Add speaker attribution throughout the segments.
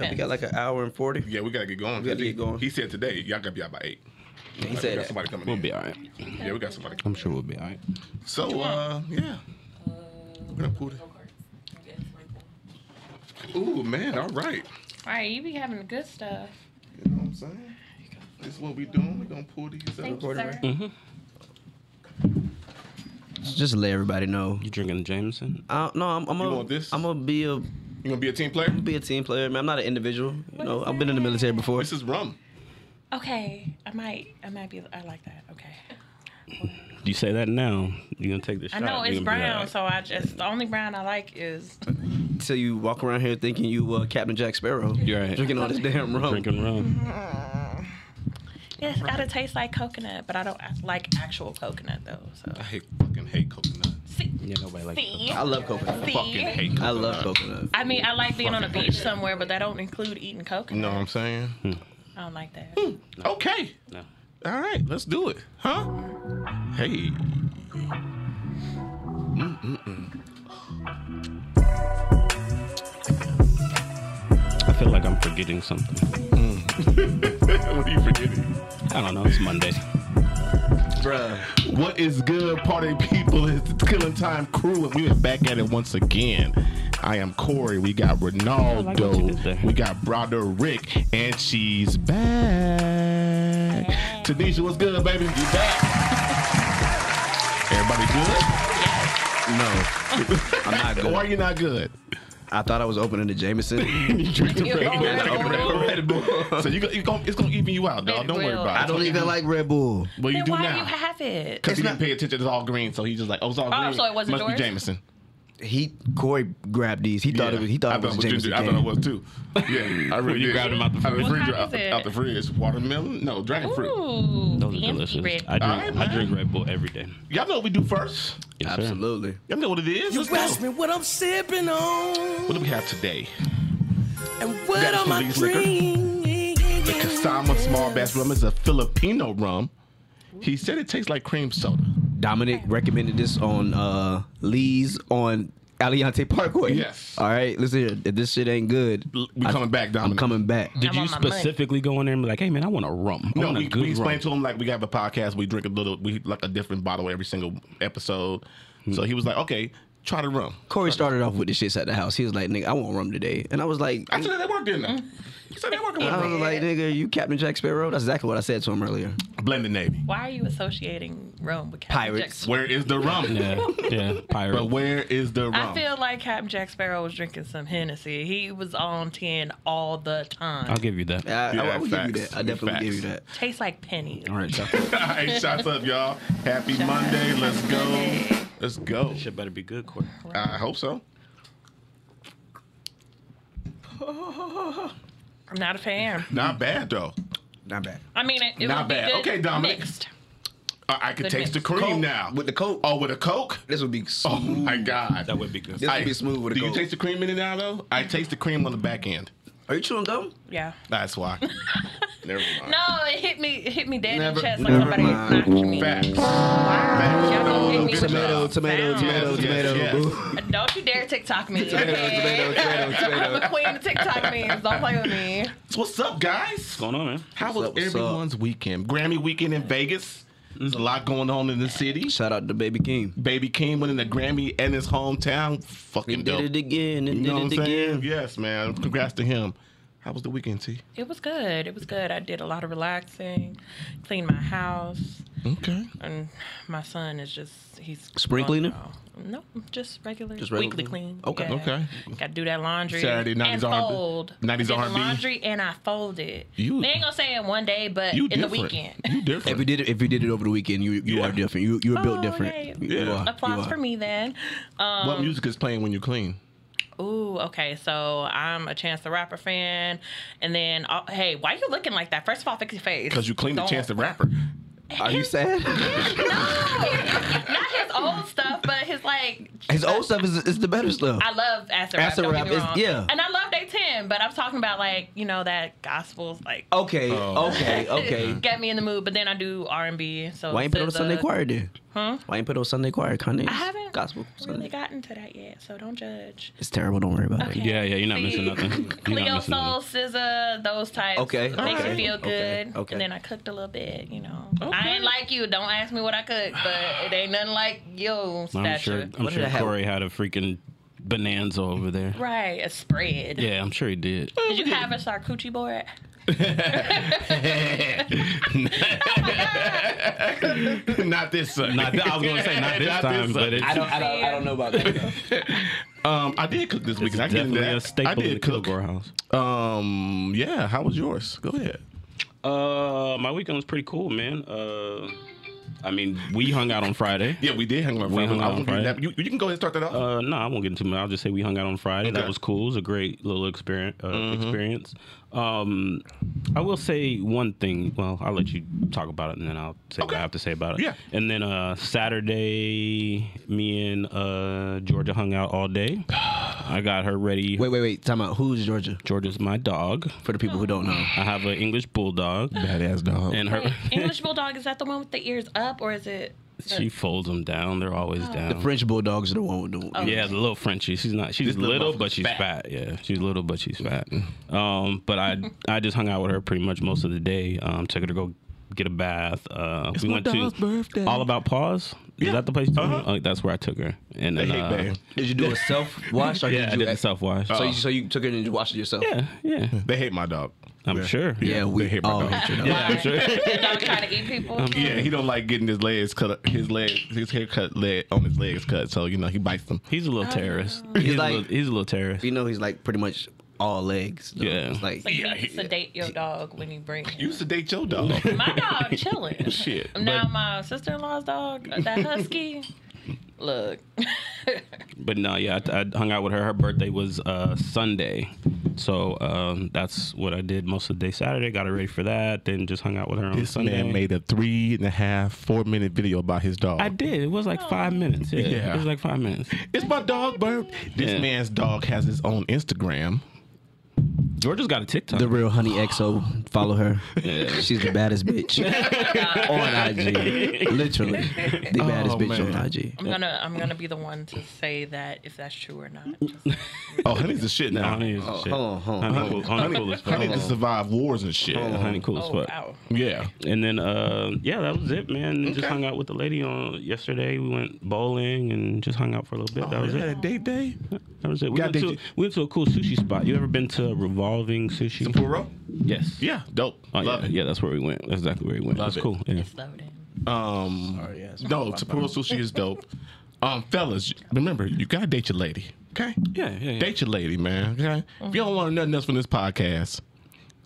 Speaker 1: We got like an hour and forty.
Speaker 2: Yeah, we gotta get going.
Speaker 1: We gotta get going.
Speaker 2: He said today, y'all gotta be out by eight.
Speaker 1: He
Speaker 2: Like, we
Speaker 1: said
Speaker 2: got
Speaker 1: that.
Speaker 2: somebody coming.
Speaker 3: We'll
Speaker 2: in.
Speaker 3: be all right.
Speaker 2: Yeah, we got somebody.
Speaker 3: I'm sure we'll be all right.
Speaker 2: So, uh, yeah. We're gonna put it. Ooh, man, all right.
Speaker 4: All right, you be having the good stuff.
Speaker 2: You know what I'm saying? This is what we doing. we gonna pull these
Speaker 4: Thank
Speaker 2: up.
Speaker 4: you,
Speaker 1: Recorder,
Speaker 4: sir.
Speaker 5: Just let everybody know.
Speaker 3: You drinking Jameson?
Speaker 5: I, no, I'm, I'm
Speaker 2: You
Speaker 5: gonna.
Speaker 2: want this?
Speaker 5: I'm gonna be a
Speaker 2: You gonna be a team player?
Speaker 5: be a team player. Man, I'm not an individual. You
Speaker 4: What
Speaker 5: know,
Speaker 4: is
Speaker 5: I've been in the
Speaker 4: that?
Speaker 5: military before.
Speaker 2: This is rum.
Speaker 4: Okay, I might, I might be. I like that. Okay.
Speaker 3: You say that now. You're gonna take the
Speaker 4: I
Speaker 3: shot.
Speaker 4: know
Speaker 3: you
Speaker 4: it's
Speaker 3: gonna be all
Speaker 4: brown,
Speaker 3: right.
Speaker 4: so I just the only brown I like is
Speaker 5: So you walk around here thinking you uh, Captain Jack Sparrow,
Speaker 3: You're right.
Speaker 5: drinking all this damn rum.
Speaker 3: Drinking rum.
Speaker 4: it's gotta taste like coconut, but I don't I like actual coconut though. So
Speaker 2: I hate fucking hate coconut.
Speaker 4: see,
Speaker 3: Yeah, nobody likes.
Speaker 4: see,
Speaker 5: I love coconut.
Speaker 2: Fucking
Speaker 4: see.
Speaker 2: hate. Coconut.
Speaker 5: I love coconut.
Speaker 4: I mean, I like being on a
Speaker 2: Fucking
Speaker 4: beach somewhere, but that don't include eating
Speaker 2: You know
Speaker 4: coconut.
Speaker 2: what I'm saying?
Speaker 3: Hmm.
Speaker 4: I don't like that.
Speaker 2: Okay.
Speaker 3: No.
Speaker 2: All right, let's do it, huh? Hey.
Speaker 3: I feel like I'm forgetting something.
Speaker 2: what are you forgetting?
Speaker 3: I don't know. It's Monday.
Speaker 5: Bruh.
Speaker 2: What is good, party people? It's the Killing Time crew, and we are back at it once again. I am Corey. We got
Speaker 3: like what you
Speaker 2: Ronaldo.
Speaker 3: did there.
Speaker 2: we got brother Rick, and she's back. Tanisha, what's good, baby? You back? Everybody good?
Speaker 5: No, I'm not
Speaker 2: Or are
Speaker 5: good.
Speaker 2: you not good?
Speaker 5: I thought I was opening the Jameson.
Speaker 2: you drink the
Speaker 4: You're
Speaker 2: Red Bull.
Speaker 4: already
Speaker 2: Open that
Speaker 4: old.
Speaker 2: Red Bull. So you, go- you gon- it's gonna even you out, dog. Don't worry
Speaker 4: Well,
Speaker 2: about it.
Speaker 5: I don't even like Red Bull.
Speaker 2: Well, you
Speaker 4: Then
Speaker 2: do
Speaker 4: why
Speaker 2: now.
Speaker 4: you have it?
Speaker 2: Because he
Speaker 5: It's
Speaker 2: didn't pay attention. It's all green, so he just like, oh, it's all
Speaker 4: Oh,
Speaker 2: green.
Speaker 4: so it wasn't
Speaker 2: Must
Speaker 4: yours?
Speaker 2: be Jameson.
Speaker 5: He Corey grabbed these. He thought
Speaker 2: Yeah.
Speaker 5: it was. He thought
Speaker 2: I
Speaker 5: it was Jameson.
Speaker 2: ginger. I
Speaker 5: can.
Speaker 2: thought it was too. Yeah, I really
Speaker 3: you
Speaker 2: did.
Speaker 3: grabbed them out the
Speaker 2: out the
Speaker 3: fridge.
Speaker 2: fridge,
Speaker 4: What kind
Speaker 2: out,
Speaker 4: is it?
Speaker 2: the- out the fridge. Watermelon? No, dragon fruit.
Speaker 4: Ooh,
Speaker 3: Those are
Speaker 4: fancy
Speaker 3: delicious.
Speaker 4: red.
Speaker 3: I
Speaker 2: All right,
Speaker 3: drink.
Speaker 2: man.
Speaker 3: I drink Red Bull every day.
Speaker 2: Y'all know what we do first.
Speaker 3: Yes, sir.
Speaker 5: Absolutely.
Speaker 2: Y'all know what it is.
Speaker 6: You
Speaker 2: Let's go.
Speaker 6: ask me what I'm sipping on
Speaker 2: What do we have today?
Speaker 6: and what
Speaker 2: That's
Speaker 6: am I
Speaker 2: Belize liquor.
Speaker 6: drinking.
Speaker 2: The Kasama Small Batch Rum is a Filipino rum. He said it tastes like cream soda.
Speaker 5: Dominic recommended this on uh Lee's on Aliante Parkway.
Speaker 2: Yes.
Speaker 5: All right. Listen here. If this shit ain't good,
Speaker 2: L- we
Speaker 5: I-
Speaker 2: coming back,
Speaker 5: I'm
Speaker 2: Dominic.
Speaker 5: coming back.
Speaker 3: Did
Speaker 4: I
Speaker 3: you
Speaker 4: want my money.
Speaker 3: specifically go in there and be like, "Hey, man, I want a rum. I
Speaker 2: No,
Speaker 3: want
Speaker 2: we,
Speaker 3: a good
Speaker 2: we
Speaker 3: rum."
Speaker 2: explained to him like we have a podcast. We drink a little. We like a different bottle every single episode.
Speaker 5: Hmm.
Speaker 2: So he was like, okay, try the rum.
Speaker 5: Corey started off with the shits at the house. He was like, "Nigga, I want rum today," and I was like,
Speaker 2: I
Speaker 5: "I
Speaker 2: said that worked, didn't I? You said that worked.
Speaker 5: was
Speaker 2: rum.
Speaker 5: like, nigga, you Captain Jack Sparrow?" That's exactly what I said to him earlier.
Speaker 2: Blend the navy.
Speaker 4: Why are you associating Rome with Captain
Speaker 5: Pirates.
Speaker 4: Jack?
Speaker 2: Where is the rum?
Speaker 3: yeah, yeah, pirate.
Speaker 2: But where is the rum?
Speaker 4: I feel like Captain Jack Sparrow was drinking some Hennessy. He was on ten all the time.
Speaker 3: I'll give you that.
Speaker 5: I, I-
Speaker 2: Yeah,
Speaker 5: I would give you
Speaker 2: facts.
Speaker 5: that. I definitely would give you
Speaker 2: Facts.
Speaker 5: that.
Speaker 4: Tastes like pennies.
Speaker 3: All right, y'all.
Speaker 2: hey, shots up, y'all. Happy
Speaker 4: Shots.
Speaker 2: Monday. Let's
Speaker 4: Happy
Speaker 2: go.
Speaker 4: Monday.
Speaker 2: Let's go.
Speaker 3: Shit better be good, Corey.
Speaker 2: I hope so.
Speaker 4: I'm not a fan.
Speaker 5: Mm-hmm.
Speaker 2: Not bad though.
Speaker 5: Not bad.
Speaker 4: I mean, it, it
Speaker 2: Not
Speaker 4: would be
Speaker 2: bad.
Speaker 4: good
Speaker 2: Okay, Dominic.
Speaker 4: Mixed.
Speaker 2: I, I can
Speaker 4: Good
Speaker 2: taste the
Speaker 4: mix.
Speaker 2: cream
Speaker 5: Coke
Speaker 2: now.
Speaker 5: with the coke.
Speaker 2: oh, with a Coke.
Speaker 5: This would be.
Speaker 2: Oh
Speaker 5: smooth.
Speaker 2: my God.
Speaker 3: That would be good.
Speaker 5: This would be smooth with a
Speaker 2: do you
Speaker 5: coke.
Speaker 2: taste the cream in it now though? I taste the cream on the back end.
Speaker 5: Are you chewing gum?
Speaker 4: Yeah.
Speaker 2: That's why. Never mind.
Speaker 4: No, it hit me. It hit me dead in
Speaker 5: Never-
Speaker 4: the chest like
Speaker 5: never
Speaker 4: somebody
Speaker 5: mind.
Speaker 4: knocked me.
Speaker 2: Facts.
Speaker 4: Wow. Y'all gonna hit
Speaker 2: No,
Speaker 4: me with
Speaker 2: good
Speaker 5: Tomato,
Speaker 4: the
Speaker 5: tomato,
Speaker 4: sound.
Speaker 5: tomato,
Speaker 2: Yes, yes,
Speaker 5: tomato.
Speaker 2: yes.
Speaker 5: boo.
Speaker 4: Don't you dare TikTok me.
Speaker 5: Tomato,
Speaker 4: okay?
Speaker 5: tomato, tomato,
Speaker 4: I'm a
Speaker 5: tomato.
Speaker 4: queen of TikTok memes. Don't play with me.
Speaker 2: What's up, guys?
Speaker 3: What's going on, man?
Speaker 2: How
Speaker 5: What's
Speaker 2: was
Speaker 5: up, what's up?
Speaker 2: everyone's weekend? Grammy weekend in Vegas. There's a lot going on in the city.
Speaker 5: Shout out to Baby King.
Speaker 2: Baby King winning the Grammy and his hometown.
Speaker 5: He
Speaker 2: Fucking dope.
Speaker 5: did it again. He
Speaker 2: You know what I'm
Speaker 5: did it
Speaker 2: saying?
Speaker 5: again.
Speaker 2: Yes, man. Congrats to him. How was the weekend, T?
Speaker 4: It was good. It was good. I did a lot of relaxing, cleaned my house,
Speaker 2: Okay.
Speaker 4: and my son is just he's
Speaker 5: Spring cleaner?
Speaker 4: No, just regular,
Speaker 5: Just
Speaker 4: just
Speaker 5: regular
Speaker 4: weekly
Speaker 5: clean?
Speaker 4: clean.
Speaker 5: Okay.
Speaker 2: Okay.
Speaker 4: Got to do that laundry
Speaker 2: Saturday, 90s
Speaker 4: and
Speaker 2: R&B.
Speaker 4: fold.
Speaker 2: 90s
Speaker 4: I did the
Speaker 2: R&B.
Speaker 4: laundry and I folded.
Speaker 2: You-
Speaker 4: they ain't gonna say in one day, but
Speaker 2: You
Speaker 4: in
Speaker 2: different.
Speaker 4: the weekend.
Speaker 2: You
Speaker 5: If you
Speaker 2: different.
Speaker 5: did it, if you did it over the weekend, you you
Speaker 2: Yeah.
Speaker 5: are different. You you are built
Speaker 4: Oh,
Speaker 5: different.
Speaker 4: yeah.
Speaker 5: You
Speaker 2: Yeah.
Speaker 5: are, you
Speaker 4: Applause
Speaker 5: are.
Speaker 4: for me then. Um,
Speaker 2: what music is playing when you clean?
Speaker 4: Ooh, okay. So I'm a Chance the Rapper fan, and then oh, hey, why you looking like that? First of all, fix your face.
Speaker 2: Because you clean the
Speaker 4: Don't-
Speaker 2: Chance the Rapper.
Speaker 5: Are you sad?
Speaker 4: Not his old stuff, but his like
Speaker 5: His old stuff is is the better stuff.
Speaker 4: I love acid rap.
Speaker 5: Acid
Speaker 4: don't
Speaker 5: rap
Speaker 4: get me
Speaker 5: is-
Speaker 4: wrong.
Speaker 5: yeah.
Speaker 4: And I love they say ten, but I'm talking about like you know that gospel's like
Speaker 5: Okay,
Speaker 2: Oh.
Speaker 5: okay, okay.
Speaker 4: get me in the mood. But then I do R and B. So
Speaker 5: Why ain't put on
Speaker 4: SZA-
Speaker 5: Sunday choir then?
Speaker 4: Huh?
Speaker 5: Why ain't put on Sunday choir? Kanye's
Speaker 4: I haven't
Speaker 5: gospel
Speaker 4: really
Speaker 5: Sunday.
Speaker 4: gotten to that yet, so don't judge.
Speaker 5: It's terrible. Don't worry about
Speaker 4: Okay.
Speaker 5: it.
Speaker 3: Yeah, yeah, you're not missing
Speaker 4: See,
Speaker 3: nothing. You're
Speaker 4: Cleo
Speaker 3: not missing
Speaker 4: Soul,
Speaker 3: nothing.
Speaker 4: SZA, those types.
Speaker 5: Okay,
Speaker 4: Makes
Speaker 5: okay,
Speaker 4: you feel
Speaker 5: okay,
Speaker 4: good.
Speaker 5: okay.
Speaker 4: And then I cooked a little bit, you know.
Speaker 2: Okay.
Speaker 4: I ain't like you. Don't ask me what I cooked, but it ain't nothing like your
Speaker 3: I'm
Speaker 4: stature.
Speaker 3: sure. I'm
Speaker 5: What did
Speaker 3: sure
Speaker 5: I have?
Speaker 3: Corey had a freaking bonanza over there.
Speaker 4: Right, a spread.
Speaker 3: Yeah, I'm sure he did.
Speaker 4: Did you have a charcuterie board?
Speaker 2: not this uh, Sunday.
Speaker 3: Not th- I was gonna say not this time,
Speaker 2: uh,
Speaker 3: but it's-
Speaker 5: I don't, I don't, I don't know about that. though.
Speaker 2: um, I did cook this week. I get into
Speaker 3: Definitely
Speaker 2: that.
Speaker 3: a staple
Speaker 2: I
Speaker 3: in the
Speaker 2: did cook.
Speaker 3: Kilgore house.
Speaker 2: Um, yeah. How was yours? Go ahead.
Speaker 3: Uh, my weekend was pretty cool, man. Uh, I mean, we hung out on Friday.
Speaker 2: Yeah, we did hang out.
Speaker 3: We
Speaker 2: Friday.
Speaker 3: hung
Speaker 2: I
Speaker 3: out
Speaker 2: won't give you
Speaker 3: Friday.
Speaker 2: that. You, you can go ahead and start that off.
Speaker 3: Uh, no, I won't get into it. I'll just say we hung out on Friday.
Speaker 2: Okay. Mm-hmm.
Speaker 3: That was cool. It was a great little experience. Uh, Experience. Um, I will say one thing. Well, I'll let you talk about it, and then I'll say what
Speaker 2: Okay.
Speaker 3: I have to say about it.
Speaker 2: Yeah.
Speaker 3: And then uh, Saturday, me and uh, Georgia hung out all day. I got her ready.
Speaker 5: Wait, wait, wait. Time out. Who's Georgia?
Speaker 3: Georgia's my dog.
Speaker 5: For the people who don't know.
Speaker 3: I have an English bulldog,
Speaker 2: Badass dog.
Speaker 3: and her.
Speaker 4: Wait, English Bulldog, is that the one with the ears up or is it? the-
Speaker 3: She folds them down. They're always down.
Speaker 5: French bulldogs are the one with the.
Speaker 4: Oh.
Speaker 3: Yeah, the little Frenchie. She's not. She's
Speaker 2: This little
Speaker 3: little,
Speaker 2: motherfucker's
Speaker 3: but she's
Speaker 2: fat.
Speaker 3: fat. Yeah, she's little, but she's fat. Um, but I I just hung out with her pretty much most of the day. Um, took her to go get a bath. Uh, we
Speaker 2: my
Speaker 3: went
Speaker 2: dog's
Speaker 3: to
Speaker 2: birthday.
Speaker 3: All About Paws. Is
Speaker 2: Yeah.
Speaker 3: that the place? You
Speaker 2: Uh-huh.
Speaker 3: uh that's where I took her. And then,
Speaker 2: They hate
Speaker 3: uh,
Speaker 2: Bay.
Speaker 5: Did you do a self wash or
Speaker 3: yeah,
Speaker 5: did Oh, you
Speaker 3: I
Speaker 5: Oh.
Speaker 3: did the self wash.
Speaker 5: So you, so you took it and you washed it yourself?
Speaker 3: yeah, yeah,
Speaker 2: They hate my dog.
Speaker 3: I'm sure.
Speaker 5: Yeah,
Speaker 2: They
Speaker 5: we
Speaker 2: hate my
Speaker 5: all
Speaker 2: dog.
Speaker 5: hate your dog.
Speaker 3: yeah, I'm
Speaker 4: Why?
Speaker 3: sure.
Speaker 4: Your dog trying to eat people?
Speaker 2: Um, Yeah, he don't like getting his legs cut. His legs, his haircut leg on his legs cut. So you know he bites them.
Speaker 3: He's a little terrorist. He's, a
Speaker 5: like-
Speaker 3: little, he's a little terrorist.
Speaker 5: You know he's like pretty much all legs. though.
Speaker 3: Yeah.
Speaker 5: It's like
Speaker 4: so you need
Speaker 2: he-
Speaker 4: to sedate your dog when you bring him.
Speaker 2: You used to date your dog.
Speaker 4: My dog chilling.
Speaker 2: Shit,
Speaker 4: Now
Speaker 3: but-
Speaker 4: my sister in law's dog, uh, that husky. Look,
Speaker 3: But no, yeah, I, I hung out with her. Her birthday was uh, Sunday, so um, that's what I did most of the day. Saturday, got her ready for that. Then just hung out with her on
Speaker 2: This
Speaker 3: Sunday.
Speaker 2: man made a three and a half, four minute video about his dog.
Speaker 3: I did. It was like five minutes. Yeah,
Speaker 2: Yeah.
Speaker 3: it was like five minutes.
Speaker 2: it's my dog, burp. This
Speaker 3: Yeah.
Speaker 2: man's dog has his own Instagram.
Speaker 3: Georgia's got a TikTok.
Speaker 5: the real Honey XO. Follow her. She's the baddest bitch on IG. Literally, the baddest bitch
Speaker 2: man.
Speaker 5: on IG.
Speaker 4: I'm gonna I'm gonna be the one to say that if that's true or not. Just-
Speaker 2: Oh, honey's the shit now.
Speaker 3: honey is
Speaker 5: Oh,
Speaker 3: shit.
Speaker 5: hold on, hold on,
Speaker 3: Honey, cool, honey cool as fuck.
Speaker 2: Honey to survive wars and shit.
Speaker 3: Yeah, honey cool as
Speaker 4: oh
Speaker 3: fuck.
Speaker 4: wow.
Speaker 2: Yeah.
Speaker 3: And then uh, yeah, that was it, man. And Just
Speaker 2: Okay.
Speaker 3: hung out with the lady on yesterday. We went bowling and just hung out for a little bit. that was
Speaker 2: you had
Speaker 3: it.
Speaker 2: a date day?
Speaker 3: That was it. We
Speaker 2: God,
Speaker 3: went,
Speaker 2: did
Speaker 3: to,
Speaker 2: you-
Speaker 3: we went to a cool sushi spot. You ever been to revolving sushi?
Speaker 2: Sapporo?
Speaker 3: Yes.
Speaker 2: Yeah, dope.
Speaker 3: Oh,
Speaker 2: Love
Speaker 3: yeah,
Speaker 2: it.
Speaker 3: yeah, that's where we went. That's exactly where we went.
Speaker 2: Love
Speaker 3: That's
Speaker 2: it.
Speaker 3: cool. Yeah.
Speaker 4: Slow down.
Speaker 2: Um, no, Sapporo sushi is dope. Um, fellas, remember you gotta date your lady, okay?
Speaker 3: Yeah, yeah, yeah.
Speaker 2: Date your lady, man. Okay. If you don't want nothing else from this podcast,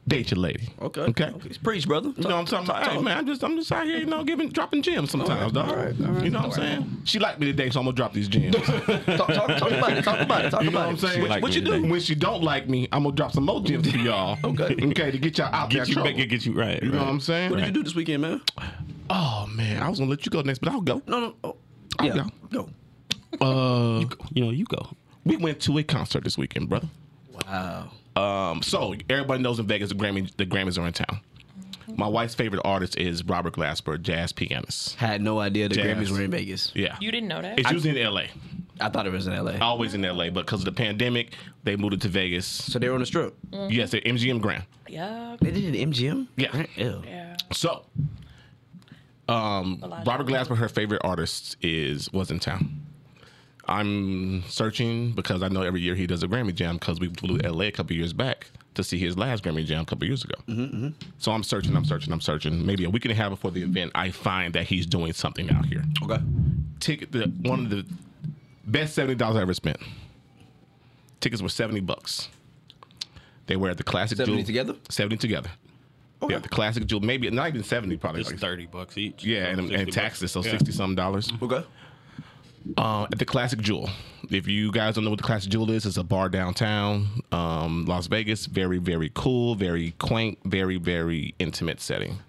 Speaker 2: date your lady. Okay.
Speaker 5: Preach, brother.
Speaker 2: You know what I'm talking about? Hey, man, I'm just I'm just out here, you know, giving dropping gems sometimes, dog. You know what I'm saying? She liked me today, so I'm gonna drop these gems. you know
Speaker 5: Talk, talk, talk about it. Talk about it. Talk
Speaker 2: what
Speaker 5: about
Speaker 2: I'm
Speaker 5: it.
Speaker 2: saying?
Speaker 3: She liked
Speaker 2: what
Speaker 3: me
Speaker 2: you do
Speaker 3: today.
Speaker 2: when she don't like me? I'm gonna drop some more gems to y'all. okay. Okay, to get y'all out
Speaker 3: Get
Speaker 2: that
Speaker 3: you
Speaker 2: trouble.
Speaker 3: back, get you right.
Speaker 2: you know what I'm saying?
Speaker 5: What did you do this weekend, man?
Speaker 2: Oh man, I was gonna let you go next, but I'll go.
Speaker 5: No, no. Oh,
Speaker 2: I'll
Speaker 5: yeah.
Speaker 2: go.
Speaker 5: Go.
Speaker 2: Uh,
Speaker 3: You know, you go.
Speaker 2: we went to a concert this weekend, brother.
Speaker 5: Wow.
Speaker 2: Um, so everybody knows in Vegas the Grammy the Grammys are in town. My wife's favorite artist is Robert Glasper, jazz pianist.
Speaker 5: Had no idea the
Speaker 2: Jazz.
Speaker 5: Grammys were in Vegas.
Speaker 2: Yeah,
Speaker 4: You didn't know that?
Speaker 2: it's usually in L.A.
Speaker 5: I thought it was in LA.
Speaker 2: Always in L.A. But because of the pandemic, they moved it to Vegas.
Speaker 5: So they were on the strip.
Speaker 4: Mm-hmm.
Speaker 2: Yes, at MGM Grand.
Speaker 4: yeah.
Speaker 5: They did it at MGM.
Speaker 2: Yeah.
Speaker 5: Ew.
Speaker 4: Yeah.
Speaker 2: So, um,
Speaker 4: Elijah
Speaker 2: Robert
Speaker 4: Wood.
Speaker 2: Glasper, her favorite artist is was in town. I'm searching because I know every year he does a Grammy Jam because we flew to LA a couple years back to see his last Grammy Jam a couple years ago. So I'm searching, I'm searching, I'm searching. Maybe a week and a half before the event, I find that he's doing something out here.
Speaker 5: Okay.
Speaker 2: Ticket, the, one of the best seventy dollars I ever spent. Tickets were seventy bucks. They were at the classic
Speaker 5: 70
Speaker 2: Jewel-
Speaker 5: together?
Speaker 2: Seventy together. Yeah, the classic jewel, maybe not even seventy, probably. Like,
Speaker 3: thirty bucks each.
Speaker 2: yeah, and, and taxes, so
Speaker 3: Yeah. Mm-hmm.
Speaker 2: sixty some dollars.
Speaker 5: Okay.
Speaker 2: Uh, at the Classic Jewel. If you guys don't know what the Classic Jewel is, it's a bar downtown, um, Las Vegas. Very, very cool, very quaint, very, very intimate setting.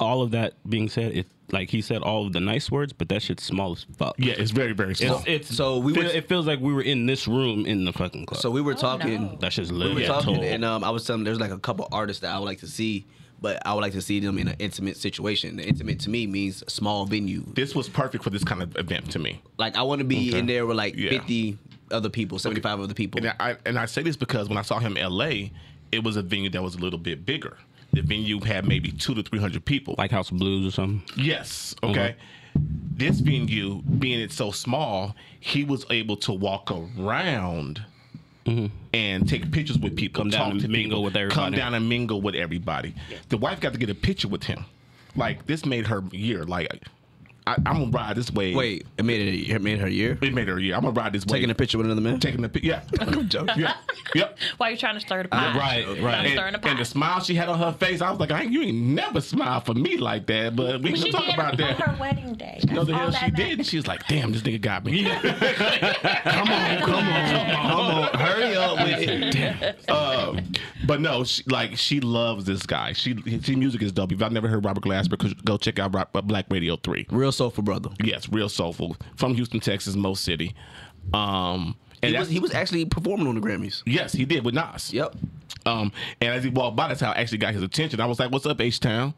Speaker 3: All of that being said, it like he said all of the nice words, but that shit's small as fuck.
Speaker 2: Yeah, it's very very small.
Speaker 3: It's, it's
Speaker 5: So
Speaker 3: so
Speaker 5: we
Speaker 3: we
Speaker 5: were-
Speaker 3: it feels like we were in this room in the fucking club.
Speaker 5: So we were talking.
Speaker 4: no.
Speaker 3: that shit's
Speaker 5: We
Speaker 3: lit.
Speaker 5: were
Speaker 3: Yeah,
Speaker 5: talking,
Speaker 3: total.
Speaker 5: and um, I was telling them there's like a couple artists that I would like to see, but I would like to see them in an intimate situation. The intimate to me means a small venue.
Speaker 2: this was perfect for this kind of event to me.
Speaker 5: Like I want to be in there with like
Speaker 2: Yeah.
Speaker 5: 50 other people, 75 other people.
Speaker 2: And I and I say this because when I saw him in L.A., it was a venue that was a little bit bigger. The venue had maybe two to three hundred people.
Speaker 3: like House of Blues or something.
Speaker 2: Yes.
Speaker 3: Mm-hmm.
Speaker 2: Okay. This venue, being it so small, he was able to walk around and take pictures with people,
Speaker 3: Mm-hmm. Come down
Speaker 2: talk
Speaker 3: and
Speaker 2: to
Speaker 3: mingle
Speaker 2: people,
Speaker 3: with
Speaker 2: come
Speaker 3: everybody.
Speaker 2: down and mingle with everybody. The wife got to get a picture with him. Like this made her year. Like I, I'm gonna ride this wave.
Speaker 5: Wait, it made it. A, year- it made her year.
Speaker 2: it made her a year. I'm gonna ride this wave.
Speaker 5: Taking a picture with another man.
Speaker 2: Taking a picture. Yeah. Yeah. Yep.
Speaker 4: Why you trying to stir the
Speaker 2: Ah,
Speaker 4: pot?
Speaker 3: right,
Speaker 4: Trying
Speaker 3: right.
Speaker 4: to
Speaker 2: And,
Speaker 4: stir the pot.
Speaker 2: and the smile she had on her face, I was like, I ain't, you ain't never smiled for me like that. But we
Speaker 4: she
Speaker 2: can talk
Speaker 4: did
Speaker 2: about that.
Speaker 4: on her wedding day.
Speaker 2: No,
Speaker 4: That's
Speaker 2: the
Speaker 4: all
Speaker 2: hell
Speaker 4: that
Speaker 2: she
Speaker 4: matters.
Speaker 2: did. She was like, damn, this nigga got me. come on,
Speaker 5: Come on, come on, hurry up with it.
Speaker 2: Uh, but no, she, like she loves this guy. She she music is dope. If I've never heard Robert Glasper, go check out Rock, uh, Black Radio Three.
Speaker 5: Real soulful brother.
Speaker 2: Yes, real soulful from Houston, Texas, Mo City. Um,
Speaker 5: He was,
Speaker 2: and that's-
Speaker 5: he was actually performing on the Grammys.
Speaker 2: yes, he did with Nas.
Speaker 5: Yep.
Speaker 2: Um, and as he walked by, that's how I actually got his attention. I was like, "What's up, H Town?"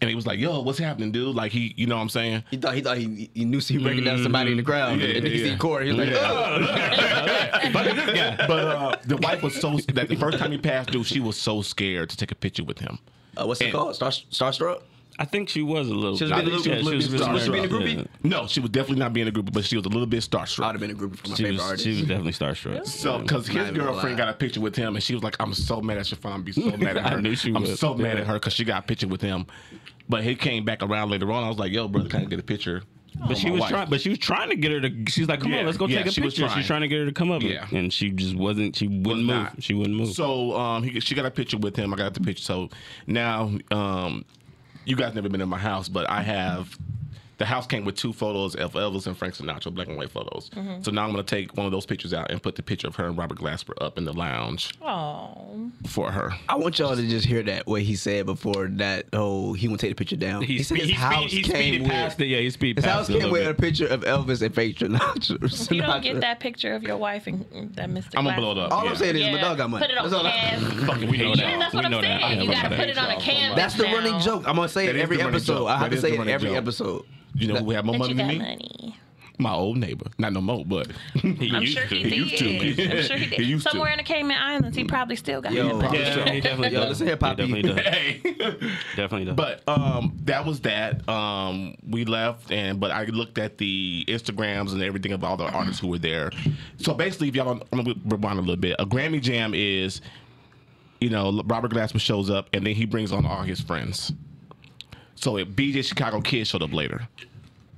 Speaker 2: And he was like, "Yo, what's happening, dude?" Like he, you know, what I'm saying.
Speaker 5: He thought he thought he, he knew he recognized somebody in the crowd.
Speaker 2: Yeah,
Speaker 5: and then he
Speaker 2: yeah,
Speaker 5: see
Speaker 2: yeah.
Speaker 5: Corey. He was like, "Ugh."
Speaker 2: But uh, the wife was so that the first time he passed through, she was so scared to take a picture with him.
Speaker 5: Uh, what's it called? Star Starstruck.
Speaker 3: I think she was a little.
Speaker 5: She was
Speaker 3: I
Speaker 5: being
Speaker 3: think
Speaker 5: a little-
Speaker 3: yeah, she
Speaker 5: was she being a
Speaker 3: starstruck.
Speaker 5: groupie?
Speaker 2: No, she was definitely not being a group, but she was a little bit starstruck.
Speaker 5: I'd have been a groupie for my
Speaker 3: She
Speaker 5: favorite
Speaker 3: was,
Speaker 5: artist.
Speaker 3: she was definitely starstruck.
Speaker 2: So,
Speaker 5: Not
Speaker 2: because his
Speaker 5: even gonna
Speaker 2: girlfriend
Speaker 5: lie.
Speaker 2: got a picture with him, and she was like, "I'm so mad at Chiffon. Be so mad at
Speaker 3: I
Speaker 2: her.
Speaker 3: knew she
Speaker 2: am
Speaker 3: would.
Speaker 2: so mad
Speaker 3: Yeah.
Speaker 2: at her because she got a picture with him." But he came back around later on. I was like, "Yo, brother, can I get a picture?"
Speaker 3: But she was trying. But she was trying to get her to. She's like, "Come
Speaker 2: Yeah,
Speaker 3: on, let's go
Speaker 2: yeah,
Speaker 3: take a
Speaker 2: she was
Speaker 3: picture."
Speaker 2: trying.
Speaker 3: She's trying to get her to come up.
Speaker 2: Yeah.
Speaker 3: and she just wasn't. She wouldn't move.
Speaker 2: not.
Speaker 3: She wouldn't move.
Speaker 2: So um, he, she got a picture with him. I got the picture. So now um, you guys never been in my house, but I have. The house came with two photos of Elvis and Frank Sinatra, black and white photos.
Speaker 4: Mm-hmm.
Speaker 2: So now I'm gonna take one of those pictures out and put the picture of her and Robert Glasper up in the lounge
Speaker 4: Oh,
Speaker 2: for her.
Speaker 5: I want y'all to just hear that what he said before that whole he won't take the picture down. He, said
Speaker 3: spe-
Speaker 5: his
Speaker 3: he
Speaker 5: house
Speaker 3: speed- he
Speaker 5: came
Speaker 3: speeded
Speaker 5: with
Speaker 3: past it. Yeah, he speed
Speaker 5: his
Speaker 3: past
Speaker 5: house
Speaker 3: it a
Speaker 5: came
Speaker 3: little
Speaker 5: with a
Speaker 3: bit.
Speaker 5: picture of Elvis and Frank Sinatra.
Speaker 4: you don't get
Speaker 5: Sinatra.
Speaker 4: that picture of your wife and that Mr.
Speaker 2: I'm gonna
Speaker 4: Glass.
Speaker 2: blow it up.
Speaker 5: All I'm
Speaker 2: Yeah.
Speaker 5: saying is my
Speaker 4: Yeah,
Speaker 5: dog got money.
Speaker 4: Put it on
Speaker 5: That's, all I-
Speaker 4: Cam.
Speaker 2: Fucking, we know
Speaker 3: Hate
Speaker 2: that.
Speaker 4: That's
Speaker 3: We
Speaker 4: what I'm
Speaker 3: know that.
Speaker 4: saying.
Speaker 3: I
Speaker 4: You
Speaker 3: know
Speaker 4: gotta
Speaker 3: that.
Speaker 4: put it on a
Speaker 2: Hate y'all so
Speaker 4: cam.
Speaker 2: much.
Speaker 5: That's the
Speaker 4: now.
Speaker 5: running joke. I'm gonna say
Speaker 2: That
Speaker 5: it
Speaker 2: is
Speaker 5: every
Speaker 2: the running
Speaker 5: episode.
Speaker 2: joke.
Speaker 5: I have
Speaker 2: That
Speaker 5: to
Speaker 2: is
Speaker 5: say
Speaker 2: the
Speaker 5: it
Speaker 2: running
Speaker 5: every
Speaker 2: joke.
Speaker 5: episode.
Speaker 2: You know who had more
Speaker 4: That
Speaker 2: money
Speaker 4: you
Speaker 2: than
Speaker 4: got
Speaker 2: me?
Speaker 4: money.
Speaker 2: My old neighbor. Not no more, but
Speaker 3: He
Speaker 4: I'm
Speaker 3: used
Speaker 4: sure
Speaker 3: to. Mm.
Speaker 4: he,
Speaker 2: He used to.
Speaker 4: did. I'm sure he did.
Speaker 2: He used to.
Speaker 4: Somewhere in the Cayman Islands, he probably still got
Speaker 5: Yo.
Speaker 4: that money.
Speaker 3: Yeah, he definitely
Speaker 5: Yo,
Speaker 3: does.
Speaker 5: listen here,
Speaker 3: He
Speaker 5: Poppy.
Speaker 3: Definitely does.
Speaker 2: hey.
Speaker 3: Definitely does.
Speaker 2: But um, that was that. Um, we left, and but I looked at the Instagrams and everything of all the artists who were there. So basically, if y'all, don't- I'm gonna rewind a little bit. A Grammy Jam is, you know, Robert Glasper shows up, and then he brings on all his friends. So if BJ Chicago Kid showed up later.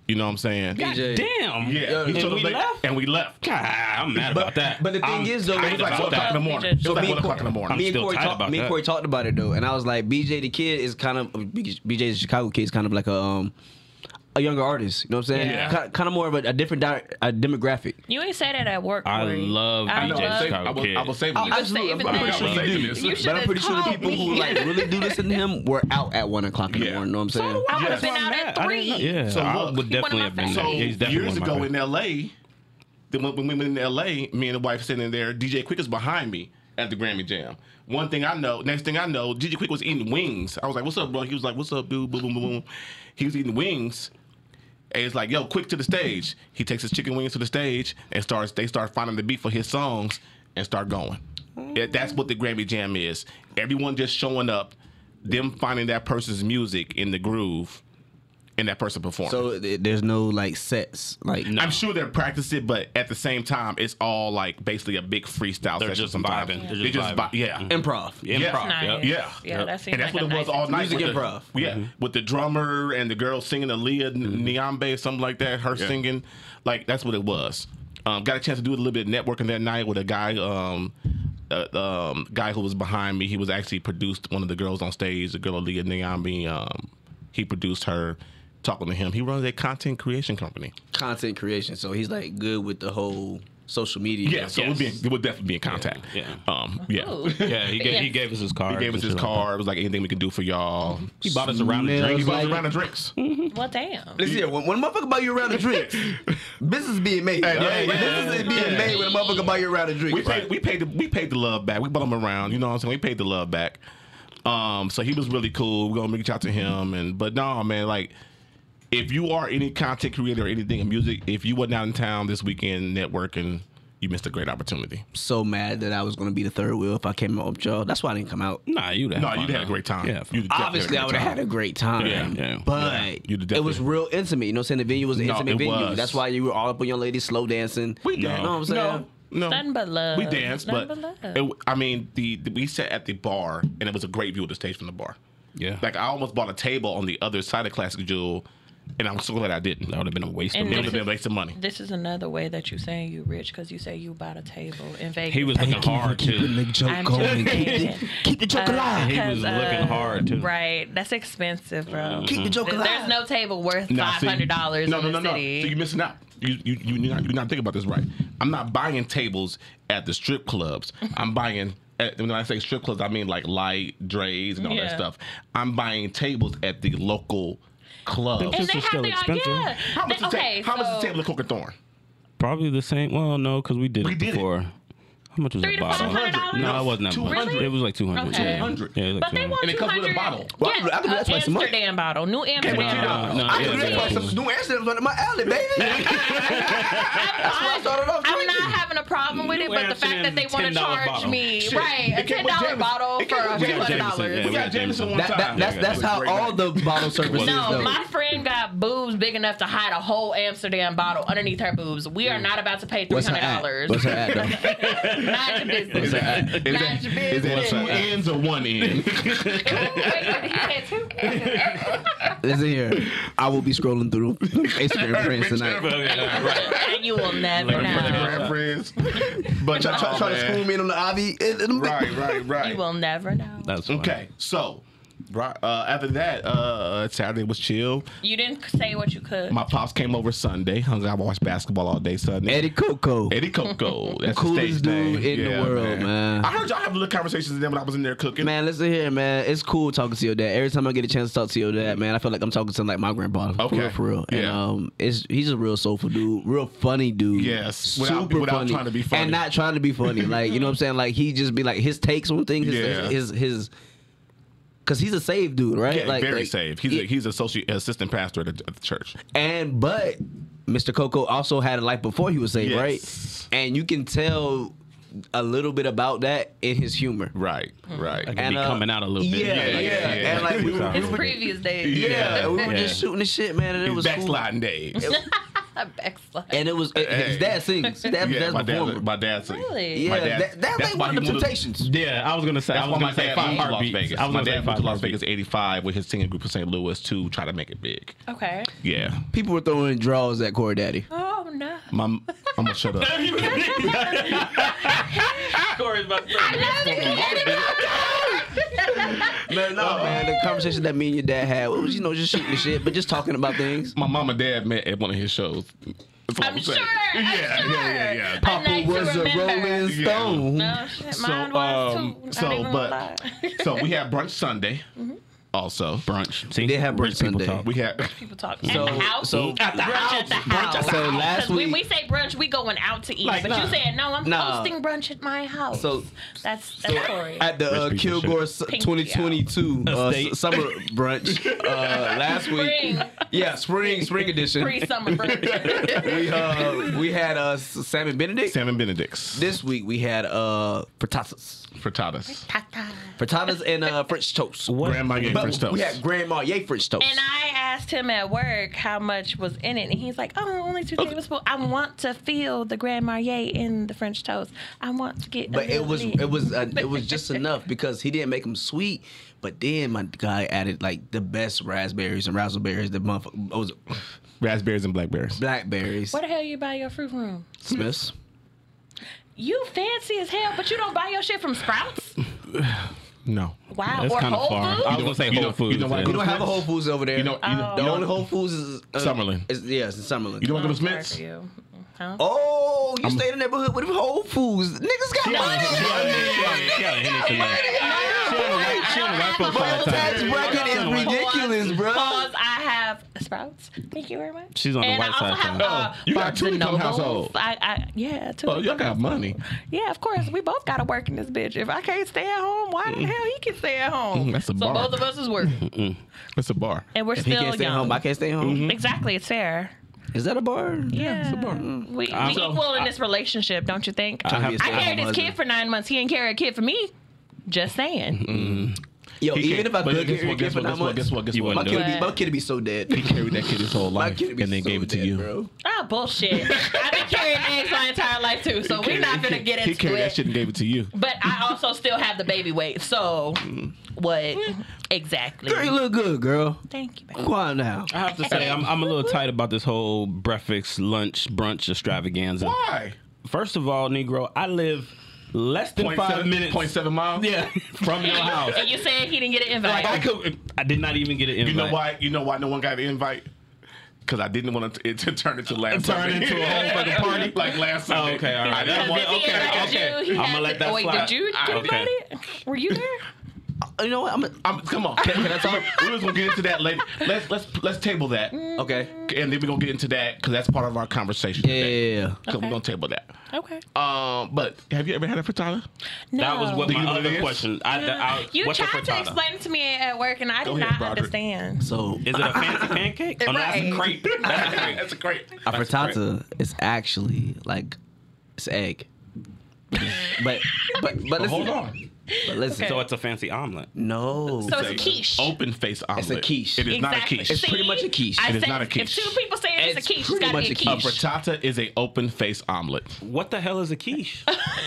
Speaker 2: You know what I'm saying?
Speaker 3: God
Speaker 5: DJ.
Speaker 3: damn.
Speaker 2: Yeah, he
Speaker 3: And
Speaker 2: showed up
Speaker 3: we
Speaker 2: late,
Speaker 3: left?
Speaker 2: and we left.
Speaker 3: God, I'm mad
Speaker 5: But-
Speaker 3: about that.
Speaker 5: but the thing
Speaker 3: I'm
Speaker 5: is, though,
Speaker 3: tired
Speaker 5: it was like,
Speaker 3: about
Speaker 5: so
Speaker 2: One o'clock in
Speaker 3: that.
Speaker 2: the morning. It was
Speaker 4: So
Speaker 2: like
Speaker 5: me
Speaker 2: one
Speaker 5: and
Speaker 2: o'clock in the
Speaker 5: Corey-
Speaker 2: morning.
Speaker 5: Me and
Speaker 3: still
Speaker 5: Corey
Speaker 3: tight
Speaker 5: talked.
Speaker 3: about
Speaker 5: Me and
Speaker 3: that.
Speaker 5: Corey talked about it though, and I was like, BJ the Kid is kind of BJ the Chicago Kid is kind of like a um a younger artist. You know what I'm saying?
Speaker 4: Yeah.
Speaker 5: Kind, kind of more of a, a different di- a demographic.
Speaker 4: You ain't say that at work.
Speaker 3: I
Speaker 4: Corey.
Speaker 3: love
Speaker 4: I
Speaker 3: DJ
Speaker 4: love-
Speaker 3: Scott. Chicago
Speaker 2: I was-
Speaker 3: Kid.
Speaker 2: I was saving
Speaker 5: Oh,
Speaker 2: you.
Speaker 5: absolutely, I'm,
Speaker 4: saving
Speaker 5: I'm
Speaker 4: that.
Speaker 5: pretty sure
Speaker 2: You
Speaker 5: you do.
Speaker 2: should've
Speaker 5: but I'm pretty sure the
Speaker 4: called
Speaker 5: people who
Speaker 4: me.
Speaker 5: like really do listen to him were out at one o'clock in the
Speaker 2: Yeah.
Speaker 5: morning. You know what I'm
Speaker 4: So
Speaker 5: saying?
Speaker 4: do I would have
Speaker 2: Yes.
Speaker 4: been out at
Speaker 3: I
Speaker 4: three.
Speaker 3: didn't know- Yeah,
Speaker 2: So
Speaker 3: I
Speaker 2: look,
Speaker 3: would
Speaker 4: He's one
Speaker 3: definitely
Speaker 4: of my
Speaker 3: have been
Speaker 4: favorites.
Speaker 2: So
Speaker 3: there. He's definitely
Speaker 2: years
Speaker 3: one of
Speaker 2: ago
Speaker 3: my
Speaker 2: in LA, then when, when we went in LA, me and the wife sitting there, DJ Quick is behind me at the Grammy Jam. One thing I know, next thing I know, DJ Quick was eating wings. I was like, "What's up, bro?" He was like, "What's up, dude?" Boom, boom, boom, boom. He was eating wings. And it's like, yo, quick to the stage. He takes his chicken wings to the stage and starts. They start finding the beat for his songs and start going. That- That's what the Grammy Jam is. Everyone just showing up, them finding that person's music in the groove, and that person performing.
Speaker 5: So th- there's no like sets. Like
Speaker 2: I'm sure they're practicing, but at the same time, it's all like basically a big freestyle.
Speaker 3: They're
Speaker 2: session
Speaker 3: just
Speaker 2: sometimes.
Speaker 3: vibing. They're
Speaker 2: They
Speaker 3: just vibing. Mm-hmm.
Speaker 2: vi- yeah.
Speaker 5: improv.
Speaker 2: Yeah.
Speaker 3: Improv.
Speaker 4: Nice.
Speaker 3: yep.
Speaker 2: Yeah.
Speaker 4: Yeah, that seems
Speaker 2: and that's
Speaker 4: like
Speaker 2: what
Speaker 4: a
Speaker 2: it was
Speaker 4: nice
Speaker 2: all night.
Speaker 5: Music
Speaker 2: with
Speaker 5: improv.
Speaker 2: The,
Speaker 3: Mm-hmm.
Speaker 2: yeah, with the drummer and the girl singing Aaliyah N- Nyong'be, something like that. Her
Speaker 3: Yeah.
Speaker 2: singing, like that's what it was. Um, got a chance to do a little bit of networking that night with a guy, um, uh, um, guy who was behind me. He was actually produced one of the girls on stage, the girl Aaliyah Nyong'be. Um, he produced her. Talking to him, he runs a content creation company.
Speaker 5: content creation. So he's like good with the whole social media.
Speaker 2: Yeah, so we'll, be, we'll definitely be in contact.
Speaker 3: Yeah.
Speaker 2: Um, yeah.
Speaker 4: Ooh.
Speaker 3: Yeah, he gave, he gave us his card.
Speaker 2: He gave us his card. It was like anything we can do for y'all.
Speaker 3: He bought us a round of
Speaker 5: Smells
Speaker 3: Mm-hmm.
Speaker 2: He
Speaker 3: drinks.
Speaker 2: bought us a
Speaker 5: like-
Speaker 2: round of drinks.
Speaker 4: Well, damn.
Speaker 5: Listen here, when, when a motherfucker buy you a round of drinks, business is being made.
Speaker 2: Hey,
Speaker 5: all right?
Speaker 2: yeah, yeah,
Speaker 5: business is
Speaker 2: yeah,
Speaker 5: being
Speaker 2: yeah.
Speaker 5: made when a motherfucker buy you a round of drinks.
Speaker 2: We paid, we paid the we paid the love back. We bought him around. You know what I'm saying? We paid the love back. Um, so he was really cool. We're gonna reach out to
Speaker 3: Mm-hmm.
Speaker 2: him and but no man, like if you are any content creator or anything in music, if you wasn't out in town this weekend networking, you missed a great opportunity.
Speaker 5: so mad that I was gonna be the third wheel if I came out with y'all. That's why I didn't come out.
Speaker 3: Nah, you'd have
Speaker 2: No,
Speaker 3: fun,
Speaker 2: you had a
Speaker 3: though.
Speaker 2: great time.
Speaker 3: Yeah,
Speaker 2: You definitely had a
Speaker 5: Obviously,
Speaker 2: great
Speaker 5: I would have
Speaker 2: time.
Speaker 5: had a great time.
Speaker 3: Yeah, yeah.
Speaker 5: But
Speaker 2: You'd
Speaker 5: it was
Speaker 2: definitely-
Speaker 5: real intimate. You know what I'm saying? The venue was an
Speaker 2: No,
Speaker 5: intimate
Speaker 2: it
Speaker 5: venue.
Speaker 2: was.
Speaker 5: That's why you were all up on young ladies slow dancing.
Speaker 2: We
Speaker 5: You
Speaker 2: danced.
Speaker 5: know what I'm saying?
Speaker 2: No, no.
Speaker 4: Nothing but love.
Speaker 2: We danced,
Speaker 4: Nothing
Speaker 2: but
Speaker 4: but love.
Speaker 2: it, I mean, the, the- we sat at the bar, and it was a great view of the stage from the bar.
Speaker 3: Yeah.
Speaker 2: Like I almost bought a table on the other side of Classic Jewel, and I'm so glad I didn't.
Speaker 3: that would have been a waste of
Speaker 2: It
Speaker 4: And
Speaker 2: would
Speaker 3: money.
Speaker 2: have been a waste of money.
Speaker 4: This is another way that you saying you rich because you say you bought a table in Vegas.
Speaker 3: He was looking hard too.
Speaker 4: I'm Uh, going. just Keep saying. the-
Speaker 5: Keep the joke alive.
Speaker 3: He was
Speaker 4: Because, uh,
Speaker 3: looking hard too.
Speaker 4: Right, that's expensive, bro.
Speaker 5: Keep the joke
Speaker 4: There-
Speaker 5: alive.
Speaker 4: There's no table worth
Speaker 2: Nah,
Speaker 4: five
Speaker 2: see-
Speaker 4: hundred dollars
Speaker 2: No,
Speaker 4: in
Speaker 2: no, no,
Speaker 4: the
Speaker 2: no. So
Speaker 4: city.
Speaker 2: you're missing out. You you you you're not, you're not thinking about this right. I'm not buying tables at the strip clubs. I'm buying. At, when I say strip clubs, I mean like light drays and all that
Speaker 4: Yeah.
Speaker 2: stuff. I'm buying tables at the local club.
Speaker 4: and
Speaker 3: This
Speaker 4: they
Speaker 3: is
Speaker 4: have
Speaker 3: still
Speaker 4: the
Speaker 3: expensive.
Speaker 4: yeah.
Speaker 2: How much,
Speaker 4: They-
Speaker 2: is
Speaker 4: okay,
Speaker 2: ta- how much is
Speaker 4: so
Speaker 2: a table at Cook and Thorn?
Speaker 3: Probably the same. Well, no, because we did
Speaker 2: We
Speaker 3: it
Speaker 2: did it.
Speaker 3: before. How much was
Speaker 4: Three
Speaker 3: a
Speaker 4: to
Speaker 3: bottle?
Speaker 4: five hundred dollars.
Speaker 3: No, it wasn't that much.
Speaker 2: 200.
Speaker 3: It was like two hundred.
Speaker 4: Okay.
Speaker 3: Yeah.
Speaker 2: 200.
Speaker 3: Yeah, it was like
Speaker 4: But they
Speaker 3: 200.
Speaker 4: want
Speaker 2: And it comes with a
Speaker 4: 200
Speaker 2: bottle.
Speaker 5: Well, I
Speaker 4: Yes,
Speaker 5: could- I could
Speaker 4: uh,
Speaker 5: ask my smart-
Speaker 4: Amsterdam bottle, New
Speaker 2: with
Speaker 4: Amsterdam.
Speaker 2: $2.
Speaker 4: bottle.
Speaker 3: No,
Speaker 5: I
Speaker 3: yeah,
Speaker 5: can
Speaker 3: yeah,
Speaker 5: drink
Speaker 3: yeah.
Speaker 5: some new answers under my alley, baby.
Speaker 4: That's
Speaker 5: why I started off
Speaker 4: I'm
Speaker 5: drinking.
Speaker 4: not having a problem with it,
Speaker 3: New
Speaker 4: but the fact
Speaker 3: Amsterdam's
Speaker 4: that they
Speaker 3: a
Speaker 4: want
Speaker 3: $10
Speaker 4: to charge
Speaker 3: bottle.
Speaker 4: me
Speaker 2: Shit.
Speaker 4: right a
Speaker 2: It came
Speaker 4: ten
Speaker 2: with
Speaker 4: dollar
Speaker 2: Jameson.
Speaker 4: bottle
Speaker 2: It
Speaker 4: for
Speaker 2: came
Speaker 4: a
Speaker 2: with
Speaker 4: few hundred
Speaker 2: Jameson.
Speaker 4: dollars.
Speaker 3: Yeah,
Speaker 2: We got Jameson one
Speaker 5: That, that,
Speaker 2: time.
Speaker 5: that's that's how all the bottle services
Speaker 4: No,
Speaker 5: go.
Speaker 4: my friend got boobs big enough to hide a whole Amsterdam bottle underneath her boobs. We
Speaker 2: Mm.
Speaker 4: are not about to pay three
Speaker 5: What's her
Speaker 4: hundred
Speaker 5: at?
Speaker 4: dollars.
Speaker 5: What's her at, though?
Speaker 4: Not your
Speaker 2: Is
Speaker 4: business.
Speaker 2: that, is
Speaker 4: Not
Speaker 2: that-
Speaker 4: your
Speaker 2: is that
Speaker 4: business.
Speaker 2: two ends or one end?
Speaker 5: Listen here, I will be scrolling through Instagram friends tonight.
Speaker 4: and you will never know.
Speaker 2: Reference. But
Speaker 5: Try, try,
Speaker 2: y'all
Speaker 5: try to school me in on the Ivy. It, it'll be-
Speaker 2: Right, right,
Speaker 4: You
Speaker 2: right.
Speaker 4: will never know.
Speaker 3: That's fine.
Speaker 2: Okay, so right, uh, after that, uh, Saturday was chill.
Speaker 4: You didn't say what you could.
Speaker 2: My pops came over Sunday. Hung out, watched basketball all day Sunday.
Speaker 5: Eddie Coco,
Speaker 2: Eddie Coco, that's the
Speaker 5: coolest
Speaker 2: stage
Speaker 5: dude
Speaker 2: name.
Speaker 5: in
Speaker 2: Yeah,
Speaker 5: the world, man.
Speaker 2: I heard y'all have little conversations with them when I was in there cooking.
Speaker 5: Man, listen here, man. It's cool talking to your dad. Every time I get a chance to talk to your dad, man, I feel like I'm talking to like my grandpa. For
Speaker 2: Okay.
Speaker 5: real, for real. And
Speaker 2: Yeah.
Speaker 5: um, it's he's a real soulful dude, real funny dude.
Speaker 2: Yes, without- without trying to be funny.
Speaker 5: and not trying to be funny. like you know what I'm saying? Like he just be like his takes on things. His,
Speaker 2: Yeah.
Speaker 5: his, his Cause he's a saved dude, right?
Speaker 2: Yeah,
Speaker 5: like
Speaker 2: very
Speaker 5: like,
Speaker 2: safe. He's a, he's associate assistant pastor at the, at the church.
Speaker 5: And but Mr. Coco also had a life before he was saved,
Speaker 2: Yes.
Speaker 5: right? And you can tell a little bit about that in his humor.
Speaker 2: Right, right.
Speaker 3: Be coming out a little bit.
Speaker 5: Yeah, yeah.
Speaker 2: uh, Yeah, yeah, yeah.
Speaker 5: And like we were, we
Speaker 4: His
Speaker 5: were-
Speaker 4: previous days.
Speaker 5: yeah, we were
Speaker 3: Yeah.
Speaker 5: just shooting the shit, man, and it was cool.
Speaker 2: backsliding days.
Speaker 4: Backslide.
Speaker 5: And it was it, his
Speaker 2: Hey.
Speaker 5: dad sings. His dad,
Speaker 2: yeah,
Speaker 5: dad's
Speaker 2: my
Speaker 5: performer.
Speaker 2: dad, my dad's
Speaker 4: Really?
Speaker 5: yeah,
Speaker 2: my dad-
Speaker 5: that, that
Speaker 2: that's
Speaker 5: ain't
Speaker 2: why
Speaker 5: one of
Speaker 2: he
Speaker 5: the
Speaker 2: moved to-
Speaker 5: temptations.
Speaker 3: Yeah, I was gonna say.
Speaker 2: That's
Speaker 3: I was
Speaker 2: why my
Speaker 3: gonna say
Speaker 2: dad
Speaker 3: five
Speaker 2: moved to Las
Speaker 3: heartbeats.
Speaker 2: Vegas.
Speaker 3: I was
Speaker 2: my
Speaker 3: gonna
Speaker 2: dad
Speaker 3: say five
Speaker 2: moved to Las
Speaker 3: heartbeats.
Speaker 2: Vegas '85 with his singing group from St. Louis to try to make it big.
Speaker 4: Okay.
Speaker 2: Yeah,
Speaker 5: People were throwing draws at Corey Daddy.
Speaker 4: Oh no.
Speaker 2: my, I'm gonna shut up.
Speaker 3: Corey's about to
Speaker 4: I love you.
Speaker 5: Man, no,
Speaker 2: Oh.
Speaker 5: man, the conversation that me and your dad had it was, you know, just shooting the shit, but just talking about things.
Speaker 2: My mom and dad met at one of his shows. That's all
Speaker 4: I'm sure.
Speaker 2: saying.
Speaker 4: I'm
Speaker 2: yeah,
Speaker 4: sure.
Speaker 2: yeah, yeah, yeah.
Speaker 4: A
Speaker 5: Papa
Speaker 4: night to
Speaker 5: was a
Speaker 4: remember.
Speaker 5: rolling
Speaker 2: Yeah.
Speaker 5: stone.
Speaker 4: No shit, mine was
Speaker 2: um,
Speaker 4: too.
Speaker 2: so but so we had brunch Sunday. Mm-hmm. Also,
Speaker 3: brunch. See,
Speaker 5: They have brunch
Speaker 3: Rich people
Speaker 5: Sunday.
Speaker 3: talk.
Speaker 2: we had
Speaker 4: people talk at
Speaker 5: So-
Speaker 4: the house.
Speaker 5: so-
Speaker 4: at the brunch at the house.
Speaker 5: at the So house. last
Speaker 4: 'Cause when we
Speaker 5: week-
Speaker 4: say brunch, we going out to eat.
Speaker 5: Like,
Speaker 4: but
Speaker 5: nah.
Speaker 4: you said no, I'm
Speaker 5: Nah.
Speaker 4: hosting brunch at my house.
Speaker 5: So-
Speaker 4: So that's that's Corey.
Speaker 5: At the uh,
Speaker 3: Rich people
Speaker 5: Kilgore s-
Speaker 4: Pinky
Speaker 5: 2022 uh,
Speaker 3: Estate.
Speaker 5: s- summer brunch uh, last week.
Speaker 4: Spring.
Speaker 5: Yeah, spring, spring edition.
Speaker 4: Free summer brunch.
Speaker 5: we uh, we had uh, s- Salmon Benedict.
Speaker 2: Sam and Benedict's
Speaker 5: This week we had uh, frittatas.
Speaker 2: frittatas.
Speaker 4: Ta-ta.
Speaker 5: frittatas and uh, French toast.
Speaker 2: Grandma gave
Speaker 5: But
Speaker 2: French toast.
Speaker 5: We had Grandma Yay French toast.
Speaker 4: And I asked him at work how much was in it, and he's like, "Oh, only two tablespoons. I want to feel the Grand Marnier in the French toast. I want to get." a
Speaker 5: but it
Speaker 4: little
Speaker 5: was
Speaker 4: bit."
Speaker 5: it was uh, it was just enough because he didn't make them sweet. But then my guy added like the best raspberries and raspberries. The motherfucker it was
Speaker 2: Raspberries and blackberries.
Speaker 5: blackberries.
Speaker 4: Where the hell you buy your fruit from?
Speaker 5: Smiths.
Speaker 4: You fancy as hell, but you don't buy your shit from Sprouts.
Speaker 2: No.
Speaker 4: Wow,
Speaker 3: That's
Speaker 4: or
Speaker 3: kinda
Speaker 4: Whole
Speaker 3: far. I
Speaker 4: Foods.
Speaker 3: was gonna say
Speaker 2: You know-
Speaker 3: Whole Foods.
Speaker 2: you know what I
Speaker 3: yeah.
Speaker 5: We don't have a Whole Foods over there.
Speaker 2: You know, you know,
Speaker 5: Oh. the
Speaker 2: you know-
Speaker 5: only Whole Foods is uh,
Speaker 2: Summerlin.
Speaker 5: Is, yeah, it's in Summerlin.
Speaker 2: you don't go to
Speaker 4: I'm sorry
Speaker 2: Smith's.
Speaker 4: for you. Huh?
Speaker 5: oh, you stay in the neighborhood with Whole Foods. Niggas got money.
Speaker 4: I don't have a whole
Speaker 5: Tax
Speaker 4: Foods.
Speaker 5: bracket is
Speaker 4: Pause.
Speaker 5: ridiculous, bro.
Speaker 4: Pause. I have Sprouts. Thank you very much.
Speaker 3: She's on the
Speaker 4: and
Speaker 3: white
Speaker 4: I
Speaker 3: side,
Speaker 4: also Have,
Speaker 3: though.
Speaker 4: uh,
Speaker 2: You got
Speaker 4: Barnes
Speaker 2: two
Speaker 4: and
Speaker 2: income
Speaker 4: Nobles.
Speaker 2: household.
Speaker 4: I, I, yeah, two.
Speaker 2: Oh, y'all
Speaker 4: income
Speaker 2: got money.
Speaker 4: Yeah, of course. We both gotta work in this bitch. If I can't stay at home, why the hell he can stay at home?
Speaker 2: Mm, that's a
Speaker 4: so
Speaker 2: bar.
Speaker 4: both of us is working,
Speaker 2: That's a bar.
Speaker 4: and we're
Speaker 5: If he
Speaker 4: still
Speaker 5: can't stay
Speaker 4: young.
Speaker 5: home, I can't stay home.
Speaker 4: Exactly, it's fair.
Speaker 2: Mm-hmm.
Speaker 5: Is that a bar?
Speaker 4: Yeah,
Speaker 2: it's a bar.
Speaker 4: we, we
Speaker 3: I'm- so-
Speaker 4: equal in this relationship, don't you think?
Speaker 5: Trying to be a
Speaker 4: I
Speaker 5: stay-at-home
Speaker 4: carried this
Speaker 5: husband.
Speaker 4: kid for nine months. He didn't carry a kid for me. Just saying.
Speaker 5: Yo,
Speaker 2: He
Speaker 5: even
Speaker 2: can't-
Speaker 5: if I
Speaker 2: but
Speaker 5: could
Speaker 2: guess
Speaker 5: get
Speaker 2: what, guess what, guess what, guess what, guess
Speaker 3: You
Speaker 2: what?
Speaker 5: my
Speaker 2: My
Speaker 3: wouldn't
Speaker 5: kid
Speaker 3: do
Speaker 5: would
Speaker 3: it.
Speaker 5: be my kid would be so dead. He
Speaker 2: carried that kid his whole
Speaker 5: My
Speaker 2: life
Speaker 5: kid would be
Speaker 2: and then
Speaker 5: so
Speaker 2: gave it to
Speaker 5: dead,
Speaker 2: you.
Speaker 5: bro.
Speaker 4: Oh bullshit! I've been carrying eggs my entire life too, so we're not gonna get
Speaker 2: He
Speaker 4: into
Speaker 2: carried that
Speaker 4: it.
Speaker 2: shit and gave it to you.
Speaker 4: But I also still have the baby weight, so what exactly?
Speaker 5: Girl, you look good, girl.
Speaker 4: Thank you. baby.
Speaker 5: Quiet now.
Speaker 3: I have to say, I'm, I'm a little tight about this whole breakfast, lunch, brunch extravaganza.
Speaker 2: Why?
Speaker 3: First of all, Negro, I live less than
Speaker 2: Point
Speaker 3: five
Speaker 2: seven-
Speaker 3: minutes.
Speaker 2: point seven miles.
Speaker 3: Yeah, from your house.
Speaker 4: And you said he didn't get an invite.
Speaker 3: Like I could, I did not even get an invite.
Speaker 2: You know why? You know why no one got an invite? Because I didn't want it to turn into last.
Speaker 3: Turn
Speaker 2: Sunday.
Speaker 3: into a whole fucking party?
Speaker 2: like last
Speaker 3: Oh,
Speaker 2: Sunday.
Speaker 3: okay, all
Speaker 2: I
Speaker 3: right.
Speaker 2: didn't
Speaker 4: Because
Speaker 2: want,
Speaker 4: if he
Speaker 2: okay,
Speaker 4: invited
Speaker 2: okay.
Speaker 4: you, he
Speaker 3: I'ma
Speaker 4: had
Speaker 3: let
Speaker 4: to-
Speaker 3: that
Speaker 4: wait,
Speaker 3: slide.
Speaker 4: did you
Speaker 3: I-
Speaker 4: get
Speaker 3: okay.
Speaker 4: invited? Were you there?
Speaker 5: You know what? I'm a,
Speaker 2: I'm, come on, can, can I talk? we was gonna get into that later. Let's let's let's table that,
Speaker 4: Mm.
Speaker 2: and
Speaker 5: okay.
Speaker 2: then we're gonna get into that because that's part of our conversation.
Speaker 5: Yeah,
Speaker 2: today.
Speaker 5: yeah, yeah.
Speaker 2: So
Speaker 4: Okay.
Speaker 2: we're gonna table that.
Speaker 4: Okay.
Speaker 2: Um, but have you ever had a frittata?
Speaker 4: No.
Speaker 3: That was what
Speaker 2: Do you
Speaker 3: my
Speaker 2: know what it
Speaker 3: other
Speaker 2: is?
Speaker 3: question. I, I,
Speaker 4: you
Speaker 3: what's a
Speaker 4: tried to
Speaker 3: frittata?
Speaker 4: explain it to me at work, and I did
Speaker 2: Go ahead,
Speaker 4: not
Speaker 2: Broderick.
Speaker 4: understand.
Speaker 5: So
Speaker 3: Is it a fancy pancake? Oh, no, that's a
Speaker 4: Right.
Speaker 3: crepe. That's a crepe.
Speaker 2: That's a great.
Speaker 5: a frittata is actually like it's egg. but but but listen,
Speaker 2: Hold on.
Speaker 5: But listen.
Speaker 4: Okay.
Speaker 3: So it's a fancy omelet.
Speaker 5: No.
Speaker 4: So it's a quiche.
Speaker 2: Open face omelet.
Speaker 5: a quiche.
Speaker 2: It is not a
Speaker 4: Exactly.
Speaker 2: quiche.
Speaker 5: It's pretty
Speaker 4: See?
Speaker 5: much a quiche.
Speaker 4: I
Speaker 2: It is
Speaker 4: said
Speaker 2: not a quiche.
Speaker 4: If two people say it's,
Speaker 5: It's
Speaker 4: a quiche, it's
Speaker 5: pretty
Speaker 4: gotta
Speaker 5: much
Speaker 4: be
Speaker 5: a
Speaker 4: a
Speaker 5: quiche.
Speaker 2: A
Speaker 4: quiche.
Speaker 2: frittata is a open face omelet.
Speaker 3: What the hell is a quiche?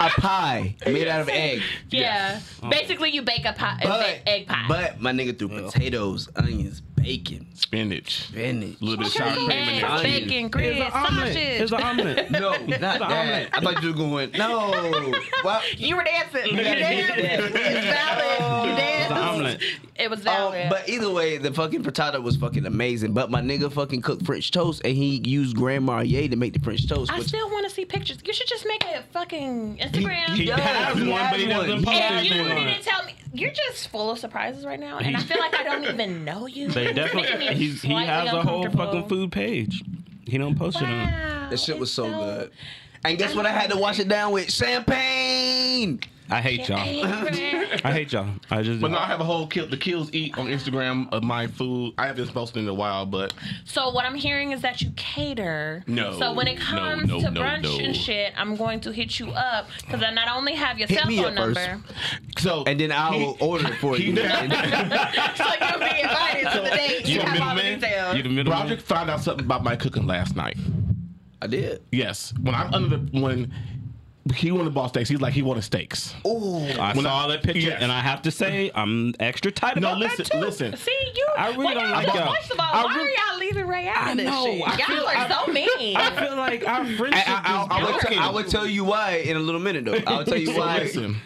Speaker 5: a pie made out of egg.
Speaker 4: Yeah. Basically, you bake a pie, a
Speaker 5: But
Speaker 4: big egg pie.
Speaker 5: But my nigga threw potatoes, onions, bacon,
Speaker 2: Spinach. A
Speaker 5: spinach.
Speaker 2: little bit of sour
Speaker 4: Turkey,
Speaker 2: cream in there.
Speaker 4: eggs,
Speaker 5: onions.
Speaker 4: bacon,
Speaker 3: It's
Speaker 4: grits,
Speaker 3: an omelet. It's
Speaker 4: sausage.
Speaker 3: an omelet.
Speaker 5: No, not that. I thought you were going. No. What?
Speaker 4: You were dancing. You
Speaker 3: Yeah.
Speaker 4: danced. It's valid. You
Speaker 3: It's an
Speaker 4: danced.
Speaker 3: omelet.
Speaker 4: It was
Speaker 5: Um,
Speaker 4: valid.
Speaker 5: but either way, the fucking frittata was fucking amazing. But my nigga fucking cooked French toast, and he used Grand Marnier to make the French toast.
Speaker 4: I
Speaker 5: which-
Speaker 4: still want to see pictures. You should just make a fucking Instagram.
Speaker 3: He
Speaker 5: does.
Speaker 3: has
Speaker 5: He
Speaker 3: one,
Speaker 5: has
Speaker 3: but he
Speaker 5: one.
Speaker 3: doesn't
Speaker 5: He
Speaker 3: post
Speaker 4: if you
Speaker 3: anything on
Speaker 4: didn't
Speaker 3: it.
Speaker 4: tell me, you're just full of surprises right now, and I feel like I don't even know you.
Speaker 3: They
Speaker 4: It's making
Speaker 3: definitely.
Speaker 4: me
Speaker 3: He's, he
Speaker 4: slightly
Speaker 3: has a whole
Speaker 4: uncomfortable.
Speaker 3: fucking food page. He don't post it on. it.
Speaker 4: Wow,
Speaker 5: That shit was
Speaker 4: "Oh, it's
Speaker 5: so good. And guess what? I had to wash it down with champagne.
Speaker 3: I hate y'all.
Speaker 4: Angry.
Speaker 3: I hate y'all. I just.
Speaker 2: But no, I have a whole kill the kills eat on Instagram of my food. I haven't posted in a while, but
Speaker 4: So what I'm hearing is that you cater.
Speaker 2: No,
Speaker 4: So when it
Speaker 2: no,
Speaker 4: comes
Speaker 2: no,
Speaker 4: to
Speaker 2: no,
Speaker 4: brunch
Speaker 2: no.
Speaker 4: and shit, I'm going to hit you up because I not only have your
Speaker 5: Hit
Speaker 4: cell
Speaker 5: me
Speaker 4: phone
Speaker 5: up first.
Speaker 4: number,
Speaker 2: so
Speaker 5: And then I will order it for
Speaker 2: he
Speaker 5: you.
Speaker 4: so you'll be invited to the date.
Speaker 3: you
Speaker 4: You
Speaker 3: the
Speaker 4: have all the
Speaker 3: middleman. You
Speaker 4: details.
Speaker 3: the middleman.
Speaker 2: Roger found out something about my cooking last night.
Speaker 5: I did.
Speaker 2: Yes, when I'm under the when he wanted ball steaks, he's like he wanted steaks.
Speaker 5: Ooh.
Speaker 3: I saw that picture,
Speaker 2: Yes.
Speaker 3: and I have to say, I'm extra tight
Speaker 2: No,
Speaker 3: about
Speaker 2: listen,
Speaker 3: that too.
Speaker 2: listen.
Speaker 4: See you.
Speaker 3: I really
Speaker 4: well,
Speaker 3: don't
Speaker 4: y'all
Speaker 3: like
Speaker 4: just-
Speaker 3: y'all.
Speaker 4: First of all,
Speaker 3: I
Speaker 4: why
Speaker 3: really-
Speaker 4: are y'all leaving Ray out
Speaker 3: I
Speaker 4: of this
Speaker 3: know.
Speaker 4: shit?
Speaker 3: I feel-
Speaker 4: y'all are
Speaker 3: I-
Speaker 4: so mean.
Speaker 3: I feel like our friendship
Speaker 5: I, I, I,
Speaker 3: is
Speaker 5: will t-
Speaker 3: broken.
Speaker 5: I will tell you why in a little minute, though. I'll tell you
Speaker 2: So
Speaker 5: why.
Speaker 2: listen,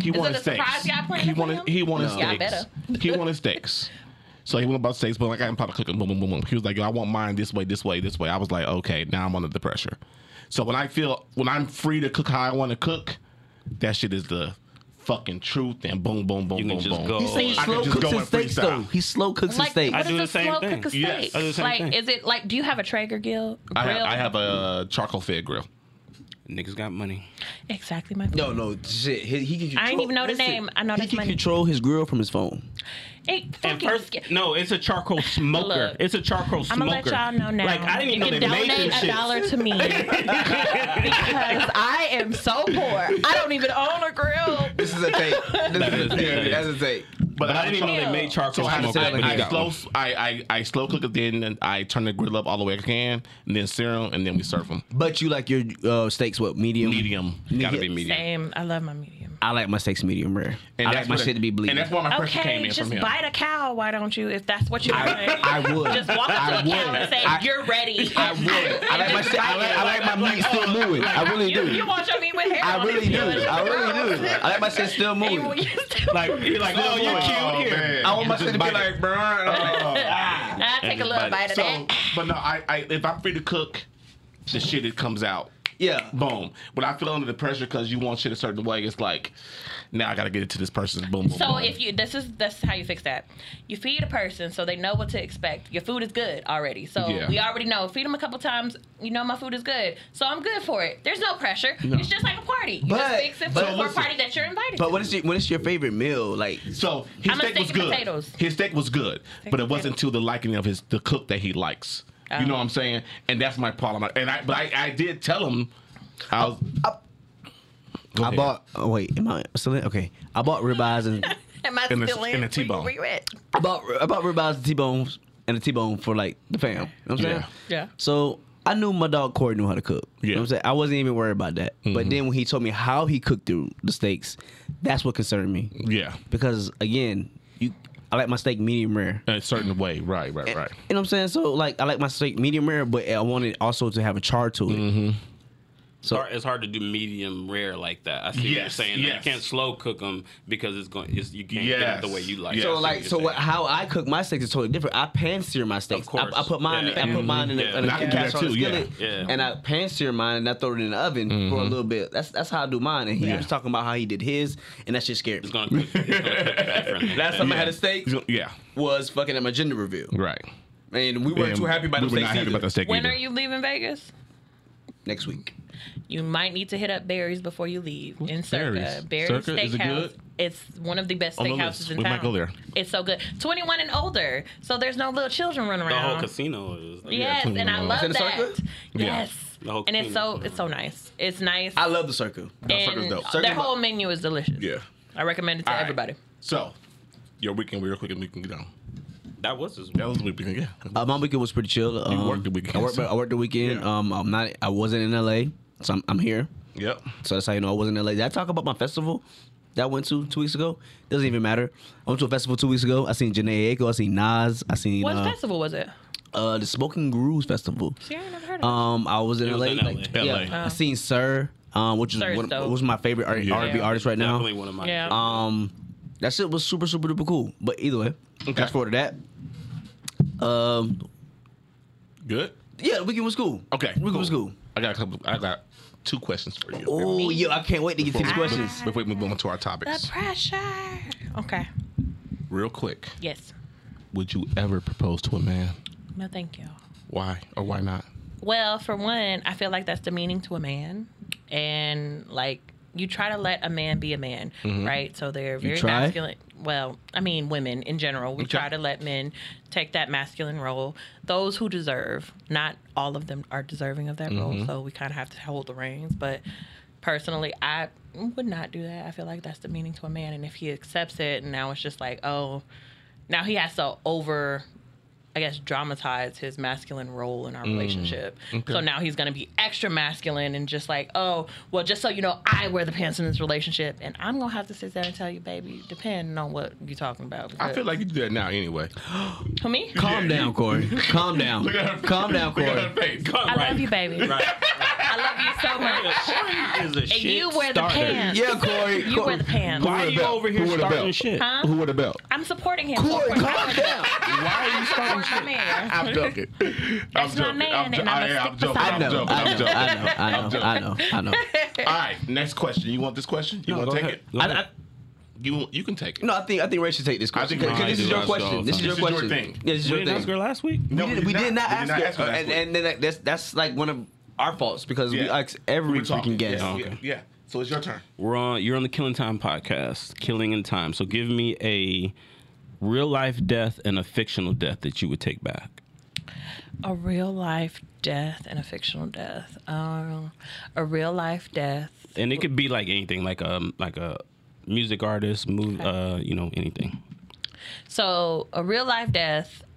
Speaker 2: he wanted
Speaker 4: a surprise
Speaker 2: steaks.
Speaker 4: y'all planning
Speaker 2: he
Speaker 4: for
Speaker 2: wanted
Speaker 4: him?
Speaker 2: he wanted
Speaker 4: No. Y'all
Speaker 2: steaks.
Speaker 4: better.
Speaker 2: he wanted steaks. So he went about steaks, but like I'm probably cooking. Boom, boom, boom, boom. He was like, "Yo, I want mine this way, this way, this way." I was like, "Okay, now I'm under the pressure." So when I feel when I'm free to cook how I want to cook, that shit is the fucking truth. And boom, boom, boom,
Speaker 3: You can
Speaker 2: boom,
Speaker 3: just
Speaker 2: boom.
Speaker 3: go.
Speaker 5: He said he
Speaker 2: I could
Speaker 5: slow
Speaker 2: just
Speaker 5: cooks his
Speaker 2: go and
Speaker 5: steaks,
Speaker 2: freestyle.
Speaker 5: though. He slow cooks his
Speaker 4: Like,
Speaker 5: steaks.
Speaker 4: what
Speaker 3: I do
Speaker 4: is
Speaker 3: the
Speaker 4: a
Speaker 3: same
Speaker 4: slow
Speaker 3: thing.
Speaker 4: cook of
Speaker 2: Yes,
Speaker 4: steak?
Speaker 2: I
Speaker 3: do the same
Speaker 4: like,
Speaker 3: thing.
Speaker 4: is it like? Do you have a Traeger grill?
Speaker 2: I
Speaker 4: grill?
Speaker 2: have, I have a charcoal fed grill.
Speaker 3: Niggas got money.
Speaker 4: exactly my.
Speaker 5: No, no, shit. He, he can control,
Speaker 4: I ain't even know the name. I know
Speaker 5: he
Speaker 4: that's
Speaker 5: can
Speaker 4: my name.
Speaker 5: control his grill from his phone.
Speaker 4: It
Speaker 3: And
Speaker 4: fucking.
Speaker 3: first, no, it's a charcoal smoker.
Speaker 4: Look,
Speaker 3: it's a charcoal smoker.
Speaker 4: I'm gonna let y'all know now.
Speaker 3: Like I didn't
Speaker 4: you
Speaker 3: even know
Speaker 4: can
Speaker 3: they made
Speaker 4: donate
Speaker 3: this
Speaker 4: a
Speaker 3: shit.
Speaker 4: dollar to me because I am so poor. I don't even own a grill.
Speaker 5: This is a take. This is a
Speaker 3: is- that
Speaker 5: take.
Speaker 3: is-
Speaker 5: That's a take.
Speaker 3: But I
Speaker 2: have a
Speaker 3: didn't even know they
Speaker 4: Ew.
Speaker 3: made charcoal
Speaker 2: So I, have to
Speaker 3: smoker.
Speaker 5: Smoke
Speaker 2: I,
Speaker 5: it,
Speaker 3: but
Speaker 5: like,
Speaker 3: he
Speaker 2: I,
Speaker 3: got
Speaker 2: slow,
Speaker 3: one.
Speaker 2: I, I, I slow cook it, then I turn the grill up all the way I can, and then serum, and then we serve them.
Speaker 5: But you like your uh, steaks what medium?
Speaker 2: Medium.
Speaker 3: Gotta be medium.
Speaker 4: Same. I love my medium.
Speaker 5: I like my steaks medium rare.
Speaker 2: And
Speaker 5: I
Speaker 2: that's
Speaker 5: like my
Speaker 2: where-
Speaker 5: shit to be bleeding.
Speaker 2: And that's why my pressure came
Speaker 4: Okay,
Speaker 2: in
Speaker 4: just
Speaker 2: from him.
Speaker 4: bite a cow. Why don't you? If that's what you want,
Speaker 5: I would.
Speaker 4: just walk up to
Speaker 5: I
Speaker 4: a cow and
Speaker 5: would.
Speaker 4: say
Speaker 5: I-
Speaker 4: you're ready.
Speaker 5: I would. I like my shit. I like, I like my meat still moving. I really
Speaker 4: you, you
Speaker 5: do.
Speaker 4: want your meat with hair
Speaker 5: I
Speaker 4: on it,
Speaker 5: really do.
Speaker 4: you know,
Speaker 5: I really do. I like my shit still
Speaker 4: And you-
Speaker 5: moving.
Speaker 4: you still-
Speaker 3: Like he like, oh, you're
Speaker 2: Oh,
Speaker 3: cute here.
Speaker 2: man.
Speaker 5: I want my shit to be
Speaker 2: Bite it.
Speaker 5: like, bruh.
Speaker 4: I take a little
Speaker 3: bite
Speaker 4: bite of
Speaker 2: oh. So,
Speaker 4: that.
Speaker 2: but no, I, I if I'm free to cook, the shit it comes out.
Speaker 5: Yeah.
Speaker 2: Boom. When I feel under the pressure because you want shit a certain way, it's like, now I got to get it to this person. Boom, boom,
Speaker 4: So
Speaker 2: boom.
Speaker 4: if you this is that's how you fix that. You feed a person so they know what to expect. Your food is good already. So
Speaker 2: Yeah.
Speaker 4: we already know. Feed them a couple times. You know my food is good, so I'm good for it. There's no pressure. It's just like a party. You
Speaker 5: But-
Speaker 4: just fix it for,
Speaker 5: but
Speaker 4: for a
Speaker 5: listen.
Speaker 4: party that you're invited.
Speaker 5: But
Speaker 4: to.
Speaker 5: what is your, what is your favorite meal? Like,
Speaker 2: So his steak was
Speaker 4: I'm a steak and
Speaker 2: good.
Speaker 4: potatoes.
Speaker 2: His steak was good, but it wasn't to the liking of his the cook that he likes. You
Speaker 4: Oh.
Speaker 2: know what I'm saying? And that's my problem. And I, but I, I did tell him, I was. Go
Speaker 5: I
Speaker 2: ahead.
Speaker 5: bought. Oh wait, am I still in? Okay, I bought ribeyes and
Speaker 4: Am I
Speaker 2: in a-
Speaker 4: still in?
Speaker 2: in a T-bone.
Speaker 4: Where you at?
Speaker 5: I bought I bought ribeyes and t-bones and a t-bone for like the fam. You know what I'm saying?
Speaker 2: Yeah.
Speaker 4: Yeah.
Speaker 5: So I knew my dog Corey knew how to cook. You know
Speaker 2: Yeah. Mm-hmm.
Speaker 5: what I'm saying? I wasn't even worried about that. But then when he told me how he cooked the, the steaks, that's what concerned me.
Speaker 2: Yeah,
Speaker 5: Because again, you I like my steak medium rare.
Speaker 2: in a Uh, certain way. Right, right, right.
Speaker 5: You know what I'm saying? So like I like my steak medium rare, but I wanted also to have a char to it.
Speaker 3: It's hard, it's hard to do medium rare like that. I see what you're
Speaker 2: Yes,
Speaker 3: saying. Like,
Speaker 2: yes.
Speaker 3: You can't slow cook them because it's going. It's, you can't get it
Speaker 2: Yes,
Speaker 3: the way you like.
Speaker 2: yes.
Speaker 3: it.
Speaker 5: So
Speaker 3: I see
Speaker 5: like
Speaker 3: you're
Speaker 5: so what,
Speaker 3: saying.
Speaker 5: how I cook my steaks is totally different. I pan sear my steaks.
Speaker 3: Of course.
Speaker 5: I, I put mine
Speaker 3: Yeah.
Speaker 5: I put mine in a,
Speaker 3: Yeah.
Speaker 5: in a
Speaker 2: I can do
Speaker 5: cast
Speaker 2: that
Speaker 5: iron
Speaker 2: too, yeah.
Speaker 5: skillet
Speaker 3: Yeah.
Speaker 5: and I pan sear mine and I throw it in the oven for a little bit. That's that's how I do mine. And he was talking about how he did his and that shit scared me.
Speaker 3: it's gonna cook, it's gonna cook differently.
Speaker 5: Last time I had a steak
Speaker 2: Yeah,
Speaker 5: was fucking at my gender reveal.
Speaker 2: right.
Speaker 5: And we weren't
Speaker 2: And
Speaker 5: too happy about
Speaker 2: we
Speaker 5: the
Speaker 2: were
Speaker 5: steaks
Speaker 2: not happy
Speaker 5: either.
Speaker 2: about the steak
Speaker 4: When
Speaker 2: either.
Speaker 4: are you leaving Vegas?
Speaker 5: next week.
Speaker 4: You might need to hit up Barry's before you leave in Circa.
Speaker 2: Barry's?
Speaker 4: Barry's
Speaker 2: Circa? Is it
Speaker 4: Steakhouse.
Speaker 2: good?
Speaker 4: It's one of the best
Speaker 2: On the
Speaker 4: steakhouses
Speaker 2: list.
Speaker 4: in
Speaker 2: We
Speaker 4: town.
Speaker 2: might go there.
Speaker 4: It's so good. 21 and older, so there's no little children running
Speaker 3: the whole
Speaker 4: around.
Speaker 3: casino is.
Speaker 5: Oh,
Speaker 4: Yes, and I
Speaker 2: 21.
Speaker 4: love
Speaker 5: Is it in
Speaker 4: that.
Speaker 5: Circa?
Speaker 2: Yeah.
Speaker 4: Yes,
Speaker 3: The whole
Speaker 4: and it's so
Speaker 3: casino.
Speaker 4: it's so nice. It's nice.
Speaker 5: I love the circle.
Speaker 4: and
Speaker 5: Circa
Speaker 4: their
Speaker 5: my-
Speaker 4: whole menu is delicious.
Speaker 2: Yeah.
Speaker 4: I recommend it to
Speaker 2: All right.
Speaker 4: everybody.
Speaker 2: So your weekend real quick and we can get on.
Speaker 3: That was his.
Speaker 2: That was the weekend. Yeah.
Speaker 5: Uh, my weekend was pretty chill. Um,
Speaker 2: worked the weekend,
Speaker 5: I worked,
Speaker 2: so-
Speaker 5: I worked the weekend.
Speaker 2: Yeah.
Speaker 5: Um, I'm not. I wasn't in LA, so I'm, I'm here.
Speaker 2: Yep.
Speaker 5: So that's how you know I was in LA. Did I talk about my festival that I went to two weeks ago? Doesn't even matter. I went to a festival two weeks ago. I seen Janae Aiko. I seen Nas. I seen
Speaker 4: What
Speaker 5: uh,
Speaker 4: festival was it?
Speaker 5: uh, the Smoking Grooves Festival.
Speaker 4: See, I never heard of it.
Speaker 5: Um, I was in
Speaker 3: It was
Speaker 5: LA.
Speaker 3: in
Speaker 5: like,
Speaker 3: LA.
Speaker 5: Yeah,
Speaker 4: Oh.
Speaker 5: I seen Sir, um, which is
Speaker 4: Sir's
Speaker 5: one,
Speaker 4: dope.
Speaker 5: was my favorite R-
Speaker 2: Yeah.
Speaker 5: R&B
Speaker 4: Yeah.
Speaker 5: artist right now.
Speaker 3: Definitely one of my.
Speaker 4: Yeah.
Speaker 5: Um, that shit was super, super duper cool. But either way, fast forward to that. Um,
Speaker 2: Good.
Speaker 5: yeah, the weekend was cool.
Speaker 2: Okay.
Speaker 5: weekend
Speaker 2: cool.
Speaker 5: was cool.
Speaker 2: I got a couple. I got two questions for you.
Speaker 5: Oh, yo, I can't wait to get to
Speaker 2: Before
Speaker 5: these
Speaker 2: we-
Speaker 5: questions.
Speaker 2: Before we move on to our topics,
Speaker 4: the pressure. Okay.
Speaker 2: real quick,
Speaker 4: Yes.
Speaker 2: would you ever propose to a man?
Speaker 4: No, thank you.
Speaker 2: Why or why not?
Speaker 4: Well, for one, I feel like that's demeaning to a man, and like you try to let a man be a man, right? So they're very
Speaker 5: try?
Speaker 4: masculine. Well, I mean, women in general, we try to let men take that masculine role. Those who deserve, not all of them are deserving of that role, so we kind of have to hold the reins. But personally, I would not do that. I feel like that's demeaning to a man, and if he accepts it, and now it's just like, oh, now he has to over I guess dramatize his masculine role in our
Speaker 5: Mm.
Speaker 4: relationship. So now he's gonna be extra masculine and just like, oh, well, just so you know, I wear the pants in this relationship, and I'm gonna have to sit there and tell you, baby, depending on what you're talking about.
Speaker 2: I feel like you do that now anyway.
Speaker 4: for me,
Speaker 5: Calm down, Corey. Calm down. Calm down,
Speaker 2: Look at
Speaker 5: Corey.
Speaker 2: her face.
Speaker 4: I love you, baby. I love you so much.
Speaker 3: Is a
Speaker 4: And
Speaker 3: shit
Speaker 4: you wear the
Speaker 3: starter.
Speaker 4: pants.
Speaker 5: Yeah, Corey.
Speaker 4: You wear the pants.
Speaker 3: Why are
Speaker 2: Who
Speaker 3: you
Speaker 2: would've
Speaker 3: over
Speaker 2: been-
Speaker 3: here
Speaker 2: who would've
Speaker 3: starting
Speaker 2: been?
Speaker 3: shit?
Speaker 4: Huh?
Speaker 2: Who would have belt?
Speaker 4: I'm supporting him.
Speaker 5: Corey,
Speaker 4: Of course,
Speaker 5: calm down.
Speaker 2: Why are you
Speaker 4: I'm
Speaker 2: starting
Speaker 4: supporting my
Speaker 2: shit?
Speaker 4: man.
Speaker 2: I'm joking. I'm
Speaker 4: That's my
Speaker 2: joking.
Speaker 4: man,
Speaker 2: I'm, jo-
Speaker 4: and I'ma
Speaker 2: I am, I'm
Speaker 4: stick
Speaker 2: joking.
Speaker 4: beside
Speaker 5: I
Speaker 2: I'm
Speaker 5: know.
Speaker 2: joking.
Speaker 5: I
Speaker 2: I'm
Speaker 5: know.
Speaker 2: joking.
Speaker 5: I know. I know. I know. I know.
Speaker 2: All right, next question. You want this question? You
Speaker 3: No,
Speaker 2: want
Speaker 3: go
Speaker 2: to take
Speaker 3: ahead.
Speaker 2: it?
Speaker 3: Go
Speaker 5: I,
Speaker 3: ahead.
Speaker 5: I,
Speaker 2: You you can take it.
Speaker 5: no, I think I think Ray should take this question.
Speaker 2: I think
Speaker 5: Cause
Speaker 2: Ray
Speaker 5: this
Speaker 2: should
Speaker 5: is
Speaker 2: do
Speaker 5: your
Speaker 3: us all
Speaker 5: question. This is
Speaker 3: the
Speaker 5: your
Speaker 2: time. This is
Speaker 5: question.
Speaker 2: your
Speaker 5: Yeah,
Speaker 2: thing.
Speaker 5: this is
Speaker 3: We
Speaker 5: your
Speaker 3: didn't ask her
Speaker 5: thing.
Speaker 3: last week.
Speaker 5: We did, we did not
Speaker 2: we
Speaker 5: ask her,
Speaker 2: last
Speaker 5: and,
Speaker 2: week.
Speaker 5: and then that- that's that's like one of our faults because we
Speaker 2: Yeah.
Speaker 5: ask every
Speaker 2: We're talking.
Speaker 5: freaking guest.
Speaker 2: Yeah,
Speaker 3: Oh,
Speaker 2: yeah,
Speaker 3: okay.
Speaker 2: yeah. So it's your turn.
Speaker 3: We're on. You're on the Killing Time podcast, Killing in Time. So give me a real life death and a fictional death that you would take back.
Speaker 4: a real life death and a fictional death. Um, a real life death.
Speaker 3: And it could be like anything, like a like a music artist, move, uh, you know, anything.
Speaker 4: So a real life death.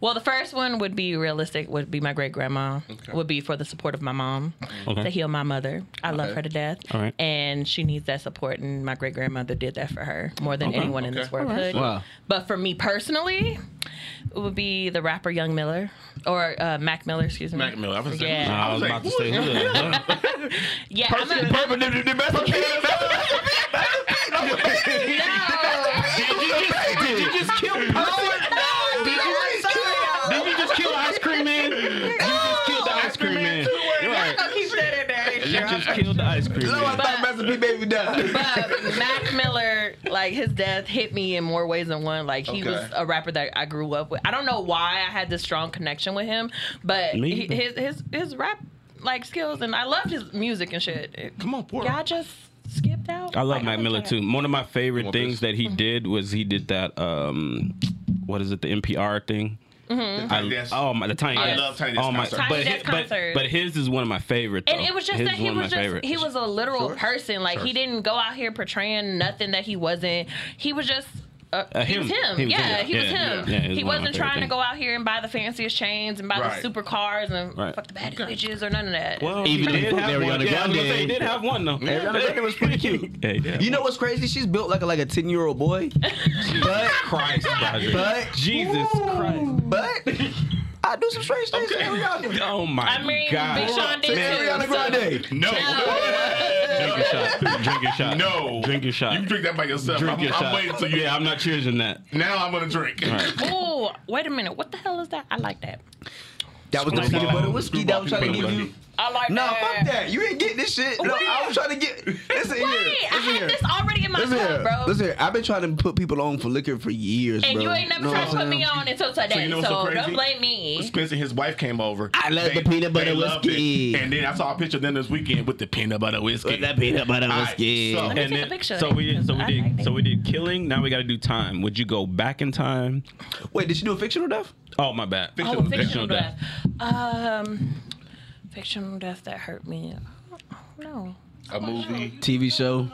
Speaker 4: Well, the first one would be realistic. Would be my great grandma. Would be for the support of my mom
Speaker 3: Okay.
Speaker 4: to heal my mother. I love
Speaker 2: Okay.
Speaker 4: her to death,
Speaker 3: All right.
Speaker 4: and she needs that support. And my great grandmother did that for her more than anyone in this
Speaker 2: Okay.
Speaker 4: world could.
Speaker 5: Wow.
Speaker 4: But for me personally, it would be the rapper Young Miller or uh, Mac Miller. Excuse me.
Speaker 2: Mac Miller. I was saying-
Speaker 4: Yeah.
Speaker 3: I was
Speaker 2: like,
Speaker 3: about to
Speaker 2: what?
Speaker 3: say, yeah.
Speaker 4: Yeah, I'm a-
Speaker 2: Did you just kill?
Speaker 3: Did you just kill Ice Cream Man? You just killed the Ice Cream Man.
Speaker 4: Y'all gonna keep
Speaker 3: killed the ice cream.
Speaker 5: No, I
Speaker 3: man.
Speaker 5: thought Master P Baby died.
Speaker 4: But Mac Miller, like his death hit me in more ways than one. Like he
Speaker 5: Okay.
Speaker 4: was a rapper that I grew up with. I don't know why I had this strong connection with him, but
Speaker 3: Me
Speaker 4: he,
Speaker 3: either.
Speaker 4: his his his rap like skills and I loved his music and shit. It-
Speaker 2: Come on, pour.
Speaker 4: Y'all just skipped out.
Speaker 3: I love
Speaker 4: Like,
Speaker 3: Mac
Speaker 4: don't
Speaker 3: Miller
Speaker 4: care.
Speaker 3: too. One of my favorite
Speaker 2: want
Speaker 3: things
Speaker 2: this?
Speaker 3: that he did was he did that. Um, what is it? The NPR thing. I,
Speaker 2: Yes.
Speaker 3: oh my, the tiny.
Speaker 2: I
Speaker 3: Desk.
Speaker 2: love Tiny Desk
Speaker 3: Oh my,
Speaker 2: concert.
Speaker 3: but,
Speaker 4: Tiny
Speaker 3: hi-
Speaker 4: Desk
Speaker 3: but-
Speaker 4: concert.
Speaker 3: but his is one of my favorite.
Speaker 4: And
Speaker 3: though.
Speaker 4: it was just
Speaker 3: Oh, His
Speaker 4: that
Speaker 3: is
Speaker 4: he
Speaker 3: one of
Speaker 4: was
Speaker 3: my
Speaker 4: just
Speaker 3: favorites.
Speaker 4: he was a literal
Speaker 5: Sure.
Speaker 4: person. Like he
Speaker 2: Sure.
Speaker 4: didn't go out here portraying nothing that he wasn't. He was just uh,
Speaker 3: Uh,
Speaker 4: he was
Speaker 3: him.
Speaker 4: him.
Speaker 3: He was
Speaker 4: yeah,
Speaker 3: him.
Speaker 4: he was
Speaker 3: Yeah,
Speaker 4: him.
Speaker 3: yeah. Yeah, it was
Speaker 4: he
Speaker 3: one of my
Speaker 4: wasn't
Speaker 3: favorite
Speaker 4: trying to
Speaker 3: things.
Speaker 4: go out here and buy the fanciest chains and buy
Speaker 2: Right.
Speaker 4: the super cars and
Speaker 3: Right.
Speaker 4: fuck the baddest bitches or none of that.
Speaker 3: Well,
Speaker 5: Even
Speaker 3: he did
Speaker 5: if
Speaker 3: have
Speaker 5: Ariana
Speaker 3: one. Yeah, I was gonna say he
Speaker 5: Grande-
Speaker 3: did have one though.
Speaker 5: Ariana Grande was pretty cute.
Speaker 3: Yeah, he did have
Speaker 5: You know
Speaker 3: one.
Speaker 5: what's crazy? She's built like a, like a ten year old boy, but
Speaker 3: Christ, Roger.
Speaker 5: but
Speaker 3: Jesus Christ.
Speaker 5: but I do some strange things. to Ariana.
Speaker 3: Oh my
Speaker 4: I mean,
Speaker 3: God.
Speaker 4: Big Sean did
Speaker 5: Man,
Speaker 4: too.
Speaker 5: Ariana Grande.
Speaker 2: No.
Speaker 3: Drink your shot. Drink your shot.
Speaker 2: No.
Speaker 3: Drink your shot.
Speaker 2: You drink that by yourself.
Speaker 3: Drink
Speaker 2: I'm,
Speaker 3: your
Speaker 2: I'm
Speaker 3: shot.
Speaker 2: waiting till you.
Speaker 3: Yeah, I'm not cheersing that.
Speaker 2: Now I'm gonna drink.
Speaker 3: Right.
Speaker 4: Oh, wait a minute. What the hell is that? I like that.
Speaker 5: That was the
Speaker 3: Screwball.
Speaker 5: peanut butter whiskey that I was trying to give you.
Speaker 4: I like
Speaker 5: No,
Speaker 4: that.
Speaker 5: fuck that. You ain't getting this shit. No,
Speaker 4: Wait.
Speaker 5: I was trying to get. Listen
Speaker 4: Wait,
Speaker 5: here.
Speaker 4: I
Speaker 5: Listen
Speaker 4: had
Speaker 5: here.
Speaker 4: this already in my
Speaker 5: Listen
Speaker 4: cup,
Speaker 5: here.
Speaker 4: bro.
Speaker 5: Listen here. I've been trying to put people on for liquor for years,
Speaker 4: and
Speaker 5: bro.
Speaker 4: you ain't never
Speaker 5: Know
Speaker 4: tried to
Speaker 5: what
Speaker 4: put
Speaker 5: I'm
Speaker 4: me on until today. So,
Speaker 2: you know what's so crazy?
Speaker 4: don't blame me.
Speaker 2: Spence and his wife came over.
Speaker 5: I love the peanut butter
Speaker 2: they loved
Speaker 5: whiskey.
Speaker 2: it. And then I saw a picture of them this weekend with the peanut butter whiskey.
Speaker 5: saying? That peanut butter
Speaker 2: All right,
Speaker 5: whiskey.
Speaker 2: so-
Speaker 4: me take a picture of
Speaker 3: so
Speaker 4: it
Speaker 3: we did, so we
Speaker 4: because I
Speaker 3: did,
Speaker 4: like
Speaker 3: so
Speaker 4: it.
Speaker 3: we did killing. Now we got to do time. Would you go back in time?
Speaker 5: Wait, did she do a fictional death?
Speaker 3: Oh my bad.
Speaker 4: Oh, fictional death. Um, fictional death that hurt me. No.
Speaker 2: a movie.
Speaker 5: TV show.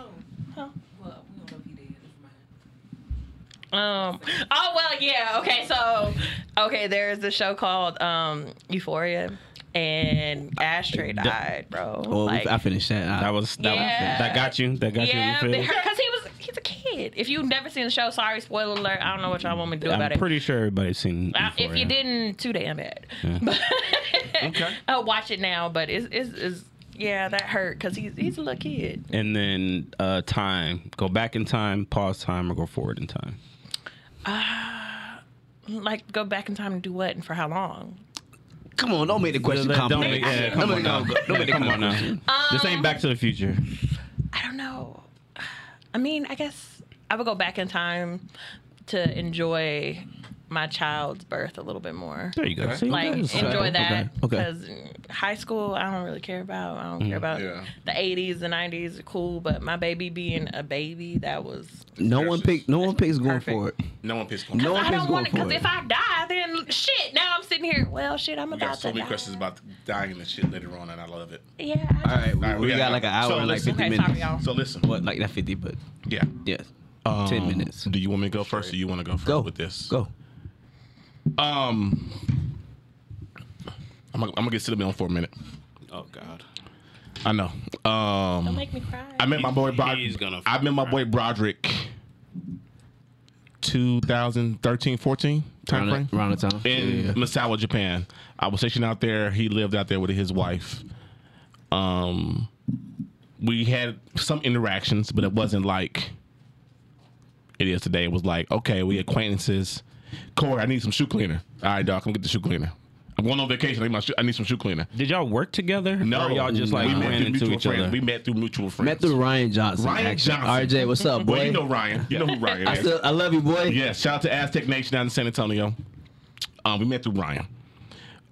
Speaker 4: Um. Oh well, yeah. Okay, so okay, there's a show called um Euphoria, and Ashtray died, bro.
Speaker 5: Oh, we-
Speaker 4: Like-
Speaker 5: I finished that. I,
Speaker 3: That was that,
Speaker 4: Yeah.
Speaker 3: was, that got you. That got
Speaker 4: yeah,
Speaker 3: you. you feel?
Speaker 4: because he was he's a kid. If you've never seen the show, sorry, spoiler alert. I don't know what y'all want me to do about
Speaker 3: I'm
Speaker 4: it.
Speaker 3: pretty sure everybody's seen.
Speaker 4: I- if you
Speaker 3: Euphoria.
Speaker 4: didn't, too damn bad. okay. I'll watch it now, but it's it's, it's yeah, that hurt because he's he's a little kid.
Speaker 3: and then uh, time, go back in time, pause time, or go forward in time.
Speaker 4: Like go back in time and do what and for how long?
Speaker 5: come on, don't make the question
Speaker 3: Don't
Speaker 5: complicated.
Speaker 3: make- yeah,
Speaker 5: Don't
Speaker 3: come
Speaker 5: make it
Speaker 3: on now.
Speaker 5: complicated. Don't
Speaker 3: Yeah,
Speaker 5: make it
Speaker 3: Come on
Speaker 5: complicated.
Speaker 3: now. This ain't Back to the Future.
Speaker 4: I don't know. I mean, I guess I would go back in time to enjoy my child's birth a little bit more.
Speaker 3: There you go. See,
Speaker 4: Like
Speaker 3: that's-
Speaker 4: enjoy that
Speaker 5: okay.
Speaker 4: because high school I don't really care about. I don't care about
Speaker 2: Yeah.
Speaker 4: the 80s, the 90s, cool. But my baby being a baby, that was
Speaker 5: No one pick. No one picks going
Speaker 4: Perfect.
Speaker 5: for it.
Speaker 2: No one pissed.
Speaker 5: No
Speaker 2: No.
Speaker 5: one
Speaker 4: I
Speaker 5: picks
Speaker 4: don't
Speaker 5: going
Speaker 4: want it
Speaker 5: for
Speaker 4: because
Speaker 5: it.
Speaker 4: if I die, then shit. Now I'm sitting here. Well, shit, I'm
Speaker 2: We got
Speaker 4: about
Speaker 2: so
Speaker 4: to.
Speaker 2: many
Speaker 4: die.
Speaker 2: questions about dying and shit later on, and I love it.
Speaker 4: Yeah. I just,
Speaker 5: All right, we,
Speaker 2: All right,
Speaker 5: we
Speaker 2: we
Speaker 5: got
Speaker 2: gotta
Speaker 5: like
Speaker 2: go.
Speaker 5: an hour
Speaker 2: So
Speaker 5: and like
Speaker 2: listen-
Speaker 5: fifty
Speaker 4: Okay,
Speaker 5: minutes.
Speaker 4: sorry, y'all.
Speaker 2: So listen.
Speaker 5: What, like that fifty? But
Speaker 2: Yeah.
Speaker 5: yes, ten minutes.
Speaker 2: Do you want me to go first, or you want to go first
Speaker 5: Go
Speaker 2: with this?
Speaker 5: Go.
Speaker 2: Um, I'm gonna, I'm gonna get Cinnamon on for a minute.
Speaker 3: Oh God.
Speaker 2: I know. Um,
Speaker 4: don't make me cry.
Speaker 2: I met my boy
Speaker 3: He's
Speaker 2: Broderick.
Speaker 3: gonna
Speaker 2: I met my boy Broderick. 2013, 14 time frame
Speaker 5: Around, the- around the time.
Speaker 2: in
Speaker 5: Yeah, yeah.
Speaker 2: Misawa, Japan. I was stationed out there. He lived out there with his wife. Um, we had some interactions, but it wasn't like it is today. It was like, okay, we acquaintances. Corey, I need some shoe cleaner. All right, dog, come get the shoe cleaner. I'm going on vacation. I need, my shoe, I need some shoe cleaner.
Speaker 3: Did y'all work together?
Speaker 2: No,
Speaker 3: Or y'all just like
Speaker 2: we met
Speaker 3: ran
Speaker 2: through
Speaker 3: into
Speaker 2: mutual
Speaker 3: each
Speaker 2: friends.
Speaker 3: other.
Speaker 2: We met through mutual friends.
Speaker 5: Met through Ryan Johnson.
Speaker 2: Ryan
Speaker 5: actually.
Speaker 2: Johnson.
Speaker 5: RJ, what's up, boy?
Speaker 2: Well, you know Ryan. You know who Ryan
Speaker 5: I
Speaker 2: is.
Speaker 5: still, I love you, boy.
Speaker 2: Yeah, shout out to Aztec Nation down in San Antonio. Um, we met through Ryan.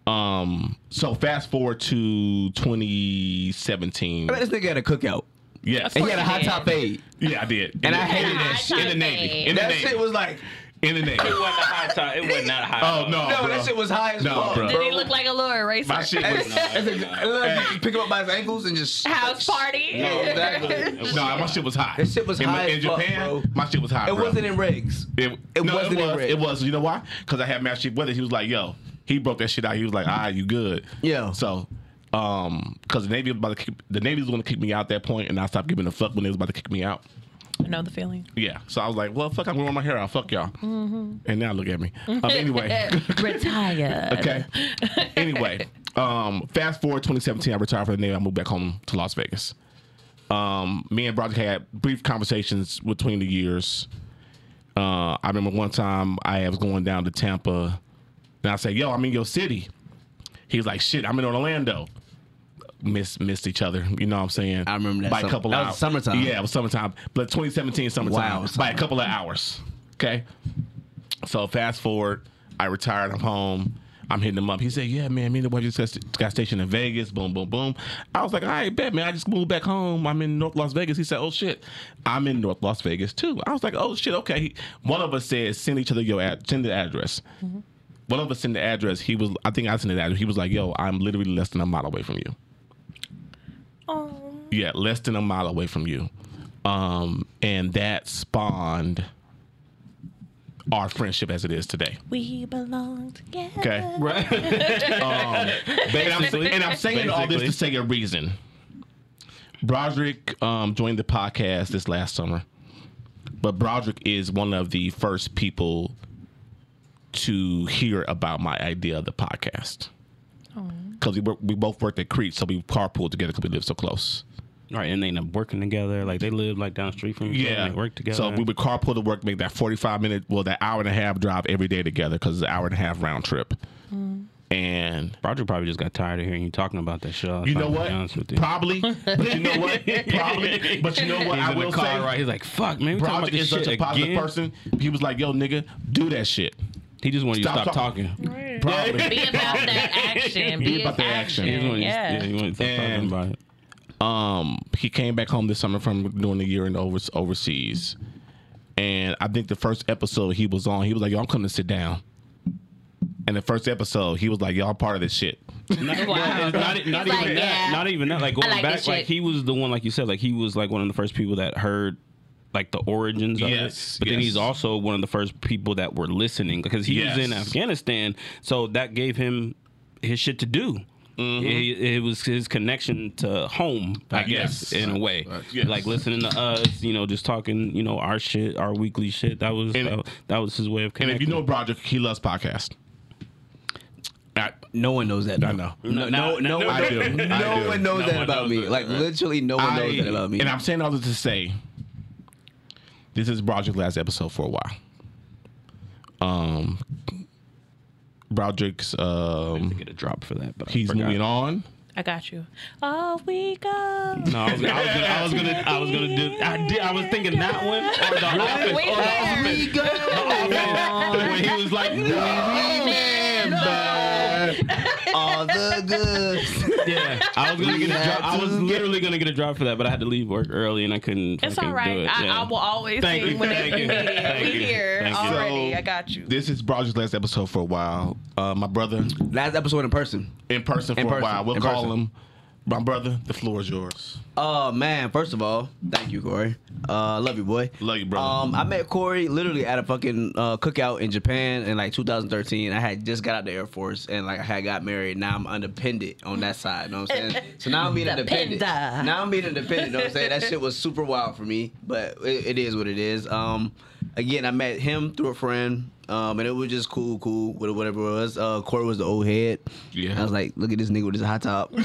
Speaker 2: Um, so fast forward to 2017.
Speaker 5: I bet this nigga had a cookout.
Speaker 2: Yes.
Speaker 5: And he had a
Speaker 4: course
Speaker 5: hot
Speaker 4: he
Speaker 5: top
Speaker 4: did.
Speaker 5: eight.
Speaker 2: Yeah, I did.
Speaker 5: And
Speaker 2: In
Speaker 5: I
Speaker 2: the-
Speaker 5: hated
Speaker 4: Yeah,
Speaker 5: that
Speaker 4: I
Speaker 5: shit.
Speaker 2: in the Navy.
Speaker 4: tried
Speaker 2: In the
Speaker 5: That
Speaker 2: Navy.
Speaker 5: shit was like,
Speaker 2: in the Navy.
Speaker 3: It wasn't a high time. It wasn't that high.
Speaker 2: Oh no.
Speaker 5: no,
Speaker 2: bro.
Speaker 5: that shit was high as
Speaker 2: No,
Speaker 5: fuck.
Speaker 2: bro.
Speaker 4: Did he look like a little eraser?
Speaker 2: My shit
Speaker 5: That
Speaker 2: was
Speaker 5: nigga- that nigga- pick him up by his ankles and just
Speaker 4: House party.
Speaker 5: No, exactly.
Speaker 2: no, my shit was hot.
Speaker 5: That shit was
Speaker 2: in,
Speaker 5: high
Speaker 2: In
Speaker 5: as fuck,
Speaker 2: Japan,
Speaker 5: bro.
Speaker 2: my shit was hot.
Speaker 5: It
Speaker 2: bro.
Speaker 5: wasn't in regs.
Speaker 2: It,
Speaker 5: It
Speaker 2: no,
Speaker 5: wasn't
Speaker 2: It
Speaker 5: in
Speaker 2: was,
Speaker 5: red.
Speaker 2: it was. You know why? Because I had Master Chief Weathers. He was like, "Yo," he broke that shit out. He was like, "Ah, you good?"
Speaker 5: Yeah.
Speaker 2: So, um, because the Navy was about to kick, the Navy was going to kick me out at that point, and I stopped giving a fuck when they was about to kick me out.
Speaker 4: I know the feeling.
Speaker 2: Yeah. So I was like, "Well, fuck, I'm growing my hair out. Fuck y'all."
Speaker 5: Mm-hmm.
Speaker 2: And now look at me. Um, anyway.
Speaker 4: Retire.
Speaker 2: okay. anyway, um, fast forward 2017, I retired from the Navy. I moved back home to Las Vegas. Um, me and Broderick had brief conversations between the years. Uh, I remember one time I was going down to Tampa, and I said, "Yo, I'm in your city." He's like, "Shit, I'm in Orlando." miss missed each other. You know what I'm saying?
Speaker 5: I remember that
Speaker 2: by
Speaker 5: sum-
Speaker 2: a couple
Speaker 5: that was
Speaker 2: hours.
Speaker 5: summertime.
Speaker 2: Yeah, it was summertime, but 2017 summertime
Speaker 5: Wow,
Speaker 2: by a couple of hours. Okay, so fast forward, I retired. I'm home. I'm hitting him up. He said, "Yeah, man, me and the wife just got- got stationed in Vegas. Boom, boom, boom." I was like, "All right, bet, man. I just moved back home. I'm in North Las Vegas." He said, "Oh shit, I'm in North Las Vegas too." I was like, "Oh shit, okay." He- One of us said, "Send each other your ad- send the address." One of us sent the address. He was, I think I sent the address. He was like, "Yo, I'm literally less than a mile away from you."
Speaker 4: Oh.
Speaker 2: Yeah, less than a mile away from you, um, and that spawned our friendship as it is today.
Speaker 4: We belong together.
Speaker 2: Okay.
Speaker 3: Right.
Speaker 2: Um, Babe, I'm- and I'm saying all this
Speaker 3: Basically.
Speaker 2: to say a reason. Broderick um, joined the podcast this last summer, but Broderick is one of the first people to hear about my idea of the podcast. Because we, wor- we both worked at Crete, so we carpooled together because we lived so close.
Speaker 3: right, and they end up working together. Like they live like down the street from each other. and They work together.
Speaker 2: So we would carpool to work, make that 45 minute, well, that hour and a half drive every day together because it's an hour and a half round trip. And
Speaker 3: Roger probably just got tired of hearing you talking about that shit.
Speaker 2: You know
Speaker 3: Be honest
Speaker 2: what?
Speaker 3: with you.
Speaker 2: Probably. But you know what? Probably. But you know what?
Speaker 3: He's
Speaker 2: I
Speaker 3: in the
Speaker 2: will
Speaker 3: car,
Speaker 2: say.
Speaker 3: right? He's like, "Fuck, man, we talking about
Speaker 2: Broderick
Speaker 3: this
Speaker 2: is
Speaker 3: shit
Speaker 2: such a positive
Speaker 3: again?
Speaker 2: person. He was like, "Yo, nigga, do that shit."
Speaker 3: He just wanted you to
Speaker 2: Stop
Speaker 3: stop
Speaker 2: talking.
Speaker 3: talking.
Speaker 2: Probably.
Speaker 4: Be about that action. Be,
Speaker 2: Be about the action.
Speaker 3: He just wanted you-
Speaker 4: Yeah.
Speaker 3: yeah, he wanted you to stop
Speaker 2: And-
Speaker 3: talking about it.
Speaker 2: um, he came back home this summer from doing a year in over, overseas, and I think the first episode he was on, he was like, "Yo, I'm coming to sit down." And the first episode, he was like, "Y'all part of this shit."
Speaker 3: Not,
Speaker 4: Wow.
Speaker 3: not- not- not
Speaker 4: He's
Speaker 3: even
Speaker 4: like,
Speaker 3: that.
Speaker 4: yeah.
Speaker 3: Not even that. Like going
Speaker 4: like
Speaker 3: back,
Speaker 4: this
Speaker 3: like
Speaker 4: shit.
Speaker 3: he was the one, like you said, like he was like one of the first people that heard like the origins of
Speaker 2: Yes,
Speaker 3: it. But then
Speaker 2: yes.
Speaker 3: he's also one of the first people that were listening because he was in
Speaker 2: Yes.
Speaker 3: Afghanistan, so that gave him his shit to do.
Speaker 2: Mm-hmm.
Speaker 3: It, it was his connection to home, I
Speaker 2: Yes.
Speaker 3: guess, in a way.
Speaker 2: Yes.
Speaker 3: Like listening to us, you know, just talking, you know, our shit, our weekly shit. That was
Speaker 2: And-
Speaker 3: that, that was his way of
Speaker 2: And
Speaker 3: connecting.
Speaker 2: if you know Broderick, he loves podcast. I,
Speaker 5: No one knows that.
Speaker 2: I know.
Speaker 5: No, no,
Speaker 3: No,
Speaker 5: no, one-
Speaker 3: no,
Speaker 2: I do. I
Speaker 5: no
Speaker 2: do.
Speaker 5: one knows
Speaker 3: No
Speaker 5: that
Speaker 3: one
Speaker 5: about
Speaker 3: knows
Speaker 5: me.
Speaker 3: that.
Speaker 5: Like literally, no one knows that about me.
Speaker 2: And I'm saying all this to say, this is Broderick's last episode for a while. Um, Broderick's um,
Speaker 3: get a drop for that, but I
Speaker 2: he's
Speaker 3: forgot.
Speaker 2: moving on.
Speaker 4: I got you. Oh, we go.
Speaker 3: No, I was, I was gonna, I was gonna, I was gonna do. I did. I was thinking that one or the office.
Speaker 4: We
Speaker 3: Or the
Speaker 4: there.
Speaker 3: office.
Speaker 5: we go.
Speaker 4: Oh.
Speaker 3: When he was like,
Speaker 5: All the good.
Speaker 3: Oh, yeah, I was gonna get a drop. I was literally gonna get a drop for that, but I had to leave work early and I couldn't.
Speaker 4: It's
Speaker 3: fucking
Speaker 4: all right.
Speaker 3: Do it.
Speaker 4: I,
Speaker 3: yeah.
Speaker 4: I will always
Speaker 3: Thank
Speaker 4: sing
Speaker 3: you.
Speaker 4: whenever
Speaker 3: Thank
Speaker 4: you
Speaker 3: you.
Speaker 4: need it.
Speaker 3: Thank
Speaker 4: We
Speaker 3: you.
Speaker 4: here
Speaker 3: Thank you.
Speaker 4: already.
Speaker 2: So,
Speaker 4: I got you.
Speaker 2: This is Broderick's last episode for a while. Uh, my brother
Speaker 5: Last episode in person.
Speaker 2: in person for
Speaker 5: In
Speaker 2: a
Speaker 5: person,
Speaker 2: while. We'll
Speaker 5: in
Speaker 2: call
Speaker 5: person.
Speaker 2: him my brother. The floor is yours.
Speaker 5: Oh man! First of all, thank you, Corey. Uh, love you, boy.
Speaker 2: Love you, brother.
Speaker 5: Um, I met Corey literally at a fucking uh, cookout in Japan in like 2013. I had just got out the Air Force and like I had got married. Now I'm independent on that side. You know what I'm saying? So now I'm being independent.
Speaker 4: Dependa.
Speaker 5: Now I'm being independent. You know what I'm saying? That shit was super wild for me, but it, it is what it is. Um, again, I met him through a friend. Um, and it was just cool, cool, whatever whatever it was. Uh, Corey was the old head.
Speaker 2: Yeah.
Speaker 5: I was like, look at this nigga with his hot top. Like.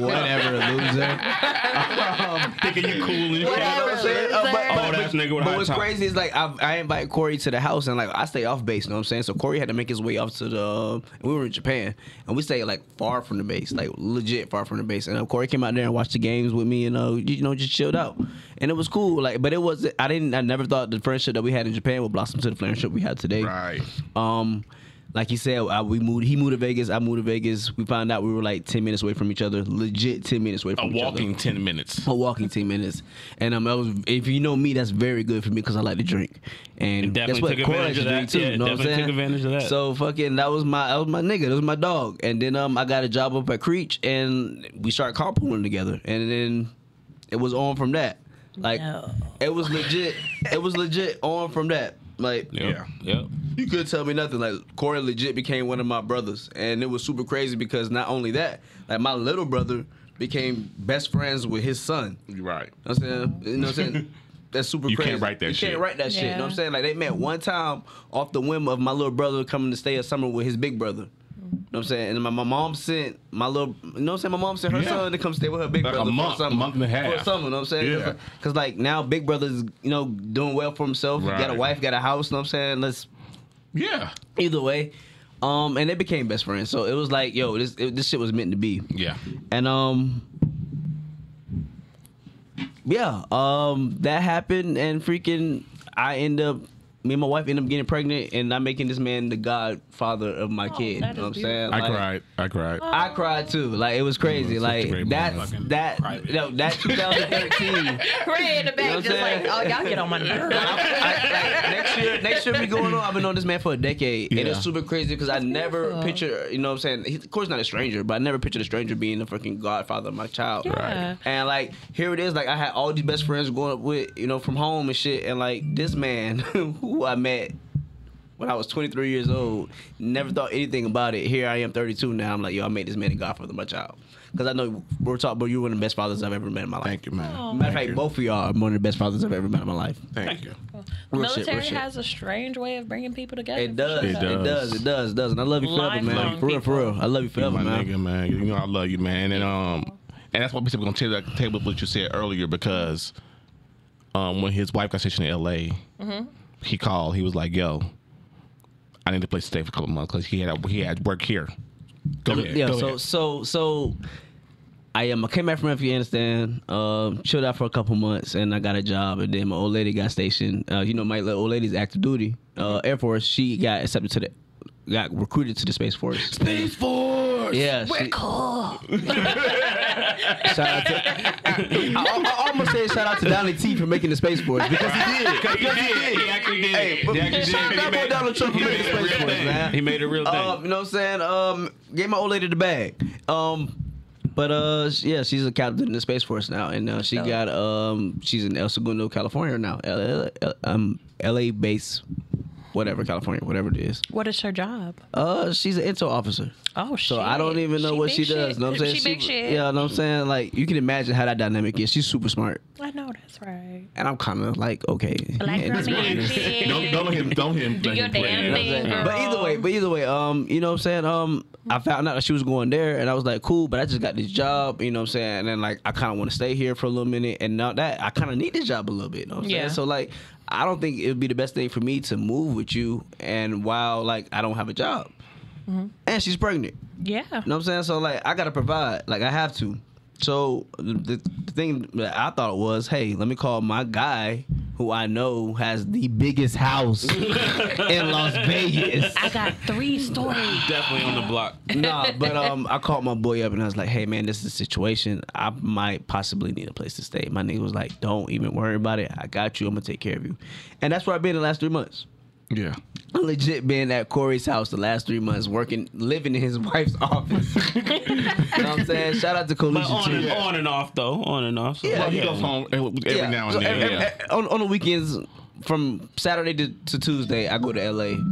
Speaker 5: whatever, loser.
Speaker 3: thinking you cool and shit.
Speaker 5: Whatever,
Speaker 4: loser.
Speaker 5: Uh, but,
Speaker 4: Old
Speaker 5: but-
Speaker 3: ass nigga with
Speaker 5: but
Speaker 3: a hot
Speaker 5: what's
Speaker 3: top.
Speaker 5: crazy is like I, I invite Corey to the house and like I stay off base. You know what I'm saying? So Corey had to make his way off to the. um, we were in Japan and we stayed like far from the base, like legit far from the base. And uh, Corey came out there and watched the games with me and uh, you know just chilled out, and it was cool. Like, but it was I didn't I never thought the friendship that we had in Japan would blossom to the friendship we had today.
Speaker 2: Right.
Speaker 5: Um, like he said, I, we moved. He moved to Vegas. I moved to Vegas. We found out we were like ten minutes away from each other. Legit ten minutes away
Speaker 2: A
Speaker 5: from each other.
Speaker 2: walking ten minutes.
Speaker 5: A walking ten minutes, and um, I was, if you know me, that's very good for me because I like to drink, and,
Speaker 3: And
Speaker 5: that's
Speaker 3: definitely
Speaker 5: what
Speaker 3: took
Speaker 5: Corey likes
Speaker 3: advantage
Speaker 5: to
Speaker 3: of
Speaker 5: drink
Speaker 3: that.
Speaker 5: too.
Speaker 3: Yeah,
Speaker 5: you know what I'm
Speaker 3: definitely
Speaker 5: saying?
Speaker 3: took advantage of that.
Speaker 5: So fucking, that was my, that was my nigga, that was my dog, and then um, I got a job up at Creech, and we started carpooling together, and then it was on from that. Like,
Speaker 4: No.
Speaker 5: it was legit. it was legit on from that. Like,
Speaker 3: Yep. Yep.
Speaker 5: you could tell me nothing. Like Corey legit became one of my brothers, and it was super crazy because not only that, like my little brother became best friends with his son. You
Speaker 2: Right.
Speaker 5: know what I'm saying? You know what I'm saying? That's super
Speaker 2: You
Speaker 5: crazy.
Speaker 2: can't write that
Speaker 5: you
Speaker 2: shit.
Speaker 5: can't write that shit. You know what I'm
Speaker 4: Yeah.
Speaker 5: saying? Like they met one time off the whim of my little brother coming to stay a summer with his big brother. You know what I'm saying? And my, my mom sent my little, you know what I'm saying? My mom sent her
Speaker 2: Yeah.
Speaker 5: son to come stay with her big
Speaker 2: Like a
Speaker 5: brother
Speaker 2: month,
Speaker 5: for summer.
Speaker 2: month and a half.
Speaker 5: For summer, you know what I'm saying?
Speaker 2: Yeah.
Speaker 5: Cause like now Big Brother's, you know, doing well for himself. He got a
Speaker 2: Right.
Speaker 5: wife, got a house, you know what I'm saying? Let's
Speaker 2: Yeah.
Speaker 5: Either way, Um, and they became best friends. So it was like, yo, this it, this shit was meant to be.
Speaker 2: Yeah.
Speaker 5: And um Yeah, um that happened and freaking I end up me and my wife end up getting pregnant and I'm making this man the godfather of my
Speaker 4: Oh,
Speaker 5: kid. You know
Speaker 4: that
Speaker 5: what I'm
Speaker 4: is
Speaker 5: saying?
Speaker 2: I
Speaker 5: Like,
Speaker 2: cried. I cried.
Speaker 5: I cried too. Like it was crazy.
Speaker 2: Mm, such a
Speaker 5: like
Speaker 2: great
Speaker 5: that's
Speaker 2: moment.
Speaker 5: that
Speaker 3: Private.
Speaker 5: no, that 2013.
Speaker 4: Ray in the back,
Speaker 5: You know what
Speaker 4: just
Speaker 5: I'm
Speaker 4: like,
Speaker 5: saying?
Speaker 4: oh, y'all get on my nerves.
Speaker 5: I- like, next year, next year be going on. I've been on this man for a decade, and
Speaker 2: Yeah.
Speaker 5: it's super crazy because I never
Speaker 4: beautiful.
Speaker 5: picture, you know, what I'm saying, he's of course not a stranger, but I never pictured a stranger being the fucking godfather of my child.
Speaker 4: Yeah.
Speaker 5: And like here it is, like I had all these best friends growing up with, you know, from home and shit, and like this man who I met when I was 23 years old, never thought anything about it. Here I am, 32 now. I'm like, yo, I made this man a godfather of my child. Because I know we're talking, but you're one of the best fathers I've ever met in my life.
Speaker 2: Thank you, man.
Speaker 5: Matter
Speaker 4: Aw.
Speaker 5: of
Speaker 2: Thank
Speaker 5: fact,
Speaker 2: you.
Speaker 5: both of y'all are one of the best fathers I've ever met in my life.
Speaker 2: Thank you.
Speaker 5: Real shit, real
Speaker 4: Military
Speaker 5: shit.
Speaker 4: has a strange way of bringing people together.
Speaker 5: It does.
Speaker 2: It
Speaker 5: It
Speaker 2: does.
Speaker 5: does. It does. It does. And I love you forever, man.
Speaker 4: Lifelong
Speaker 5: For real, for real. I love you
Speaker 2: You
Speaker 5: forever,
Speaker 2: my
Speaker 5: man.
Speaker 2: nigga, man. You know I love you, man. And um, and that's why we said we're gonna take that table what you said earlier because, um, when his wife got stationed in L.A.,
Speaker 4: Mm-hmm.
Speaker 2: he called. He was like, "Yo, I need a place to stay for a couple months because he had he had work here." Go ahead.
Speaker 5: Yeah.
Speaker 2: go
Speaker 5: So
Speaker 2: ahead.
Speaker 5: so so, I um I came back from Afghanistan, um chilled out for a couple months, and I got a job. And then my old lady got stationed. Uh, you know, my little old lady's active duty, uh, Air Force. She got accepted to the, got recruited to the Space Force.
Speaker 2: Space Force.
Speaker 5: Yeah, she,
Speaker 4: Cool.
Speaker 5: shout out to, I, I- I almost said shout out to Donald T for making the Space Force because he did. Because he did.
Speaker 3: He actually did.
Speaker 5: Hey,
Speaker 3: He actually
Speaker 5: shout
Speaker 3: did.
Speaker 5: out to Donald Trump for making the Space Force, man.
Speaker 3: He made a real thing.
Speaker 5: Um, you know what I'm saying? Um, gave my old lady the bag. Um, but uh, sh- yeah, she's a captain in the Space Force now, and uh, she
Speaker 4: Dope.
Speaker 5: got um, she's in El Segundo, California now. L- L- um, LA base, whatever California, whatever it is.
Speaker 4: What is her job?
Speaker 5: Uh, she's an intel officer.
Speaker 4: Oh, shit.
Speaker 5: So I don't even know what
Speaker 4: big
Speaker 5: she does.
Speaker 4: shit.
Speaker 5: Know what I'm saying?
Speaker 4: She, big shit.
Speaker 5: Yeah, know what I'm saying? Like you can imagine how that dynamic is. She's super smart,
Speaker 4: I know that's right.
Speaker 5: and I'm kind of like, okay.
Speaker 4: Black
Speaker 5: yeah,
Speaker 4: girl
Speaker 5: this-
Speaker 4: magic.
Speaker 2: Don't, don't let him. Don't let him.
Speaker 4: Do
Speaker 2: let
Speaker 4: your
Speaker 2: him play.
Speaker 4: damn
Speaker 2: That's
Speaker 4: thing,
Speaker 2: it.
Speaker 4: girl.
Speaker 5: But either way, but either way, um, you know what I'm saying? Um, I found out that she was going there and I was like, cool, but I just got this job, you know what I'm saying? And then like I kinda wanna stay here for a little minute and now that I kinda need this job a little bit, you know what I'm
Speaker 4: Yeah.
Speaker 5: saying? So like I don't think it would be the best thing for me to move with you and while like I don't have a job.
Speaker 4: Mm-hmm.
Speaker 5: And she's pregnant.
Speaker 4: Yeah.
Speaker 5: You know what I'm saying? So like I gotta provide. Like I have to. So the, the thing that I thought was, hey, let me call my guy who I know has the biggest house in Las Vegas.
Speaker 4: I got three stories.
Speaker 3: Definitely on the block.
Speaker 5: nah, but um, I called my boy up and I was like, "Hey, man, this is the situation. I might possibly need a place to stay." My nigga was like, "Don't even worry about it. I got you. I'm gonna take care of you." And that's where I've been the last three months.
Speaker 2: Yeah.
Speaker 5: I legit been at Corey's house the last three months, working, living in his wife's office. you know what I'm saying? Shout out to
Speaker 3: But
Speaker 5: Coalition
Speaker 3: on
Speaker 5: too.
Speaker 3: and, on and off though, on and off. So
Speaker 5: Yeah,
Speaker 2: Well, he
Speaker 5: yeah.
Speaker 2: goes home every
Speaker 5: Yeah.
Speaker 2: now and
Speaker 5: So
Speaker 2: then.
Speaker 5: ev-
Speaker 2: yeah.
Speaker 5: ev- ev- on, on the weekends, from Saturday to, to Tuesday, I go to LA. You know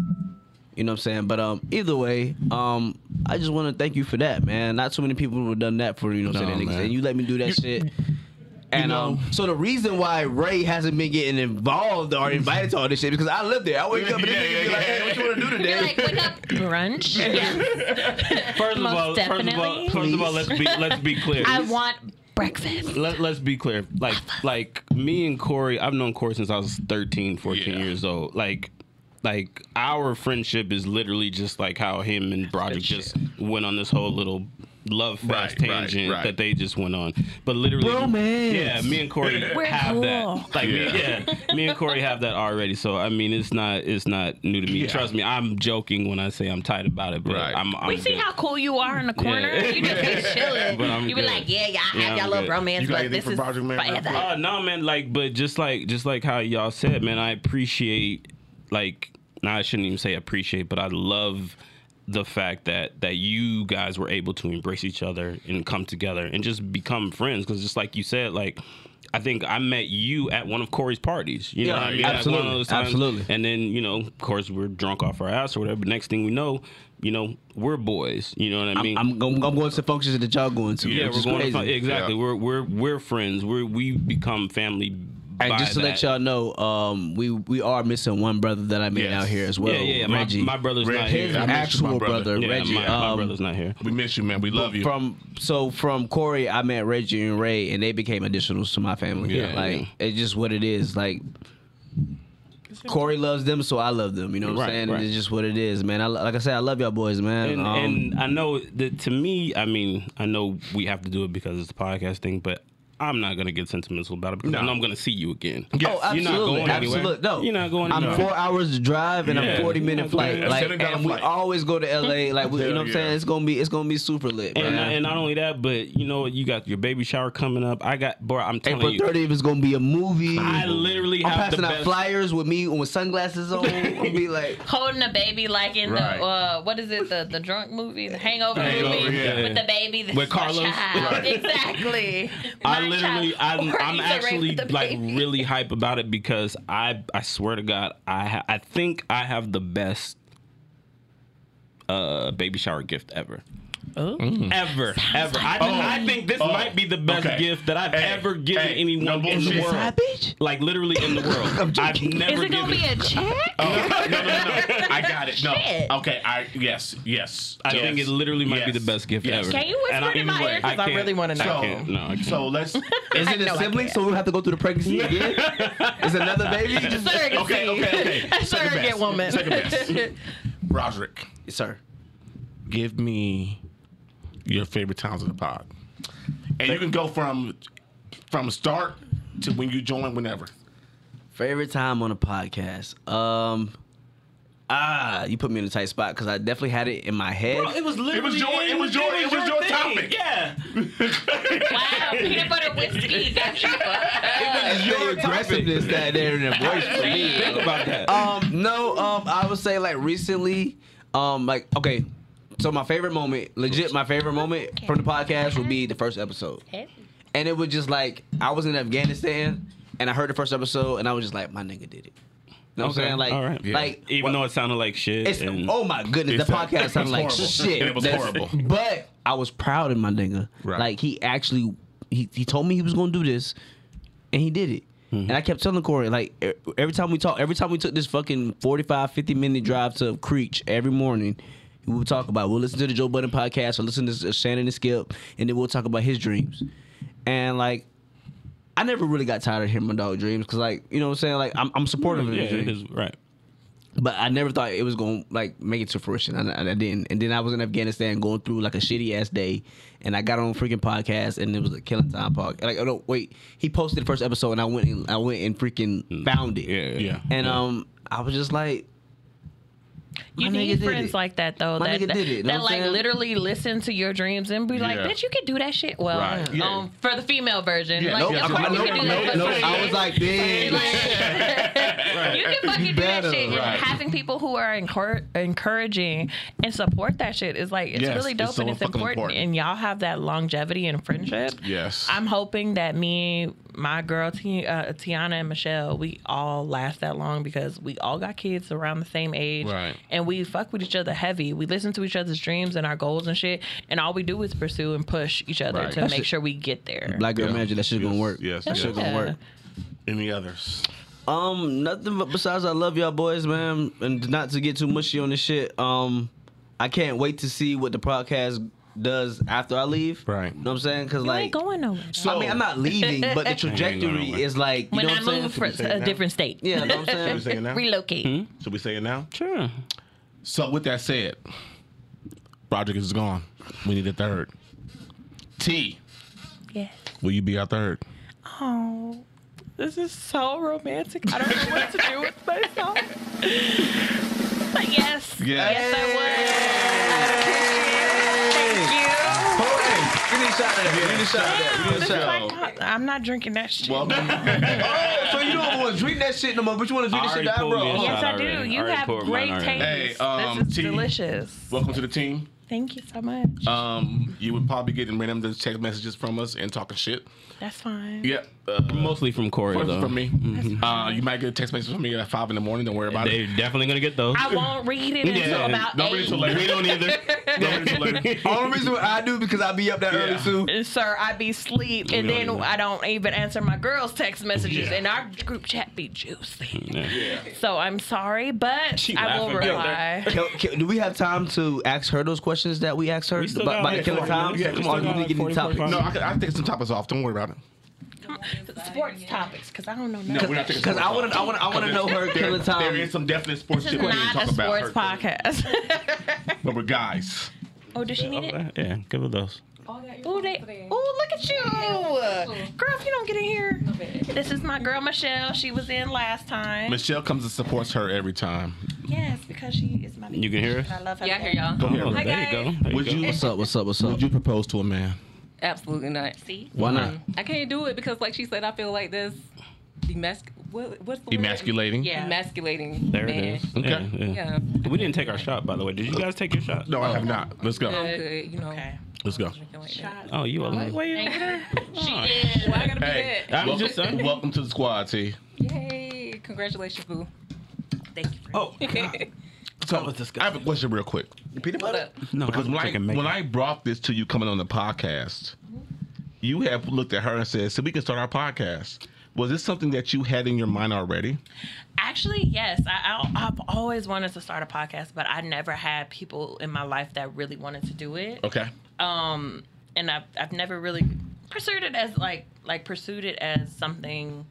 Speaker 5: what I'm saying? But um, either way, um, I just want to thank you for that, man. Not too many people would have done that for you know what I'm
Speaker 2: No,
Speaker 5: saying? niggas.
Speaker 2: man.
Speaker 5: And you let me do that shit. And um, so the reason why Ray hasn't been getting involved or invited to all this shit because I live there. I wake up and
Speaker 2: Yeah,
Speaker 5: yeah,
Speaker 2: yeah,
Speaker 5: be like,
Speaker 2: yeah.
Speaker 5: hey, what you want to do today?
Speaker 4: Like, wake up. Brunch. Yes.
Speaker 3: First of
Speaker 4: Most
Speaker 3: all, first of all,
Speaker 4: definitely.
Speaker 3: first of all, let's be let's be clear.
Speaker 4: I want breakfast.
Speaker 3: Let, let's be clear. Like like me and Corey, I've known Corey since I was 13, 14
Speaker 2: Yeah.
Speaker 3: years old. Like like our friendship is literally just like how him and Broderick
Speaker 4: good
Speaker 3: just went on this whole little love fest
Speaker 2: Right, right,
Speaker 3: tangent
Speaker 2: right.
Speaker 3: that they just went on. But literally
Speaker 5: Bromance.
Speaker 3: Yeah, me and Corey
Speaker 4: We're
Speaker 3: have
Speaker 4: cool.
Speaker 3: that. Like Me,
Speaker 2: Yeah.
Speaker 3: yeah. Me and Corey have that already. So I mean it's not it's not new to me.
Speaker 2: Yeah.
Speaker 3: Trust me, I'm joking when I say I'm tight about it, but
Speaker 2: Right.
Speaker 3: I'm, I'm
Speaker 4: we see
Speaker 3: good.
Speaker 4: how cool you are in the corner.
Speaker 3: Yeah.
Speaker 4: You just be chilling.
Speaker 3: But I'm
Speaker 4: you be
Speaker 3: good.
Speaker 4: like, yeah, y'all
Speaker 3: Yeah,
Speaker 4: have
Speaker 3: I'm
Speaker 4: y'all little
Speaker 3: good.
Speaker 4: romance,
Speaker 2: You got
Speaker 4: but
Speaker 2: anything
Speaker 4: this
Speaker 2: for
Speaker 4: is
Speaker 2: Project Man real
Speaker 4: forever.
Speaker 2: quick?
Speaker 3: Uh, no, man. Like, but just like, just like how y'all said, man. I appreciate, like, nah, I shouldn't even say appreciate, but I love the fact that that you guys were able to embrace each other and come together and just become friends. Because just like you said, like. I think I met you at one of Corey's parties. You know
Speaker 5: Yeah,
Speaker 3: what I mean? At one
Speaker 5: absolutely,
Speaker 3: of those times.
Speaker 5: absolutely.
Speaker 3: And then, you know, of course, we're drunk off our ass or whatever. But next thing we know, you know, we're boys. You know what I mean?
Speaker 5: I'm, I'm, going, I'm going to functions that y'all going to.
Speaker 3: Yeah,
Speaker 5: which
Speaker 3: we're
Speaker 5: is
Speaker 3: going to
Speaker 5: crazy.
Speaker 3: fi- exactly.
Speaker 2: Yeah.
Speaker 3: We're we're we're friends. We're we become family.
Speaker 5: And
Speaker 3: by
Speaker 5: just to
Speaker 3: that.
Speaker 5: let y'all know, um, we we are missing one brother that I made
Speaker 2: Yes.
Speaker 5: out here as well.
Speaker 3: yeah, yeah, yeah. My,
Speaker 5: Reggie.
Speaker 3: my brother's not
Speaker 2: Reggie.
Speaker 5: his
Speaker 2: I
Speaker 3: here.
Speaker 2: miss my
Speaker 5: actual
Speaker 2: brother.
Speaker 5: brother,
Speaker 3: yeah,
Speaker 5: Reggie.
Speaker 3: my, my
Speaker 5: um,
Speaker 3: brother's not here.
Speaker 2: We miss you, man. We love you.
Speaker 5: From so from Corey, I met Reggie and Ray, and they became additionals to my family.
Speaker 3: Yeah,
Speaker 5: like
Speaker 3: yeah.
Speaker 5: it's just what it is. Like Corey loves them, so I love them. You know what I'm
Speaker 3: Right,
Speaker 5: saying?
Speaker 3: right.
Speaker 5: It's just what it is, man. I, like I said, I love y'all boys, man.
Speaker 3: And,
Speaker 5: Um,
Speaker 3: and I know that to me, I mean, I know we have to do it because it's a podcast thing, but I'm not gonna get sentimental about it because I know I'm gonna see you again.
Speaker 5: Oh, absolutely,
Speaker 3: You're not going
Speaker 5: absolutely.
Speaker 3: anywhere.
Speaker 5: No,
Speaker 3: You're not going
Speaker 5: I'm
Speaker 3: anywhere.
Speaker 5: four hours to drive and
Speaker 3: Yeah.
Speaker 5: I'm 40 minute flight.
Speaker 3: Yeah,
Speaker 5: Like,
Speaker 2: $70
Speaker 5: and we
Speaker 2: flight.
Speaker 5: always go to LA. Like, we, you know what I'm
Speaker 2: Yeah.
Speaker 5: saying? It's gonna be, it's gonna be super lit,
Speaker 3: And,
Speaker 5: man.
Speaker 3: and not only that, but you know, you got your baby shower coming up. I got, bro. I'm telling
Speaker 5: April
Speaker 3: you,
Speaker 5: 30th is gonna be a movie.
Speaker 3: I literally
Speaker 5: I'm
Speaker 3: have the
Speaker 5: passing out
Speaker 3: best.
Speaker 5: flyers with me with sunglasses on. I'll be like,
Speaker 4: Holding a baby like in
Speaker 2: Right.
Speaker 4: the uh, what is it the the drunk movie the Hangover,
Speaker 2: Hangover,
Speaker 4: movie
Speaker 2: yeah.
Speaker 4: with the baby this
Speaker 3: With
Speaker 4: is my
Speaker 3: Carlos.
Speaker 4: child. exactly.
Speaker 3: I
Speaker 4: My
Speaker 3: literally,
Speaker 4: child.
Speaker 3: I'm,
Speaker 4: Or
Speaker 3: I'm
Speaker 4: he's already
Speaker 3: actually
Speaker 4: with the
Speaker 3: like
Speaker 4: baby.
Speaker 3: really hype about it because I, I swear to God, I, ha- I think I have the best uh baby shower gift ever.
Speaker 4: Oh.
Speaker 3: Mm. Ever, ever. I, think I think this
Speaker 2: Oh.
Speaker 3: might be the best
Speaker 2: Okay.
Speaker 3: gift that I've
Speaker 2: Hey.
Speaker 3: ever given
Speaker 2: Hey.
Speaker 3: anyone
Speaker 2: No
Speaker 3: in the
Speaker 2: bullshit.
Speaker 3: world.
Speaker 5: side bitch?
Speaker 3: Like literally in the world. I've never
Speaker 4: Is it
Speaker 3: given.
Speaker 4: gonna be a check?
Speaker 2: Oh. no, no, no. I got it. No.
Speaker 4: Shit.
Speaker 2: Okay. I yes, yes.
Speaker 3: I
Speaker 2: yes,
Speaker 3: think it literally might be
Speaker 2: yes,
Speaker 3: the best gift
Speaker 2: yes.
Speaker 3: ever.
Speaker 4: Can you whisper
Speaker 3: And I-
Speaker 4: it in my
Speaker 3: either way,
Speaker 4: ear? 'Cause I
Speaker 3: can't-
Speaker 4: really wanna know.
Speaker 3: I
Speaker 2: So,
Speaker 3: can't. No, I can't.
Speaker 2: so let's.
Speaker 5: is it
Speaker 4: know
Speaker 5: a
Speaker 4: I
Speaker 5: sibling?
Speaker 4: can't.
Speaker 5: So we have to go through the pregnancy again? Is another baby? Just,
Speaker 4: Surrogacy.
Speaker 2: Okay, okay, okay. Second
Speaker 4: Surrogate
Speaker 2: best.
Speaker 4: woman.
Speaker 2: Second best. Roderick,
Speaker 5: sir.
Speaker 2: give me your favorite times of the pod, and you can go from from start to when you join, whenever.
Speaker 5: Favorite time on a podcast. Um, ah, you put me in a tight spot because I definitely had it in my head.
Speaker 3: It was literally
Speaker 2: your- it was your- it was your
Speaker 3: thing.
Speaker 2: topic.
Speaker 3: Yeah.
Speaker 2: Oh,
Speaker 4: Wow, peanut butter whiskey got you fucked
Speaker 5: It's the aggressiveness that there in the voice for me.
Speaker 3: Think about that.
Speaker 5: um no um i would say like recently um like okay so my favorite moment legit my favorite moment from the podcast would be the first episode
Speaker 4: up.
Speaker 5: and it was just like i was in afghanistan and i heard the first episode and i was just like my nigga did it you know what i'm
Speaker 3: Okay,
Speaker 5: saying like
Speaker 3: all right. Yeah.
Speaker 5: like
Speaker 3: Even though it sounded like shit.
Speaker 5: it's
Speaker 3: and-
Speaker 5: oh my goodness,
Speaker 2: It's
Speaker 5: the
Speaker 2: a-
Speaker 5: podcast
Speaker 2: it's
Speaker 5: sounded like
Speaker 2: horrible.
Speaker 5: shit.
Speaker 2: And it was
Speaker 5: That's-
Speaker 2: horrible.
Speaker 5: But I was proud of my nigga.
Speaker 2: Right.
Speaker 5: Like he actually he, he told me he was gonna do this and he did it.
Speaker 2: Mm-hmm.
Speaker 5: And I kept telling Corey, like e- every time we talk every time we took this fucking 45, 50 minute drive to Creech every morning, we would talk about we'll listen to the Joe Budden podcast or listen to uh, Shannon and Skip, and then we'll talk about his dreams. And like I never really got tired of hearing my dog dreams because, like, you know what I'm saying? Like, I'm, I'm supportive of
Speaker 3: Yeah,
Speaker 5: his dreams
Speaker 3: it is right.
Speaker 5: but I never thought it was going to like make it to fruition. I, I- I didn't. And then I was in Afghanistan going through like a shitty ass day, and I got on a freaking podcast, and it was a Killing Time podcast. Like, oh no, wait, he posted the first episode, and I went and I went and freaking found it.
Speaker 3: Yeah.
Speaker 2: Yeah.
Speaker 5: And um, I was just like,
Speaker 4: You
Speaker 5: My nigga
Speaker 4: need
Speaker 5: did
Speaker 4: friends
Speaker 5: it.
Speaker 4: like that though.
Speaker 5: My
Speaker 4: that
Speaker 5: nigga
Speaker 4: that,
Speaker 5: did it, know
Speaker 4: that,
Speaker 5: what I'm
Speaker 4: like
Speaker 5: saying?
Speaker 4: literally listen to your dreams and be like,
Speaker 2: Yeah.
Speaker 4: bitch, you can do that shit. Well,
Speaker 2: Right. Yeah.
Speaker 4: um, for the female version,
Speaker 2: Yeah,
Speaker 4: like,
Speaker 5: nope,
Speaker 2: yeah,
Speaker 4: yes,
Speaker 5: I,
Speaker 2: so
Speaker 4: you
Speaker 5: nope,
Speaker 2: no,
Speaker 4: can
Speaker 5: nope,
Speaker 4: do
Speaker 2: no,
Speaker 4: that.
Speaker 5: nope,
Speaker 4: for
Speaker 2: no,
Speaker 5: nope. I was like,
Speaker 4: Like,
Speaker 5: bitch.
Speaker 4: you can fucking do
Speaker 5: better.
Speaker 4: that shit.
Speaker 2: Right.
Speaker 4: And having people who are encour- encouraging and support that shit is like it's
Speaker 2: Yes,
Speaker 4: really
Speaker 2: it's
Speaker 4: dope
Speaker 2: so
Speaker 4: and it's
Speaker 2: fucking
Speaker 4: important.
Speaker 2: important.
Speaker 4: And y'all have that longevity in friendship.
Speaker 2: Yes.
Speaker 4: I'm hoping that me, my girl T- uh, Tiana and Michelle, we all last that long because we all got kids around the same age,
Speaker 2: Right.
Speaker 4: and we fuck with each other heavy. We listen to each other's dreams and our goals and shit, and all we do is pursue and push each other
Speaker 2: Right.
Speaker 4: to
Speaker 5: That's
Speaker 4: make
Speaker 5: it.
Speaker 4: sure we get there.
Speaker 5: Black girl
Speaker 2: Yeah.
Speaker 5: magic, that shit's
Speaker 2: Yes,
Speaker 5: gonna work.
Speaker 2: yes,
Speaker 5: that shit
Speaker 2: yes.
Speaker 5: gonna work.
Speaker 2: Any others?
Speaker 5: Um, nothing but besides I love y'all boys, man, and not to get too mushy on this shit. Um, I can't wait to see what the podcast does after I leave.
Speaker 2: Right.
Speaker 5: You know what I'm saying? Cause
Speaker 4: You
Speaker 5: like,
Speaker 4: ain't going nowhere.
Speaker 5: I mean, I'm not leaving, but the trajectory is like, you
Speaker 4: when
Speaker 5: know
Speaker 4: I
Speaker 5: what I'm
Speaker 4: move
Speaker 5: saying?
Speaker 4: for
Speaker 2: Could we say
Speaker 4: a
Speaker 2: now?
Speaker 4: different state,
Speaker 5: Yeah, you know what I'm
Speaker 2: Should we say
Speaker 5: saying. Hmm?
Speaker 2: it now?
Speaker 4: relocate.
Speaker 2: Should we say it now?
Speaker 3: Sure.
Speaker 2: So with that said, Roderick is gone. We need a third. T,
Speaker 4: Yeah.
Speaker 2: will you be our third?
Speaker 4: Oh, this is so romantic. I don't know what to do with myself. But yes, yes, I would.
Speaker 5: Corey, give me a shot at that. Give me a shot at that. Give me a shot.
Speaker 4: Thank you. Wow, this is like- I'm not drinking that shit.
Speaker 2: Well,
Speaker 5: Oh, so you don't want to drink that shit no more, but you want to drink this shit
Speaker 3: Already
Speaker 5: down,
Speaker 3: pulled me a
Speaker 5: bro.
Speaker 4: yes,
Speaker 3: shot
Speaker 4: I do.
Speaker 3: already.
Speaker 4: You
Speaker 3: Already
Speaker 4: have
Speaker 3: poured
Speaker 4: great
Speaker 3: mine
Speaker 4: taste.
Speaker 3: already.
Speaker 2: Hey, um,
Speaker 4: this is
Speaker 2: T.
Speaker 4: delicious.
Speaker 2: welcome to the team.
Speaker 4: Thank you so much.
Speaker 2: Um, you would probably get random text messages from us and talking shit.
Speaker 4: That's fine.
Speaker 2: Yep. Uh,
Speaker 3: Mostly from Corey
Speaker 2: first
Speaker 3: though.
Speaker 2: from me. Uh, you might get a text message from me at five in the morning. Don't worry about
Speaker 3: They're
Speaker 2: it.
Speaker 3: definitely gonna get those.
Speaker 4: I won't read it until
Speaker 3: Yeah,
Speaker 4: about
Speaker 2: don't read it
Speaker 4: eight.
Speaker 2: till later.
Speaker 3: we don't either.
Speaker 2: Don't worry about it.
Speaker 5: Only reason why I do because I be up that early
Speaker 2: Yeah.
Speaker 5: too.
Speaker 4: And, sir, I be sleep,
Speaker 3: don't
Speaker 4: and then
Speaker 3: even-
Speaker 4: I don't even answer my girls' text messages,
Speaker 2: Yeah.
Speaker 4: and our group chat be juicy.
Speaker 3: Yeah.
Speaker 4: So I'm sorry, but
Speaker 3: She
Speaker 4: I will
Speaker 3: laughing.
Speaker 4: reply.
Speaker 5: Can- can- do we have time to ask her those questions that we asked her
Speaker 3: We still
Speaker 5: about,
Speaker 3: got
Speaker 5: about the
Speaker 3: like
Speaker 5: killer
Speaker 3: 40
Speaker 5: times?
Speaker 3: minutes.
Speaker 5: or
Speaker 3: We
Speaker 5: do we
Speaker 3: still got
Speaker 5: get
Speaker 3: like
Speaker 5: any
Speaker 3: 40,
Speaker 5: topics?
Speaker 3: 45.
Speaker 2: No, I, can- I can take some topics off. Don't worry about it.
Speaker 4: Come on. Sports topics, because I don't know nothing.
Speaker 2: we're not taking
Speaker 5: Because I
Speaker 2: sports
Speaker 5: want to, I want to, I want to know her
Speaker 2: There,
Speaker 5: killer
Speaker 2: there
Speaker 5: time.
Speaker 2: is some definite sports
Speaker 4: this is
Speaker 2: shit we need to
Speaker 4: not
Speaker 2: talk
Speaker 4: a
Speaker 2: about.
Speaker 4: sports podcast.
Speaker 2: But we're guys.
Speaker 4: oh, does she need it?
Speaker 3: Yeah, give her those.
Speaker 4: Oh, they. Oh, look at you, girl. If you don't get in here, this is my girl Michelle. She was in last time.
Speaker 2: Michelle comes and supports her every time.
Speaker 4: Yes, because she is my.
Speaker 3: You can hear us?
Speaker 4: I love her.
Speaker 1: Yeah, I hear y'all.
Speaker 2: Go ahead.
Speaker 3: Oh,
Speaker 1: Hi,
Speaker 3: there you go.
Speaker 1: guys.
Speaker 3: There
Speaker 2: Would
Speaker 3: you
Speaker 2: you,
Speaker 3: go.
Speaker 5: What's up? What's up? What's up?
Speaker 2: would you propose to a man?
Speaker 1: Absolutely not.
Speaker 4: See,
Speaker 5: Why not?
Speaker 1: I can't do it because, like she said, I feel like this emasc. What, what's the word?
Speaker 2: Emasculating?
Speaker 4: Yeah.
Speaker 1: Emasculating.
Speaker 3: There
Speaker 1: man.
Speaker 3: it is.
Speaker 2: Okay.
Speaker 3: Yeah, yeah. We didn't take our shot, by the way. Did you guys take your shot?
Speaker 2: No, I have not. Let's go.
Speaker 1: I'm good. You know.
Speaker 4: okay.
Speaker 2: Let's go.
Speaker 1: drinking Like that.
Speaker 4: Shots.
Speaker 3: Oh, you are like, why you
Speaker 4: Thank
Speaker 3: Oh.
Speaker 4: She
Speaker 1: Well, I gotta be
Speaker 2: Hey,
Speaker 1: that.
Speaker 3: I'm
Speaker 2: welcome,
Speaker 3: just saying.
Speaker 2: welcome to the squad, T.
Speaker 1: Yay! Congratulations, boo.
Speaker 4: Thank you. For
Speaker 3: Oh,
Speaker 2: So, I have a question real quick.
Speaker 5: Peanut
Speaker 1: What up?
Speaker 3: no.
Speaker 2: Because
Speaker 3: I'm
Speaker 2: when, I,
Speaker 3: drinking Mega.
Speaker 2: when I brought this to you coming on the podcast, you have looked at her and said, so we can start our podcast. Was this something that you had in your mind already?
Speaker 4: Actually, yes. I, I I've always wanted to start a podcast, but I never had people in my life that really wanted to do it.
Speaker 2: Okay.
Speaker 4: um and I've, I've never really pursued it as like like pursued it as something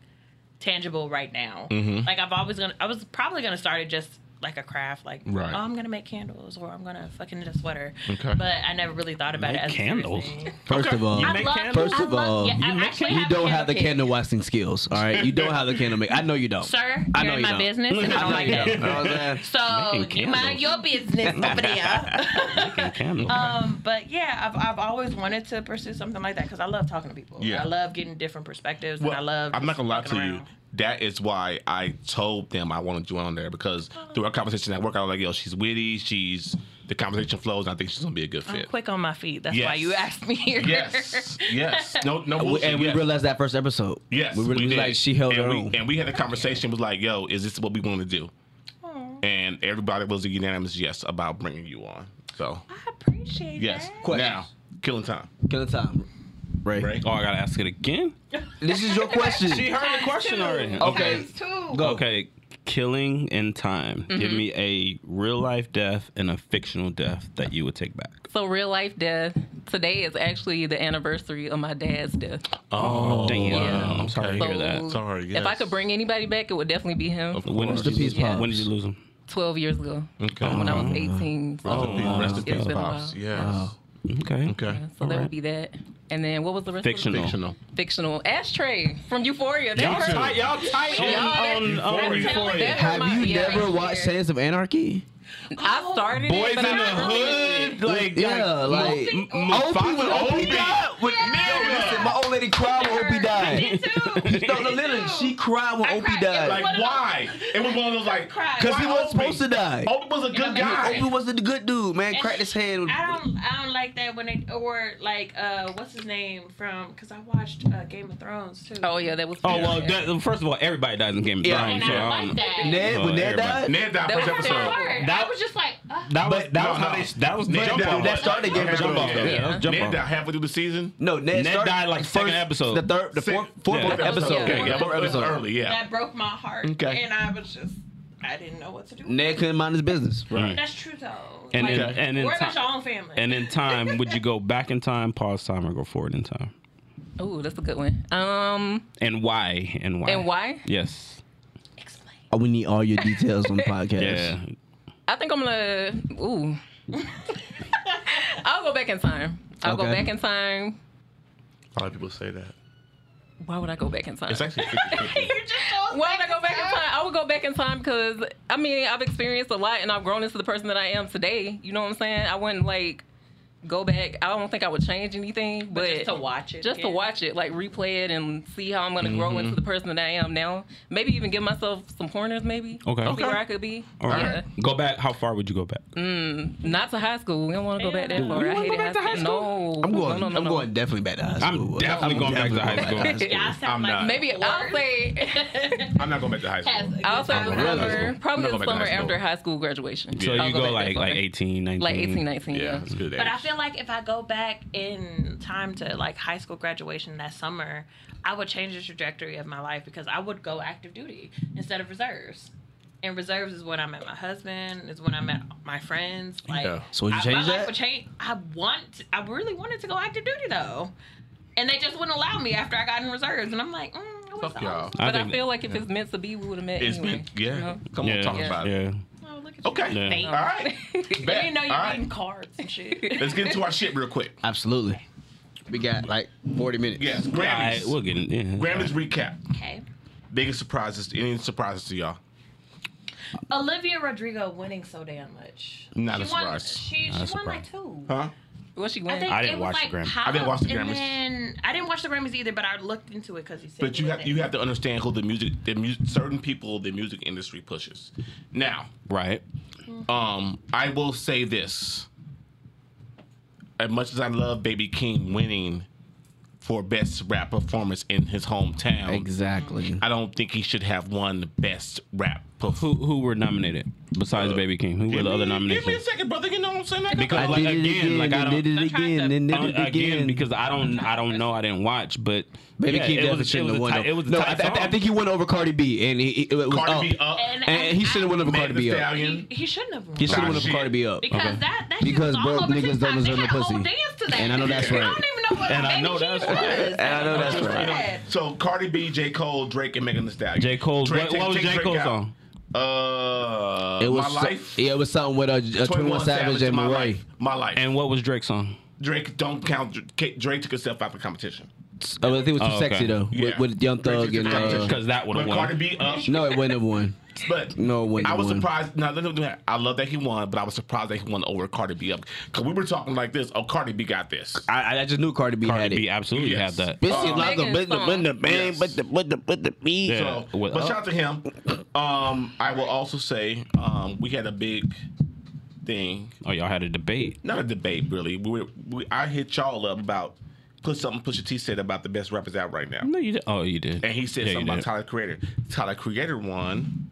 Speaker 4: tangible right now
Speaker 5: Mm-hmm.
Speaker 4: like i've always gonna i was probably gonna start it just like a craft like
Speaker 2: Right.
Speaker 4: oh i'm gonna make candles or i'm gonna fucking knit a sweater
Speaker 2: Okay.
Speaker 4: but i never really thought about
Speaker 3: Make
Speaker 4: it as a
Speaker 3: candles?
Speaker 4: serious thing.
Speaker 5: First of all,
Speaker 4: I
Speaker 3: make
Speaker 4: love-
Speaker 3: candles?
Speaker 4: I
Speaker 5: First of
Speaker 4: love-
Speaker 5: all,
Speaker 4: yeah, I
Speaker 3: you make
Speaker 4: actually
Speaker 5: Um, You
Speaker 4: have a
Speaker 5: don't have the
Speaker 4: kit.
Speaker 5: candle waxing skills, all right? You don't have the candle make. I know you don't.
Speaker 4: sir
Speaker 5: I
Speaker 4: you're
Speaker 5: know
Speaker 4: in
Speaker 5: you
Speaker 4: my
Speaker 5: don't.
Speaker 4: business and i don't like
Speaker 5: You
Speaker 4: that
Speaker 5: know what I'm saying?
Speaker 4: so
Speaker 3: Making
Speaker 4: you mind
Speaker 3: candles.
Speaker 4: your business over there
Speaker 3: Making candles.
Speaker 4: Um, but yeah, I've, I've always wanted to pursue something like that because I love talking to people.
Speaker 2: Yeah.
Speaker 4: I love getting different perspectives, and I
Speaker 2: Well,
Speaker 4: love.
Speaker 2: I'm not gonna lie to
Speaker 4: fucking
Speaker 2: you.
Speaker 4: around.
Speaker 2: That is why I told them I want to join on there because through our conversation at work, I was like, "Yo, she's witty. She's the conversation flows. And I think she's gonna be a good
Speaker 4: I'm
Speaker 2: fit."
Speaker 4: quick on my feet. That's
Speaker 2: Yes.
Speaker 4: why you asked me here.
Speaker 2: Yes, yes. No, no.
Speaker 5: We-
Speaker 2: bullshit,
Speaker 5: and we
Speaker 2: yes.
Speaker 5: realized that first episode.
Speaker 2: Yes,
Speaker 5: we really
Speaker 2: did.
Speaker 5: like she held
Speaker 2: and
Speaker 5: her
Speaker 2: we,
Speaker 5: own.
Speaker 2: And we had a conversation. Was like, "Yo, is this what we want to do?" And everybody was a unanimous yes about bringing you on. So
Speaker 4: I appreciate
Speaker 2: yes.
Speaker 4: that.
Speaker 5: Questions?
Speaker 2: Now, killing time.
Speaker 5: Killer time, Ray.
Speaker 2: Ray.
Speaker 3: Oh, I gotta ask it again.
Speaker 5: This is your question.
Speaker 3: She heard the question already.
Speaker 5: Okay.
Speaker 4: Times two.
Speaker 5: Go.
Speaker 3: Okay, killing in time.
Speaker 1: Mm-hmm.
Speaker 3: Give me a real life death and a fictional death that you would take back.
Speaker 1: So real life death. Today is actually the anniversary of my dad's death.
Speaker 2: Oh,
Speaker 3: Damn,
Speaker 1: wow.
Speaker 3: I'm sorry to
Speaker 1: So
Speaker 3: hear that.
Speaker 2: Sorry,
Speaker 1: If I
Speaker 2: yes.
Speaker 1: could bring anybody back, it would definitely be him.
Speaker 2: Of
Speaker 3: When
Speaker 2: course.
Speaker 3: did, you,
Speaker 5: Peace
Speaker 3: lose-
Speaker 5: Pops.
Speaker 3: when did you lose him?
Speaker 1: Twelve years ago,
Speaker 2: Okay.
Speaker 1: when I was eighteen. So,
Speaker 2: Oh. Rest in peace, rest in
Speaker 1: It's
Speaker 2: peace,
Speaker 1: been a
Speaker 2: pops.
Speaker 1: while.
Speaker 2: Yes.
Speaker 5: Oh.
Speaker 3: Okay.
Speaker 2: Okay.
Speaker 1: so that
Speaker 3: Alright.
Speaker 1: would be that. And then what was the rest?
Speaker 3: Fictional.
Speaker 1: Of
Speaker 2: Fictional.
Speaker 1: the fictional ashtray from Euphoria. That
Speaker 3: Y'all
Speaker 1: hurt.
Speaker 3: tight, y'all tight on, on, on
Speaker 1: Euphoria.
Speaker 3: Euphoria.
Speaker 1: That
Speaker 5: Have
Speaker 1: hurt my
Speaker 5: you
Speaker 1: earrings
Speaker 5: never watched
Speaker 1: here.
Speaker 5: Sons of Anarchy?
Speaker 1: I started
Speaker 3: Boys
Speaker 1: it,
Speaker 3: in
Speaker 1: but
Speaker 3: the
Speaker 1: I not really-
Speaker 3: hood, like
Speaker 5: Yeah, like
Speaker 3: M-
Speaker 5: Opie
Speaker 3: Mufasa
Speaker 5: when Opie
Speaker 3: Opie.
Speaker 5: died. When,
Speaker 4: Yeah.
Speaker 5: yo, listen, my old lady cried when Opie died.
Speaker 4: Did too.
Speaker 5: No, no, literally, she cried when
Speaker 4: I
Speaker 5: Opie
Speaker 4: cried.
Speaker 5: died
Speaker 2: Like
Speaker 4: One of
Speaker 2: why? It was one of those like
Speaker 4: Cry.
Speaker 5: because he
Speaker 2: why
Speaker 5: wasn't
Speaker 2: Opie?
Speaker 5: supposed to die.
Speaker 2: Opie was a good
Speaker 5: Opie
Speaker 2: guy.
Speaker 5: was the good dude, man. Cracked his head. with-
Speaker 4: I don't, I don't like that when they or like uh, what's his name from? Because I watched uh, Game of Thrones too.
Speaker 1: Oh yeah, that was.
Speaker 3: Oh well, that, first of all, everybody dies in Game of
Speaker 5: Yeah.
Speaker 3: Thrones.
Speaker 4: and
Speaker 3: so
Speaker 4: I
Speaker 3: I
Speaker 2: um,
Speaker 4: like
Speaker 3: don't-
Speaker 4: that.
Speaker 5: Ned,
Speaker 3: Oh,
Speaker 5: when Ned
Speaker 3: everybody.
Speaker 5: died,
Speaker 2: Ned died
Speaker 1: That
Speaker 2: first
Speaker 1: was
Speaker 4: That
Speaker 2: episode.
Speaker 4: hard.
Speaker 3: That-
Speaker 4: I was just like, uh,
Speaker 3: That was
Speaker 5: But-
Speaker 3: that
Speaker 5: no,
Speaker 3: was how
Speaker 2: no.
Speaker 3: they that was
Speaker 2: Ned
Speaker 3: jump
Speaker 2: died-
Speaker 3: off.
Speaker 5: that started Game of
Speaker 3: jump
Speaker 5: Thrones.
Speaker 3: off.
Speaker 5: Yeah.
Speaker 3: Yeah, that was jump
Speaker 2: Ned
Speaker 3: off.
Speaker 2: died halfway through the season.
Speaker 5: No, Ned,
Speaker 3: Ned
Speaker 5: started-
Speaker 3: died, like, second episode.
Speaker 5: The third, the
Speaker 2: Six-
Speaker 5: fourth, fourth,
Speaker 3: Yeah.
Speaker 5: fourth episode.
Speaker 4: Okay, yeah,
Speaker 5: Fourth
Speaker 2: it was
Speaker 5: episode.
Speaker 2: early. Yeah.
Speaker 4: that broke my heart.
Speaker 2: Okay.
Speaker 4: And I was just, I didn't know what to do.
Speaker 5: Ned couldn't mind his business.
Speaker 3: Right.
Speaker 4: That's true though.
Speaker 3: And in,
Speaker 2: Okay.
Speaker 3: and in
Speaker 4: worry about
Speaker 3: ti-
Speaker 4: your own family.
Speaker 3: Mm. and in time, would you go back in time, pause time, or go forward in time?
Speaker 1: Oh, that's a good one. Um,
Speaker 3: And why? And why?
Speaker 1: and why?
Speaker 3: Yes.
Speaker 4: explain.
Speaker 5: Oh, We need all your details on the podcast.
Speaker 3: Yeah.
Speaker 1: I think I'm gonna. Ooh. I'll go back in time. I'll go
Speaker 5: Okay.
Speaker 1: back in time.
Speaker 2: A lot of people say that.
Speaker 1: Why would I go back in time?
Speaker 2: It's actually 50-50.
Speaker 4: You're just so
Speaker 1: Why would I go back in time? I would go back in time because I mean I've experienced a lot and I've grown into the person that I am today. You know what I'm saying? I wouldn't like go back. I don't think I would change anything, but,
Speaker 4: But just to watch it.
Speaker 1: just to
Speaker 4: yeah.
Speaker 1: watch it, like replay it and see how I'm gonna grow into the person that I am now. Maybe even give myself some pointers, maybe.
Speaker 3: Okay.
Speaker 1: See
Speaker 3: Okay.
Speaker 1: where I could be.
Speaker 3: All right.
Speaker 1: Yeah. Mm.
Speaker 3: Go back. How far would you go back?
Speaker 1: Not to high school. We don't want to go back that
Speaker 4: You
Speaker 1: far. I
Speaker 3: wanna
Speaker 1: hate
Speaker 3: go back
Speaker 1: high
Speaker 3: to high
Speaker 1: school. No,
Speaker 5: I'm going.
Speaker 1: No, no, no,
Speaker 5: I'm
Speaker 1: no.
Speaker 5: going definitely back to high
Speaker 3: I'm
Speaker 5: school.
Speaker 3: definitely going back to high
Speaker 5: going
Speaker 3: school.
Speaker 5: back to
Speaker 4: Y'all
Speaker 2: I'm
Speaker 4: sound like
Speaker 2: not.
Speaker 1: Maybe I'll say.
Speaker 2: I'm not going back to high school.
Speaker 1: I'll say
Speaker 2: I'm not going back to high
Speaker 1: summer.
Speaker 2: school.
Speaker 1: Probably
Speaker 2: I'm not
Speaker 1: the
Speaker 2: going back to high
Speaker 1: summer
Speaker 2: school.
Speaker 1: after high school graduation.
Speaker 3: So
Speaker 1: I'll
Speaker 3: you
Speaker 1: go
Speaker 3: go
Speaker 1: back that
Speaker 3: like
Speaker 1: far.
Speaker 3: like 18, 19.
Speaker 1: like 18, 19.
Speaker 2: mm, Yeah,
Speaker 1: Yeah.
Speaker 2: that's good.
Speaker 4: But I feel like if I go back in time to like high school graduation that summer, I would change the trajectory of my life because I would go active duty instead of reserves. And reserves is when I met my husband, is when I met my friends. Like,
Speaker 2: Yeah.
Speaker 5: So would you
Speaker 4: I-
Speaker 5: change
Speaker 4: my life
Speaker 5: that?
Speaker 4: Would change. I want. I really wanted to go active duty though, and they just wouldn't allow me after I got in reserves. And I'm like, mm, I wish
Speaker 2: Fuck
Speaker 4: I
Speaker 2: y'all.
Speaker 4: was-
Speaker 3: I
Speaker 1: But I,
Speaker 3: think
Speaker 1: feel like if it's meant to be, we would have met.
Speaker 2: It's
Speaker 1: anyway,
Speaker 2: been
Speaker 1: you
Speaker 2: yeah.
Speaker 1: know?
Speaker 2: Come on,
Speaker 3: yeah,
Speaker 2: talk about it.
Speaker 3: yeah.
Speaker 4: Oh, look at you.
Speaker 2: Okay.
Speaker 3: Yeah.
Speaker 4: Thank
Speaker 2: All right.
Speaker 4: I
Speaker 2: Bet.
Speaker 4: didn't know you
Speaker 2: All
Speaker 4: were
Speaker 2: right.
Speaker 4: reading cards and shit.
Speaker 2: Let's get into our shit real quick.
Speaker 5: Absolutely. We got like 40 minutes.
Speaker 2: Yes,
Speaker 3: All right,
Speaker 2: Grammys.
Speaker 3: we'll get in. Yeah,
Speaker 2: Grammys recap.
Speaker 4: okay.
Speaker 2: Biggest surprises. Any surprises to y'all?
Speaker 4: Olivia Rodrigo winning so damn much.
Speaker 2: Not
Speaker 4: she
Speaker 2: a
Speaker 4: won,
Speaker 2: surprise.
Speaker 4: She,
Speaker 3: Not a
Speaker 4: she won like
Speaker 3: surprise.
Speaker 4: two.
Speaker 2: Huh?
Speaker 1: What she
Speaker 4: I
Speaker 1: went?
Speaker 4: think
Speaker 3: I didn't
Speaker 4: it was
Speaker 3: watch the
Speaker 4: like
Speaker 3: Grammys.
Speaker 4: Pop,
Speaker 2: I didn't watch the
Speaker 4: And
Speaker 2: Grammys.
Speaker 4: then, I didn't watch the Grammys either, but I looked into it because you said.
Speaker 2: But you
Speaker 4: it
Speaker 2: have
Speaker 4: was
Speaker 2: you
Speaker 4: in.
Speaker 2: have to understand who the music the music certain people the music industry pushes. Now,
Speaker 3: Right.
Speaker 2: um, I will say this. As much as I love Baby King winning for best rap performance in his hometown,
Speaker 5: Exactly.
Speaker 2: I don't think he should have won the best rap performance.
Speaker 3: Who who were nominated besides Baby King? Who were the
Speaker 2: Give
Speaker 3: other
Speaker 2: me a
Speaker 3: nominations?
Speaker 2: second, brother. You know what I'm saying? I
Speaker 3: Because,
Speaker 2: got-
Speaker 3: like, again, like, I
Speaker 5: and
Speaker 3: don't-
Speaker 5: did it
Speaker 4: I'm trying
Speaker 5: again,
Speaker 4: to-
Speaker 5: and did
Speaker 3: Uh,
Speaker 5: it
Speaker 3: again,
Speaker 5: again.
Speaker 3: because I don't I don't know I didn't watch but
Speaker 5: Baby
Speaker 3: yeah,
Speaker 5: King
Speaker 3: it
Speaker 5: definitely
Speaker 3: was, it
Speaker 5: shouldn't
Speaker 3: was
Speaker 5: have
Speaker 3: a
Speaker 5: won.
Speaker 3: tight,
Speaker 5: though.
Speaker 3: it was a
Speaker 5: no, I,
Speaker 3: tight
Speaker 5: I- I
Speaker 3: song.
Speaker 5: think he went over Cardi B, and he, it was
Speaker 2: Cardi
Speaker 5: up.
Speaker 2: B up.
Speaker 4: And,
Speaker 5: And he should have went over
Speaker 2: Megan
Speaker 5: Cardi B
Speaker 2: Thee
Speaker 5: up.
Speaker 2: Stallion.
Speaker 4: He shouldn't have won.
Speaker 5: He should have went over
Speaker 2: Nah,
Speaker 5: Cardi B up.
Speaker 4: Because that, that
Speaker 5: Because
Speaker 4: shit was
Speaker 5: broke
Speaker 4: all over
Speaker 5: niggas
Speaker 4: TikTok.
Speaker 5: don't
Speaker 4: They
Speaker 5: deserve no
Speaker 4: had a whole
Speaker 5: pussy.
Speaker 4: dance to that.
Speaker 5: And I know that's
Speaker 4: I
Speaker 5: right.
Speaker 4: don't even know what
Speaker 3: And I
Speaker 4: Baby
Speaker 3: know that's
Speaker 4: Keem
Speaker 3: right.
Speaker 4: was.
Speaker 5: And I know that's right.
Speaker 4: Bad.
Speaker 2: So Cardi B, J Cole, Drake, and Megan Thee Stallion.
Speaker 3: J. Cole.
Speaker 2: Drake,
Speaker 3: What,
Speaker 2: take-
Speaker 3: what was
Speaker 2: take
Speaker 3: J.
Speaker 2: Drake
Speaker 3: Cole's
Speaker 2: out.
Speaker 3: song?
Speaker 2: Uh,
Speaker 5: It was
Speaker 2: my
Speaker 5: so-
Speaker 2: life.
Speaker 5: yeah, it was something with uh, a, a 21 Savage and
Speaker 2: my
Speaker 5: Murray.
Speaker 2: life. My life.
Speaker 3: And what was Drake's song?
Speaker 2: Drake don't count. Drake took himself out of the competition.
Speaker 5: I think it was too
Speaker 3: Oh, okay.
Speaker 5: sexy though, with,
Speaker 2: Yeah.
Speaker 5: with Young
Speaker 2: Drake took
Speaker 5: Thug and
Speaker 2: the competition.
Speaker 5: uh,
Speaker 3: 'Cause that would've
Speaker 2: But
Speaker 3: won.
Speaker 2: Cardi B up.
Speaker 5: no, it wouldn't have won.
Speaker 2: But
Speaker 5: No, it wouldn't
Speaker 2: I
Speaker 5: have
Speaker 2: was
Speaker 5: won.
Speaker 2: surprised. Now, let me do that. I love that he won, but I was surprised that he won over Cardi B up because we were talking like this. Oh, Cardi B got this.
Speaker 5: I, I just knew Cardi B had Oh,
Speaker 3: Cardi
Speaker 5: it.
Speaker 3: B absolutely
Speaker 2: Yes.
Speaker 3: had that.
Speaker 5: Bitch, she like a-
Speaker 1: Megan's
Speaker 5: but the
Speaker 1: song.
Speaker 5: but the bang,
Speaker 2: Yes.
Speaker 5: but the but the but the beat.
Speaker 3: Yeah. uh,
Speaker 2: So,
Speaker 3: What-
Speaker 2: but shout out to him. Um, I will also say um, we had a big thing,
Speaker 3: Oh, y'all had a debate.
Speaker 2: not a debate really. We, were- we I hit y'all up about put something Pusha T said about the best rappers out right now,
Speaker 3: No, you did. Oh, you did.
Speaker 2: and he said
Speaker 3: Yeah, you
Speaker 2: something about
Speaker 3: did.
Speaker 2: Tyler Creator. Tyler Creator won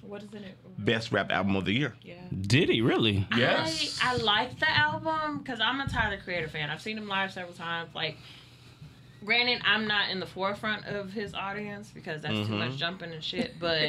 Speaker 4: What is in it?
Speaker 2: best rap album of the year.
Speaker 4: Yeah.
Speaker 3: Did he really?
Speaker 2: Yes.
Speaker 4: I, I like the album because I'm a Tyler Creator fan. I've seen him live several times. Like, granted, I'm not in the forefront of his audience because that's too much jumping and shit. But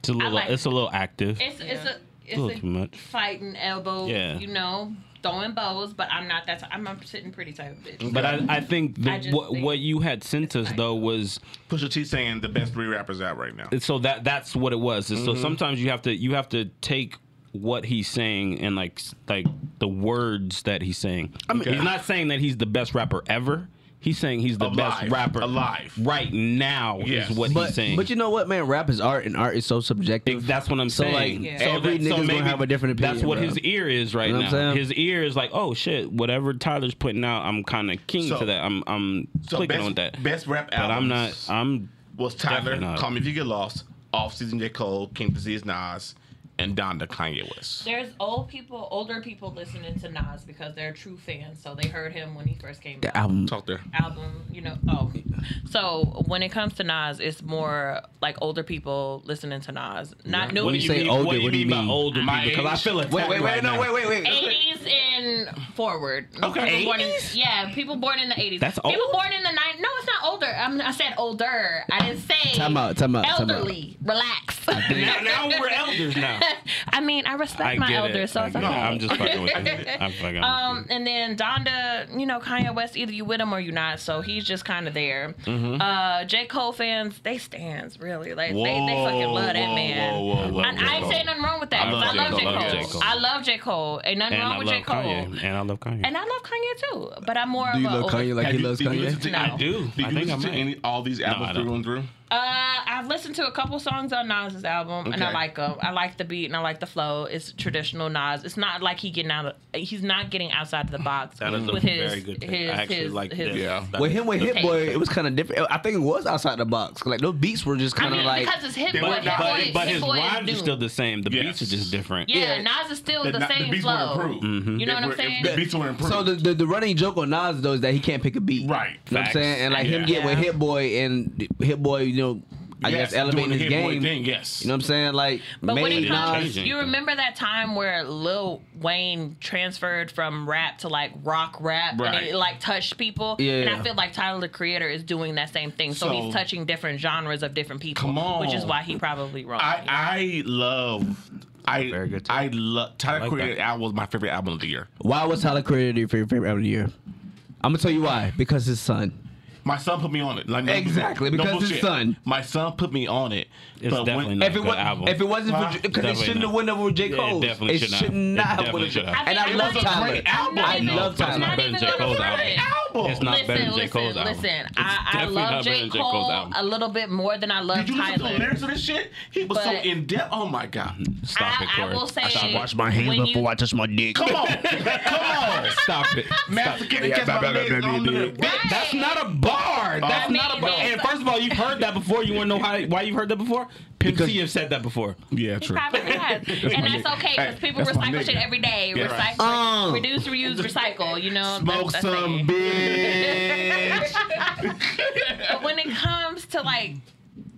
Speaker 3: It's a little.
Speaker 4: like
Speaker 3: it's a little active.
Speaker 4: it's it's a it's
Speaker 3: little
Speaker 4: a
Speaker 3: too much.
Speaker 4: fighting elbow.
Speaker 3: Yeah.
Speaker 4: You know, throwing bows. But I'm not that. i I'm a sitting pretty type of bitch.
Speaker 3: But I, I think the,
Speaker 4: I just
Speaker 3: what
Speaker 4: think
Speaker 3: what you had sent us
Speaker 4: like-
Speaker 3: though was
Speaker 2: Pusha T saying the best three rappers out right now.
Speaker 3: so that that's what it was. And
Speaker 2: Mm-hmm.
Speaker 3: So sometimes you have to you have to take what he's saying and like s- like the words that he's saying. I mean,
Speaker 2: Okay.
Speaker 3: he's not saying that he's the best rapper ever. He's saying he's the
Speaker 2: Alive.
Speaker 3: best rapper
Speaker 2: Alive.
Speaker 3: right now
Speaker 2: Yes.
Speaker 3: is what
Speaker 5: But
Speaker 3: he's saying.
Speaker 5: but you know what, man, rap is art, and art is so subjective.
Speaker 3: Ex- That's what I'm
Speaker 5: So,
Speaker 3: saying.
Speaker 5: like,
Speaker 4: Yeah.
Speaker 5: every
Speaker 3: that-
Speaker 5: nigga's gonna
Speaker 3: maybe
Speaker 5: have a different opinion,
Speaker 3: That's what
Speaker 5: bro.
Speaker 3: his ear is right
Speaker 5: You know what I'm
Speaker 3: now.
Speaker 5: saying?
Speaker 3: His ear is like, oh shit, whatever Tyler's putting out, I'm kind of king
Speaker 2: So-
Speaker 3: to that. I'm I'm
Speaker 2: So
Speaker 3: clicking
Speaker 2: best,
Speaker 3: on that.
Speaker 2: best rap
Speaker 3: but I'm
Speaker 2: album.
Speaker 3: not. I'm
Speaker 2: was Tyler,
Speaker 3: Definitely not.
Speaker 2: Call Me If You Get Lost, Off Season J. Cole, King Disease Nas, and Donda Kanye West.
Speaker 4: There's old people, older people listening to Nas because they're true fans, so they heard him when he first came
Speaker 5: the
Speaker 4: out.
Speaker 5: album.
Speaker 2: Talk there.
Speaker 4: album, you know. Oh, so when it comes to Nas, it's more like older people listening to Nas, not new.
Speaker 5: When you say older, what do you mean?
Speaker 3: by older
Speaker 2: My
Speaker 3: people? Because I
Speaker 2: age.
Speaker 3: feel attacked
Speaker 5: Wait, wait,
Speaker 3: right
Speaker 5: wait, no,
Speaker 3: now.
Speaker 5: wait, wait, wait.
Speaker 4: 80s and forward.
Speaker 2: Okay.
Speaker 4: People born in- yeah, people born in the 80s.
Speaker 3: That's
Speaker 4: People
Speaker 3: old?
Speaker 4: born in the 90s. No, it's not older. I, mean, I said older. I didn't say
Speaker 5: Time out, time out, time out.
Speaker 4: elderly. Relax.
Speaker 3: Now, now we're elders now.
Speaker 4: I mean, I respect
Speaker 3: I
Speaker 4: my
Speaker 3: get
Speaker 4: elders,
Speaker 3: it.
Speaker 4: so
Speaker 3: I
Speaker 4: it's
Speaker 3: get
Speaker 4: okay.
Speaker 3: it. I'm just fucking with you. I'm fucking
Speaker 4: Um,
Speaker 3: with
Speaker 4: and then Donda, you know, Kanye West, either you with him or you not, so he's just kind of there. Uh, J. Cole fans, they stands really like they, they fucking love that man.
Speaker 2: Whoa, whoa, whoa,
Speaker 4: And I ain't saying nothing wrong with that.
Speaker 3: I
Speaker 4: because I
Speaker 3: love
Speaker 4: love
Speaker 3: J.
Speaker 4: J.
Speaker 3: Cole.
Speaker 4: Cole.
Speaker 3: I love J. Cole.
Speaker 4: I love J. Cole. Ain't nothing
Speaker 3: you. And
Speaker 4: wrong
Speaker 3: I
Speaker 4: with J.
Speaker 3: love
Speaker 4: Cole.
Speaker 3: Kanye. And I love Kanye.
Speaker 4: And I love Kanye too, but I'm more
Speaker 5: Do
Speaker 4: of
Speaker 5: you
Speaker 4: a
Speaker 5: love
Speaker 4: older-
Speaker 5: Kanye like he loves
Speaker 2: did you listen
Speaker 5: Kanye?
Speaker 2: to,
Speaker 4: No.
Speaker 2: I do.
Speaker 3: I
Speaker 2: Did you
Speaker 3: think I
Speaker 2: listen to
Speaker 3: might.
Speaker 2: any, all these
Speaker 3: I
Speaker 2: albums
Speaker 3: don't.
Speaker 2: through and through?
Speaker 4: Uh, I've listened to a couple songs on Nas's album, and I
Speaker 2: Okay.
Speaker 4: like them. I like the beat and I like the flow. It's traditional Nas. It's not like he getting out. Of, he's not getting outside of the box
Speaker 3: That is a
Speaker 4: with his
Speaker 3: very good. pick.
Speaker 4: his
Speaker 3: I actually
Speaker 4: his,
Speaker 3: like
Speaker 4: his
Speaker 3: this.
Speaker 2: Yeah.
Speaker 3: That-
Speaker 5: With him with Hit
Speaker 4: Okay.
Speaker 5: Boy, it was kind of different. I think it was outside the box. 'cause, Like those beats were just
Speaker 4: I
Speaker 5: kind of
Speaker 4: mean,
Speaker 5: like
Speaker 4: because it's hip,
Speaker 2: They
Speaker 4: but,
Speaker 2: were
Speaker 4: hip
Speaker 2: not-
Speaker 4: boy,
Speaker 3: But, but his
Speaker 4: hip boy is
Speaker 3: rhymes are
Speaker 4: new.
Speaker 3: still the same. The
Speaker 2: Yes.
Speaker 3: beats are just different.
Speaker 4: yeah,
Speaker 5: yeah.
Speaker 4: Nas is still the,
Speaker 2: The, not- the
Speaker 4: same
Speaker 2: beats were
Speaker 4: flow.
Speaker 2: improved.
Speaker 4: You know what I'm
Speaker 2: They were-
Speaker 4: saying?
Speaker 2: The beats were improved.
Speaker 5: Mm-hmm. So the, the the running joke on Nas though is that he can't pick a beat.
Speaker 2: Right.
Speaker 5: You know what I'm
Speaker 3: Facts.
Speaker 5: saying? And like him
Speaker 2: Yeah.
Speaker 5: get with
Speaker 4: Yeah.
Speaker 5: Hit Boy and Hit Boy, you know, I
Speaker 2: Yes,
Speaker 5: guess elevating
Speaker 2: doing
Speaker 5: his
Speaker 2: the Hit Boy
Speaker 5: game.
Speaker 2: Thing, yes.
Speaker 5: You know what I'm saying? Like
Speaker 4: But when
Speaker 5: made
Speaker 4: it
Speaker 3: Maybe not.
Speaker 5: Nas
Speaker 4: comes,
Speaker 3: Changing.
Speaker 4: you remember that time where Lil Wayne transferred from rap to like rock rap,
Speaker 2: Right.
Speaker 4: and it like touched people.
Speaker 5: Yeah.
Speaker 4: And I feel like Tyler the Creator is doing that same thing. So,
Speaker 2: So-
Speaker 4: he's touching different genres of different people,
Speaker 2: Come on.
Speaker 4: which is why he probably wrong.
Speaker 2: I, I love. I
Speaker 3: Very good
Speaker 2: I love Tyler
Speaker 3: like
Speaker 2: Creator
Speaker 3: that.
Speaker 2: album was my favorite album of the year.
Speaker 5: Why was Tyler Creator your favorite, favorite album of the year? I'm gonna tell you why. Because his son.
Speaker 2: My son put me on it. Like, no-
Speaker 5: Exactly, because his
Speaker 2: bullshit.
Speaker 5: son.
Speaker 2: My son put me on it.
Speaker 3: It's
Speaker 2: but
Speaker 3: definitely
Speaker 2: when,
Speaker 3: not
Speaker 5: if it
Speaker 3: good
Speaker 5: was,
Speaker 3: album.
Speaker 5: if it wasn't
Speaker 2: Wow.
Speaker 5: for, because it
Speaker 3: Definitely
Speaker 5: shouldn't have
Speaker 3: not.
Speaker 5: went over with J
Speaker 3: Yeah, it
Speaker 5: Cole.
Speaker 3: definitely should not.
Speaker 5: should
Speaker 3: It
Speaker 5: not have
Speaker 3: definitely
Speaker 5: went over.
Speaker 3: should not.
Speaker 5: And I
Speaker 4: It
Speaker 5: love
Speaker 4: was a
Speaker 5: Tyler.
Speaker 2: great album.
Speaker 5: I
Speaker 2: No,
Speaker 5: love
Speaker 3: but it's not
Speaker 5: Tyler.
Speaker 3: better than J. Cole's album.
Speaker 2: album.
Speaker 3: It's not better than J. Cole's album.
Speaker 4: Listen,
Speaker 3: It's
Speaker 4: I, I
Speaker 3: definitely
Speaker 4: love
Speaker 3: not better
Speaker 4: J.
Speaker 3: than J. Cole's
Speaker 4: Cole
Speaker 3: album.
Speaker 4: a little bit more than I love
Speaker 2: Did you listen to the
Speaker 4: Tyler.
Speaker 2: lyrics of this shit? He was so
Speaker 4: But-
Speaker 2: in depth. Oh my god.
Speaker 3: Stop
Speaker 4: I-
Speaker 3: it,
Speaker 4: I
Speaker 3: Corey.
Speaker 4: will say-
Speaker 3: Stop it.
Speaker 4: Wash my hands When you- before I
Speaker 5: touch my dick.
Speaker 2: Come on, come on.
Speaker 3: Stop it.
Speaker 2: Master Kid
Speaker 5: Yeah,
Speaker 2: catch
Speaker 5: blah,
Speaker 2: my
Speaker 5: blah,
Speaker 2: legs
Speaker 5: blah,
Speaker 2: on
Speaker 5: blah,
Speaker 2: the-
Speaker 5: blah.
Speaker 4: Right.
Speaker 3: That's not a bar. That's not a bar. And first of all, you've heard that before. You want to know how, why you've heard that before? Pimp
Speaker 2: Because-
Speaker 3: C have said that before.
Speaker 2: Yeah,
Speaker 4: He
Speaker 2: true.
Speaker 4: probably has. and that's okay because
Speaker 2: Hey,
Speaker 4: people
Speaker 2: that's my
Speaker 4: recycle shit
Speaker 2: nigga.
Speaker 4: every day.
Speaker 2: Yeah,
Speaker 4: recycle,
Speaker 2: right.
Speaker 5: Um.
Speaker 4: reduce, reuse, recycle. You know,
Speaker 2: Smoke
Speaker 4: that's, that's
Speaker 2: some
Speaker 4: it.
Speaker 2: bitch.
Speaker 4: But when it comes to like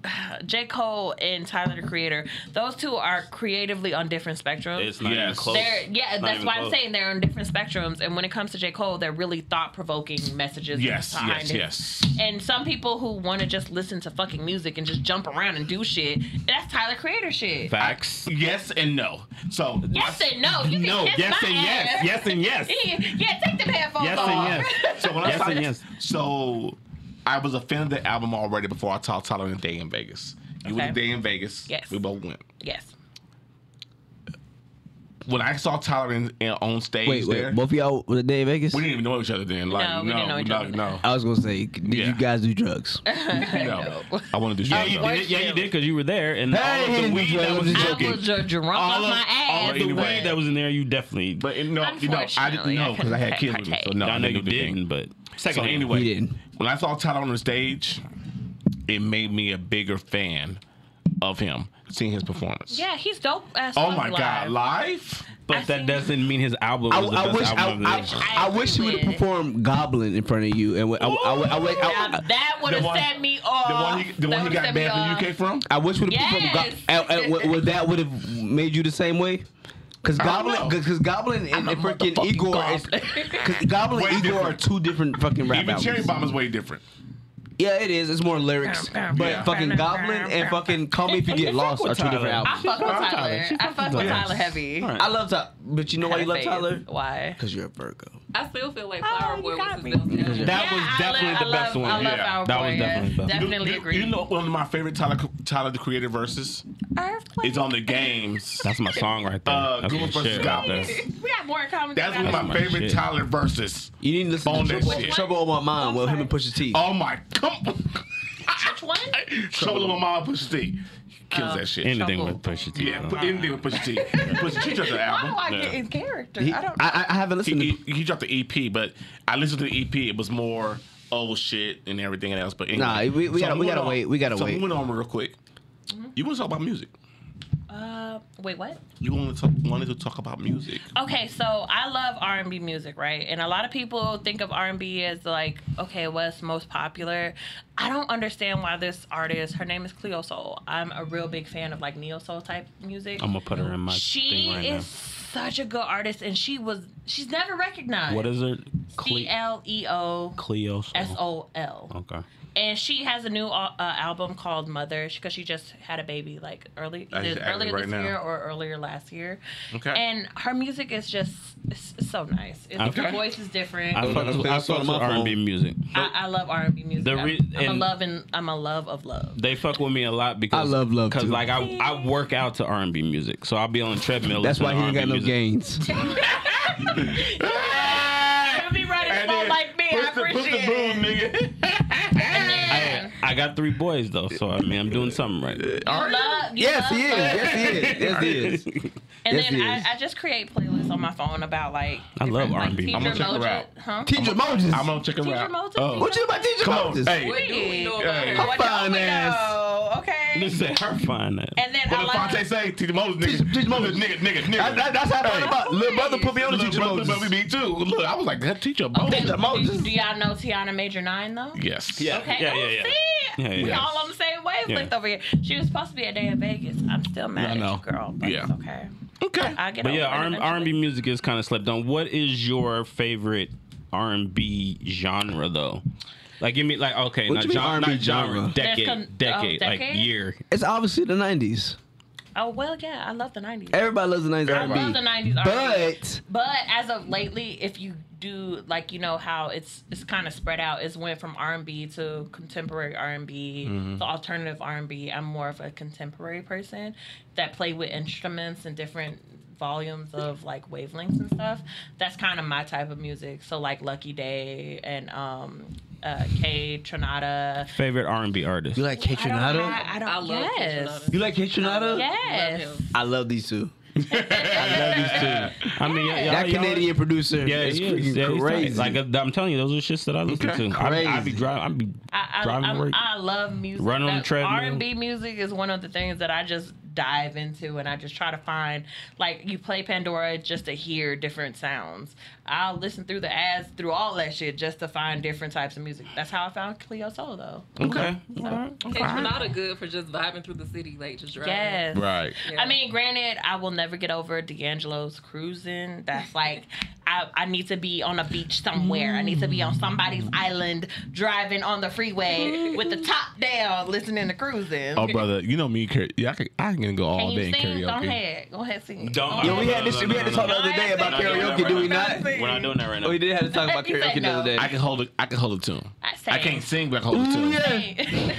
Speaker 4: J. Cole and Tyler the Creator, those two are creatively on different spectrums.
Speaker 3: It's not even
Speaker 2: Yes.
Speaker 3: close.
Speaker 4: They're, yeah,
Speaker 3: Not
Speaker 4: that's
Speaker 3: even
Speaker 4: why I'm
Speaker 3: close.
Speaker 4: saying they're on different spectrums. And when it comes to J. Cole, they're really thought provoking messages.
Speaker 2: Yes, yes,
Speaker 4: behind it.
Speaker 2: yes.
Speaker 4: And some people who want to just listen to fucking music and just jump around and do shit, that's Tyler Creator shit.
Speaker 3: Facts.
Speaker 2: Yes and no. So
Speaker 4: Yes and no. You can
Speaker 3: No.
Speaker 4: kiss
Speaker 3: Yes
Speaker 4: my
Speaker 3: and
Speaker 4: ass.
Speaker 3: yes. Yes and yes.
Speaker 4: Yeah, yeah, take the headphones
Speaker 3: Yes
Speaker 4: off.
Speaker 3: and yes.
Speaker 2: So when I
Speaker 3: Yes
Speaker 2: saw
Speaker 3: and
Speaker 2: this- so I was a fan of the album already before I saw Tyler and Day in Vegas. You were
Speaker 4: Okay.
Speaker 2: the day in Vegas.
Speaker 4: Yes.
Speaker 2: We both went.
Speaker 4: Yes.
Speaker 2: When I saw Tyler in, in, on stage
Speaker 5: Wait,
Speaker 2: there,
Speaker 5: wait. Both of y'all were the day in Vegas.
Speaker 2: we didn't even know each other then. Like,
Speaker 4: No,
Speaker 2: no,
Speaker 4: we didn't know each
Speaker 2: no,
Speaker 4: other
Speaker 2: no,
Speaker 5: I was gonna say, did
Speaker 2: Yeah.
Speaker 5: you guys do drugs?
Speaker 2: no. I want to do
Speaker 3: Yeah,
Speaker 2: shows,
Speaker 3: you
Speaker 2: though.
Speaker 3: did. Yeah, you did because you were there. And
Speaker 5: Hey,
Speaker 3: all of
Speaker 5: hey,
Speaker 3: the weed that was in
Speaker 4: I
Speaker 5: hey,
Speaker 3: there-
Speaker 4: was ju- drunk off
Speaker 3: all of,
Speaker 4: my
Speaker 3: all
Speaker 4: ass.
Speaker 3: of the
Speaker 2: anyway.
Speaker 3: weed that was in there, you definitely. But
Speaker 2: But no, you know, I didn't
Speaker 4: Unfortunately, I
Speaker 2: know because I had
Speaker 4: couldn't
Speaker 2: kids with me. So
Speaker 4: partake.
Speaker 2: no,
Speaker 3: I know you
Speaker 2: didn't do the thing.
Speaker 3: didn't. But
Speaker 2: So
Speaker 3: second
Speaker 2: anyway,
Speaker 5: He didn't.
Speaker 2: when I saw Tyler on the stage, it made me a bigger fan of him, seeing his performance.
Speaker 4: Yeah, he's dope as
Speaker 2: Oh
Speaker 4: fuck
Speaker 2: my
Speaker 4: live.
Speaker 2: God, live?
Speaker 3: but
Speaker 4: I
Speaker 3: that
Speaker 4: seen-
Speaker 3: doesn't mean his album
Speaker 5: I,
Speaker 3: was the
Speaker 5: I
Speaker 3: best
Speaker 5: wish I,
Speaker 3: album of the year.
Speaker 5: I, I wish he would have performed Goblin in front of you, and I, I, I, I, I, I,
Speaker 4: Now, that would
Speaker 2: The
Speaker 4: have
Speaker 2: one-
Speaker 4: set me off.
Speaker 2: The one he, the
Speaker 4: Oh, That
Speaker 2: one he
Speaker 4: would've
Speaker 2: got
Speaker 4: set me
Speaker 2: banned from the UK
Speaker 4: off.
Speaker 2: from?
Speaker 5: I wish would have
Speaker 4: Yes.
Speaker 5: performed. Go- uh, uh, would that would have made you the same way? Because
Speaker 2: I don't
Speaker 5: Goblin,
Speaker 2: know.
Speaker 5: because Goblin and, and freaking
Speaker 2: motherfucking
Speaker 5: Igor, because Goblin
Speaker 2: Way
Speaker 5: and Igor are
Speaker 2: different.
Speaker 5: two different fucking rap
Speaker 2: Even Cherry
Speaker 5: albums.
Speaker 2: Bomb is way different.
Speaker 5: Yeah, it is. It's more lyrics, but
Speaker 2: Yeah.
Speaker 5: fucking Goblin and fucking Call Me If You Get Lost are two different
Speaker 4: I
Speaker 5: albums.
Speaker 4: fuck with
Speaker 3: Tyler.
Speaker 4: Tyler.
Speaker 3: She
Speaker 4: I fuck with Tyler heavy.
Speaker 5: I love Tyler, but you know why you love
Speaker 4: Face.
Speaker 5: Tyler?
Speaker 4: Why?
Speaker 5: Because you're a Virgo.
Speaker 1: I still feel like Flower
Speaker 4: you
Speaker 1: Boy
Speaker 4: got
Speaker 1: was
Speaker 4: me.
Speaker 1: his best album.
Speaker 3: That was
Speaker 4: I
Speaker 3: definitely
Speaker 4: love-
Speaker 3: the
Speaker 4: I
Speaker 3: best
Speaker 4: love-
Speaker 3: one.
Speaker 4: I love
Speaker 2: Yeah,
Speaker 4: our
Speaker 3: that
Speaker 4: boy.
Speaker 3: was definitely the best.
Speaker 2: You-
Speaker 4: Definitely
Speaker 2: you,
Speaker 4: agree.
Speaker 2: You know, one of my favorite Tyler, Tyler the Creator verses
Speaker 4: Earthquake.
Speaker 2: is on the games.
Speaker 3: That's my song right there.
Speaker 2: Uh,
Speaker 3: That's
Speaker 2: Google
Speaker 3: my
Speaker 2: versus
Speaker 3: shit right
Speaker 2: Goblin.
Speaker 3: there.
Speaker 4: we got more in common. than
Speaker 2: That's
Speaker 4: I
Speaker 2: one of
Speaker 4: got.
Speaker 2: my,
Speaker 3: my
Speaker 2: favorite
Speaker 3: shit.
Speaker 2: Tyler verses.
Speaker 5: You didn't listen
Speaker 2: On
Speaker 5: to
Speaker 2: that
Speaker 5: Trouble,
Speaker 2: shit.
Speaker 5: Trouble on My Mind with him and Pusha T.
Speaker 2: Oh my, come
Speaker 4: Which one? Um,
Speaker 2: Trouble in my mom, Pusha T. Kills that shit.
Speaker 3: Anything
Speaker 4: Trouble.
Speaker 3: with Pusha T.
Speaker 2: yeah,
Speaker 3: though.
Speaker 2: put anything with Pusha T. Pusha T dropped the
Speaker 4: Why do
Speaker 2: album.
Speaker 4: I
Speaker 3: Yeah.
Speaker 4: get in character?
Speaker 5: He-
Speaker 4: I don't.
Speaker 5: I, I haven't listened
Speaker 2: he,
Speaker 5: to.
Speaker 2: he, he dropped the EP, but I listened to the EP. It was more old shit and everything else. But anyway,
Speaker 5: Nah, we- we gotta- we
Speaker 2: moving
Speaker 5: gotta
Speaker 2: on.
Speaker 5: wait, we gotta
Speaker 2: so
Speaker 5: wait. Mm-hmm.
Speaker 2: Moving on real quick. You want to talk about music?
Speaker 4: Uh, wait, what?
Speaker 2: You wanted to wanted to talk about music.
Speaker 4: okay so i love r&b music right and a lot of people think of r&b as like okay what's most popular i don't understand why this artist her name is cleo soul i'm a real big fan of like neo soul type music
Speaker 3: I'm gonna put her in my
Speaker 4: she
Speaker 3: thing right
Speaker 4: is such a good artist and she was she's never recognized E
Speaker 3: now. What is it? Cle-
Speaker 4: c-l-e-o
Speaker 3: Cleo. Soul.
Speaker 4: s-o-l
Speaker 3: Okay.
Speaker 4: and she has a new uh, uh, album called Mother because she just had a baby like early
Speaker 2: I
Speaker 4: this,
Speaker 2: just added
Speaker 4: earlier
Speaker 2: it right
Speaker 4: this
Speaker 2: now.
Speaker 4: year or earlier last year.
Speaker 2: Okay.
Speaker 4: And her music is just it's, it's so nice. It's, Her
Speaker 3: Okay.
Speaker 4: voice is different.
Speaker 3: I
Speaker 4: I,
Speaker 3: fuck with, I fuck with R&B music.
Speaker 4: I love R and B music.
Speaker 3: The re-
Speaker 4: I'm, I'm a
Speaker 3: and-
Speaker 4: love and I'm a love of love.
Speaker 3: They fuck with me a lot because
Speaker 5: I love love,
Speaker 3: because
Speaker 5: too.
Speaker 3: like I I work out to R&B music, so I'll be on the treadmill.
Speaker 5: That's why
Speaker 3: listening
Speaker 5: he
Speaker 3: to
Speaker 5: ain't got
Speaker 3: R&B
Speaker 5: no
Speaker 3: music.
Speaker 5: games.
Speaker 4: You'll be running
Speaker 2: And
Speaker 4: small
Speaker 2: then
Speaker 4: like me. I
Speaker 2: push the- push the
Speaker 4: appreciate
Speaker 2: boom,
Speaker 4: it.
Speaker 2: nigga.
Speaker 4: And then
Speaker 3: Hey, I got three boys though, so I mean I'm doing something right.
Speaker 4: you love, you
Speaker 5: Yes,
Speaker 4: love
Speaker 5: he is. Yes, he is. Yes, he is.
Speaker 4: And
Speaker 5: Yes,
Speaker 4: then
Speaker 5: he is.
Speaker 4: I, I just create playlists on my phone about like
Speaker 3: I love
Speaker 4: different, like,
Speaker 3: R&B.
Speaker 4: teacher
Speaker 2: I'ma check her
Speaker 4: mojo-
Speaker 2: out.
Speaker 4: Huh?
Speaker 5: Teacher Moses.
Speaker 2: I'm gonna check her
Speaker 4: Teacher
Speaker 2: out.
Speaker 4: Moses?
Speaker 2: Oh,
Speaker 5: What you about teacher
Speaker 2: come on,
Speaker 5: Moses?
Speaker 2: hey.
Speaker 1: We do. We know
Speaker 4: Witty.
Speaker 2: Hey.
Speaker 1: about her.
Speaker 5: Her
Speaker 4: What
Speaker 5: fine
Speaker 4: don't we
Speaker 5: ass.
Speaker 4: know? Okay.
Speaker 3: Listen, her fine ass.
Speaker 4: And then
Speaker 2: What did
Speaker 4: I love.
Speaker 2: Fonte say? Teach Moses, nigga. Teach Moses, nigga, nigga, nigga.
Speaker 5: That- that- that's how I felt about little brother put me on the
Speaker 2: Little
Speaker 5: teacher
Speaker 2: brother,
Speaker 5: Moses.
Speaker 2: but me too. Look, I was like, that teacher
Speaker 4: Okay,
Speaker 2: Moses.
Speaker 5: Teacher
Speaker 4: do,
Speaker 5: Moses.
Speaker 4: do y'all know Tiana Major Nine though?
Speaker 2: Yes.
Speaker 3: Yeah.
Speaker 4: Okay.
Speaker 3: Yeah,
Speaker 4: oh,
Speaker 3: yeah, yeah.
Speaker 4: See,
Speaker 3: Yeah, yeah,
Speaker 4: we
Speaker 3: yeah.
Speaker 4: all on the same wavelength
Speaker 3: Yeah.
Speaker 4: over here. She was supposed to be a day in Vegas. I'm still mad
Speaker 3: I
Speaker 4: at
Speaker 3: know.
Speaker 4: you, girl. But
Speaker 2: Yeah.
Speaker 4: it's okay.
Speaker 2: Okay.
Speaker 4: I get
Speaker 3: But
Speaker 4: over
Speaker 3: yeah,
Speaker 4: it
Speaker 3: R-
Speaker 4: eventually.
Speaker 3: R&B music is kind of slept on. What is your favorite R&B genre though? Like give me like okay,
Speaker 5: What
Speaker 3: not,
Speaker 5: you mean
Speaker 3: genre,
Speaker 5: R&B
Speaker 3: not genre,
Speaker 5: genre?
Speaker 4: oh,
Speaker 3: decade,
Speaker 4: There's con-
Speaker 3: decade,
Speaker 4: oh,
Speaker 3: like
Speaker 4: decade?
Speaker 3: year.
Speaker 5: It's obviously the '90s.
Speaker 4: Oh well, yeah, I love the '90s.
Speaker 5: Everybody loves the 90s
Speaker 4: I
Speaker 5: R&B.
Speaker 4: love the '90s R&B.
Speaker 5: But
Speaker 4: But as of lately, if you do like you know how it's it's kind of spread out, it's went from R and B to contemporary R and B to alternative R and B. I'm more of a contemporary person that play with instruments and different volumes of like wavelengths and stuff. That's kind of my type of music. So like Lucky Day and um uh K Tronada.
Speaker 3: Favorite R and B artist.
Speaker 5: you like Kate
Speaker 4: I don't, I,
Speaker 5: Trinata?
Speaker 4: I don't
Speaker 1: I love
Speaker 4: yes.
Speaker 5: You like Kate Trinata?
Speaker 1: Love
Speaker 4: Yes.
Speaker 1: him.
Speaker 5: I love these two.
Speaker 3: I mean, y'all-
Speaker 5: That
Speaker 3: y'all-
Speaker 5: Canadian producer
Speaker 3: Yeah,
Speaker 5: is
Speaker 3: he is.
Speaker 5: freaking
Speaker 3: Yeah, he's tight.
Speaker 5: crazy.
Speaker 3: Like uh, I'm telling you, those are shits that I listen
Speaker 2: Okay.
Speaker 3: to. I, I be
Speaker 5: Crazy.
Speaker 3: driving. I be
Speaker 4: I, I,
Speaker 3: driving to
Speaker 4: I'm-
Speaker 3: work.
Speaker 4: I love music.
Speaker 3: Run on the treadmill.
Speaker 4: R and B music is one of the things that I just dive into, and I just try to find. Like you play Pandora just to hear different sounds. I'll listen through the ads, through all that shit, just to find different types of music. That's how I found Cleo Soul, though.
Speaker 3: okay.
Speaker 1: It's not good for just vibing through the city, like just driving.
Speaker 4: Yes.
Speaker 2: Right.
Speaker 1: Yeah.
Speaker 4: I mean, granted, I will never get over D'Angelo's cruising. That's like, I, I need to be on a beach somewhere. I need to be on somebody's island driving on the freeway with the top down, listening to cruising.
Speaker 2: Oh, brother, you know me. kara- Yeah, I can, I can go all
Speaker 4: Can you
Speaker 2: day in
Speaker 4: sing? Go
Speaker 2: karaoke.
Speaker 4: ahead. Go ahead, sing.
Speaker 3: Don't-
Speaker 5: yeah, we had this.
Speaker 3: No,
Speaker 5: we
Speaker 3: no,
Speaker 5: had this
Speaker 3: no,
Speaker 5: talk
Speaker 3: no.
Speaker 5: the other day about
Speaker 4: No, no, no,
Speaker 5: karaoke.
Speaker 4: no,
Speaker 5: do we
Speaker 4: no,
Speaker 5: not?
Speaker 4: no.
Speaker 3: We're not doing that right now.
Speaker 5: Oh, we did have to talk about
Speaker 4: He said
Speaker 5: karaoke the
Speaker 4: no.
Speaker 5: other day.
Speaker 2: I can hold a, I can hold a tune.
Speaker 4: I, sang.
Speaker 2: I can't sing, but I can hold a
Speaker 5: Ooh,
Speaker 2: tune.
Speaker 5: yeah.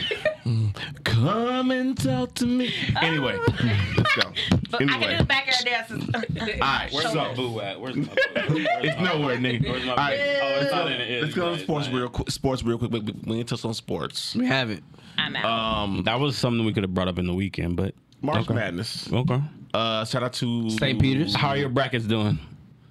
Speaker 2: Come and talk to me. Anyway, let's go.
Speaker 4: But I
Speaker 2: Anyway,
Speaker 4: can do the back air dances.
Speaker 2: all right.
Speaker 3: Where's
Speaker 2: so-
Speaker 3: my boo at? Where's my boo? at? Where's
Speaker 2: It's
Speaker 3: my boo?
Speaker 2: nowhere, nigga.
Speaker 3: Where's my
Speaker 2: All
Speaker 3: boo?
Speaker 2: right.
Speaker 3: Oh, it's not in it.
Speaker 2: Let's go to sports real
Speaker 3: real.
Speaker 2: quick. Sports real quick. We, we, we ain't touched on sports.
Speaker 5: we haven't.
Speaker 4: I'm out.
Speaker 2: Um,
Speaker 3: That was something we could have brought up in the weekend, but
Speaker 2: March
Speaker 3: Okay.
Speaker 2: Madness.
Speaker 3: okay.
Speaker 2: Uh, shout out to
Speaker 5: St. Peter's.
Speaker 3: How are your brackets doing?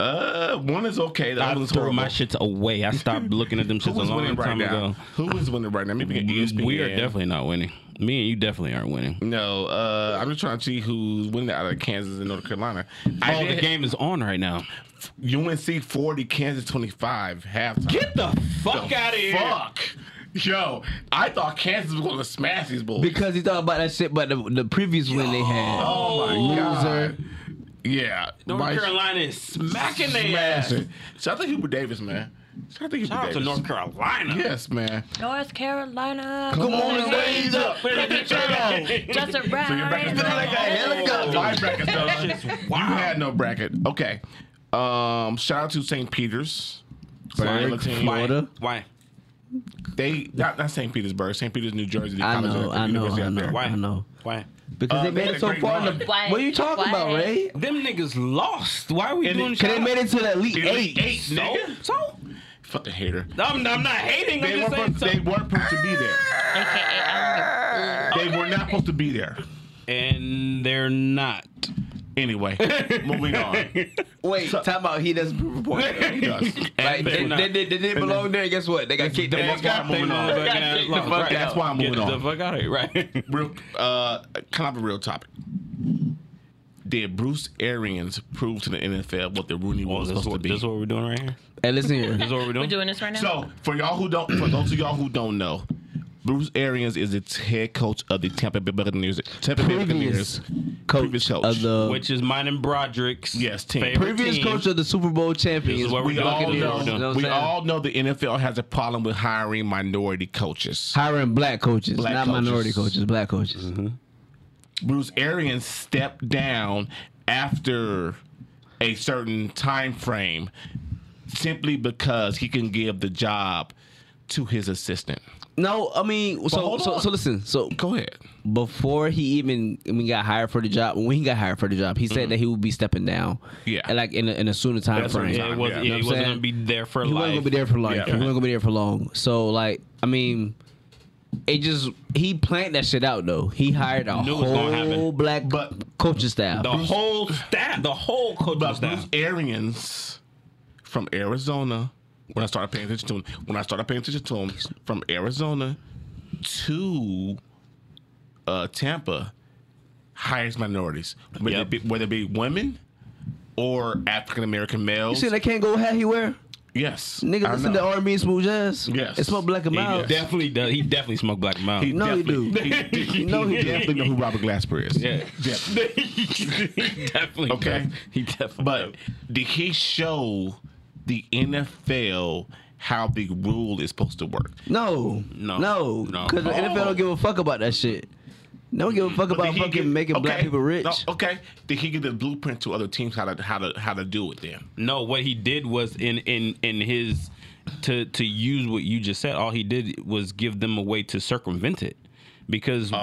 Speaker 2: Uh, one is okay. The
Speaker 3: I
Speaker 2: other one's
Speaker 3: threw
Speaker 2: horrible.
Speaker 3: my shits away. I stopped looking at them
Speaker 2: Who
Speaker 3: shits a
Speaker 2: is winning
Speaker 3: long
Speaker 2: right
Speaker 3: time
Speaker 2: now?
Speaker 3: ago.
Speaker 2: Who is winning right now? Maybe we can ESPN.
Speaker 3: We are definitely not winning. Me and you definitely aren't winning.
Speaker 2: No, uh, I'm just trying to see who's winning out of Kansas and North Carolina. I
Speaker 3: Oh, the
Speaker 2: did-
Speaker 3: game is on right now.
Speaker 2: UNC 40, Kansas 25, halftime.
Speaker 3: the
Speaker 2: The Fuck. Yo, I thought Kansas was going to smash these bulls.
Speaker 5: Because he thought about that shit, but the, the previous win they had.
Speaker 2: oh, my
Speaker 5: Loser.
Speaker 2: God. Yeah.
Speaker 3: North
Speaker 2: My-
Speaker 3: Carolina is smacking their ass.
Speaker 2: Smashing. Shout out to Hubert Davis, man. Shout out to Hubert
Speaker 3: Shout out
Speaker 2: Davis.
Speaker 3: to North Carolina.
Speaker 2: Yes, man.
Speaker 4: North Carolina.
Speaker 2: Come on and raise up.
Speaker 4: Just a
Speaker 2: So your bracket's still like a helicopter. My bracket's still like- You had no bracket. Okay. Um, shout out to St. Peter's. Florida team.
Speaker 5: Florida.
Speaker 3: Why?
Speaker 2: They not, not St. Petersburg. St. Peter's, New Jersey. The
Speaker 5: I
Speaker 2: college
Speaker 5: know,
Speaker 2: of-
Speaker 5: I know,
Speaker 2: university
Speaker 5: I
Speaker 2: out
Speaker 5: know,
Speaker 2: there.
Speaker 5: I know.
Speaker 3: Why?
Speaker 5: Because
Speaker 2: Uh,
Speaker 5: they
Speaker 2: they
Speaker 5: made
Speaker 2: had
Speaker 5: it
Speaker 2: a
Speaker 5: so
Speaker 2: great
Speaker 5: far. In the,
Speaker 2: run.
Speaker 4: Why?
Speaker 5: what are you talking
Speaker 4: Why?
Speaker 5: about, Ray?
Speaker 3: Them niggas lost. Why are we
Speaker 2: And
Speaker 3: doing
Speaker 2: it-
Speaker 5: Cause they
Speaker 3: shout-out?
Speaker 5: made it to the Elite
Speaker 2: Elite
Speaker 5: Eight.
Speaker 2: Eight.
Speaker 3: So?
Speaker 2: nigga.
Speaker 3: So?
Speaker 2: Fucking hater.
Speaker 3: I'm, I'm not hating.
Speaker 2: They
Speaker 3: I'm
Speaker 2: weren't, supposed,
Speaker 3: just
Speaker 2: they
Speaker 3: saying. So.
Speaker 2: weren't supposed to be there.
Speaker 4: AKA.
Speaker 2: They were not supposed to be there.
Speaker 3: And they're not.
Speaker 2: Anyway, moving on.
Speaker 5: Wait, talk about he doesn't prove a point.
Speaker 2: He does.
Speaker 5: Like,
Speaker 3: they're
Speaker 5: they,
Speaker 3: not.
Speaker 5: they, they, they didn't belong there. Guess what? They got kicked the
Speaker 2: That's
Speaker 5: fuck
Speaker 2: why
Speaker 5: out.
Speaker 2: I'm moving on.
Speaker 3: They
Speaker 5: got kicked the
Speaker 3: lost.
Speaker 5: fuck
Speaker 2: Right, that's why I'm
Speaker 3: Get
Speaker 2: moving
Speaker 3: the
Speaker 2: on.
Speaker 3: fuck out of here, right?
Speaker 2: Real, uh, kind of a real topic. Did Bruce Arians prove to the NFL what the Rooney Rule
Speaker 3: Well,
Speaker 2: was
Speaker 3: Oh, this,
Speaker 2: supposed to
Speaker 3: what,
Speaker 2: be?
Speaker 3: this what we're doing right here?
Speaker 5: Hey, listen
Speaker 3: This
Speaker 5: here.
Speaker 3: what we're
Speaker 4: We're
Speaker 3: doing?
Speaker 4: doing this right now.
Speaker 2: So for y'all who don't, for those of y'all who don't know, Bruce Arians is the head coach of the Tampa Bay Buccaneers. Tampa Bay
Speaker 5: Previous
Speaker 2: Buccaneers.
Speaker 5: coach,
Speaker 2: Previous coach.
Speaker 5: of the
Speaker 3: Which is mine and Broderick's.
Speaker 2: Yes, team.
Speaker 3: favorite
Speaker 5: previous
Speaker 3: team.
Speaker 5: coach of the Super Bowl champions.
Speaker 3: This is what
Speaker 2: We all
Speaker 3: Buccaneers.
Speaker 2: know.
Speaker 3: You know
Speaker 5: what I'm
Speaker 2: we
Speaker 5: saying?
Speaker 2: all know the NFL has a problem with hiring minority coaches.
Speaker 5: hiring black coaches,
Speaker 2: Black
Speaker 5: not
Speaker 2: coaches.
Speaker 5: minority coaches, black coaches.
Speaker 2: Bruce Arians stepped down after a certain time frame simply because he can give the job to his assistant.
Speaker 5: No, I mean, so
Speaker 2: hold
Speaker 5: so,
Speaker 2: on.
Speaker 5: so listen, so
Speaker 2: Go ahead.
Speaker 5: before he even even got hired for the job, when he got hired for the job, he said that he would be stepping down.
Speaker 2: Yeah.
Speaker 5: and like in a, in a sooner time
Speaker 2: That's
Speaker 5: frame.
Speaker 2: what
Speaker 3: Yeah, it was,
Speaker 2: Yeah. You know
Speaker 3: yeah,
Speaker 5: what
Speaker 3: he
Speaker 5: I'm
Speaker 3: wasn't
Speaker 5: saying?
Speaker 3: gonna be there for
Speaker 5: He
Speaker 3: life.
Speaker 5: wasn't gonna be there for long.
Speaker 2: Yeah.
Speaker 5: He wasn't gonna be there for long. So like, I mean, it just he planned that shit out though. He hired a
Speaker 3: Knew it was gonna
Speaker 5: whole
Speaker 3: happen.
Speaker 5: black
Speaker 2: But-
Speaker 5: coaching staff.
Speaker 3: The whole staff, the whole coaching
Speaker 2: But
Speaker 3: staff.
Speaker 2: Bruce Arians from Arizona, when I started paying attention to him, when I started paying attention to him from Arizona to uh, Tampa, hires minorities, whether,
Speaker 3: Yep.
Speaker 2: it be, whether it be women or African American
Speaker 5: you
Speaker 2: males.
Speaker 5: see, they can't go hat he wear.
Speaker 2: yes,
Speaker 5: Nigga,
Speaker 2: I
Speaker 5: listen to
Speaker 2: know.
Speaker 5: R&B and smooth jazz.
Speaker 2: Yes.
Speaker 5: it's smoke black and
Speaker 3: He
Speaker 5: mild.
Speaker 3: definitely does. He definitely smoked black mouth.
Speaker 2: He
Speaker 5: No, he
Speaker 2: definitely-
Speaker 3: do.
Speaker 2: He, you know, he definitely know who Robert Glasper is.
Speaker 3: yeah,
Speaker 2: Definitely.
Speaker 3: he definitely.
Speaker 2: Okay.
Speaker 3: does. he definitely.
Speaker 2: But did he show the NFL how the rule is supposed to work?
Speaker 5: No,
Speaker 3: No.
Speaker 5: no,
Speaker 3: No.
Speaker 5: because the NFL
Speaker 2: Oh.
Speaker 5: don't give a fuck about that shit. No one give a fuck
Speaker 2: But did
Speaker 5: about
Speaker 2: he
Speaker 5: fucking
Speaker 2: get-
Speaker 5: making black
Speaker 2: okay,
Speaker 5: people rich.
Speaker 2: no, okay, did he give the blueprint to other teams how to how to how to do it then?
Speaker 3: No, what he did was in in in his to to use what you just said. All he did was give them a way to circumvent it. Because what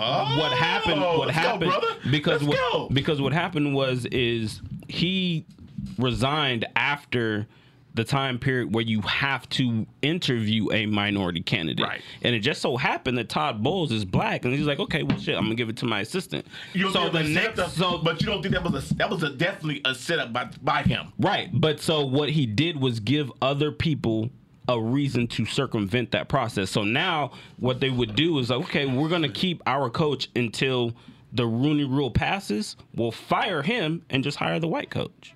Speaker 3: happened? What
Speaker 2: Oh, let's go,
Speaker 3: happened?
Speaker 2: brother.
Speaker 3: Because
Speaker 2: Let's
Speaker 3: what
Speaker 2: go.
Speaker 3: because what happened was is he resigned after the time period where you have to interview a minority candidate,
Speaker 2: Right.
Speaker 3: and it just so happened that Todd Bowles is black, and he's like, okay, well, shit, I'm gonna give it to my assistant.
Speaker 2: You don't
Speaker 3: so
Speaker 2: think
Speaker 3: the
Speaker 2: it was a
Speaker 3: next,
Speaker 2: setup,
Speaker 3: so
Speaker 2: but you don't think that was a that was a definitely a setup by by him.
Speaker 3: Right. But so what he did was give other people a reason to circumvent that process. So now what they would do is like, okay, we're going to keep our coach until the Rooney rule passes. We'll fire him and just hire the white coach.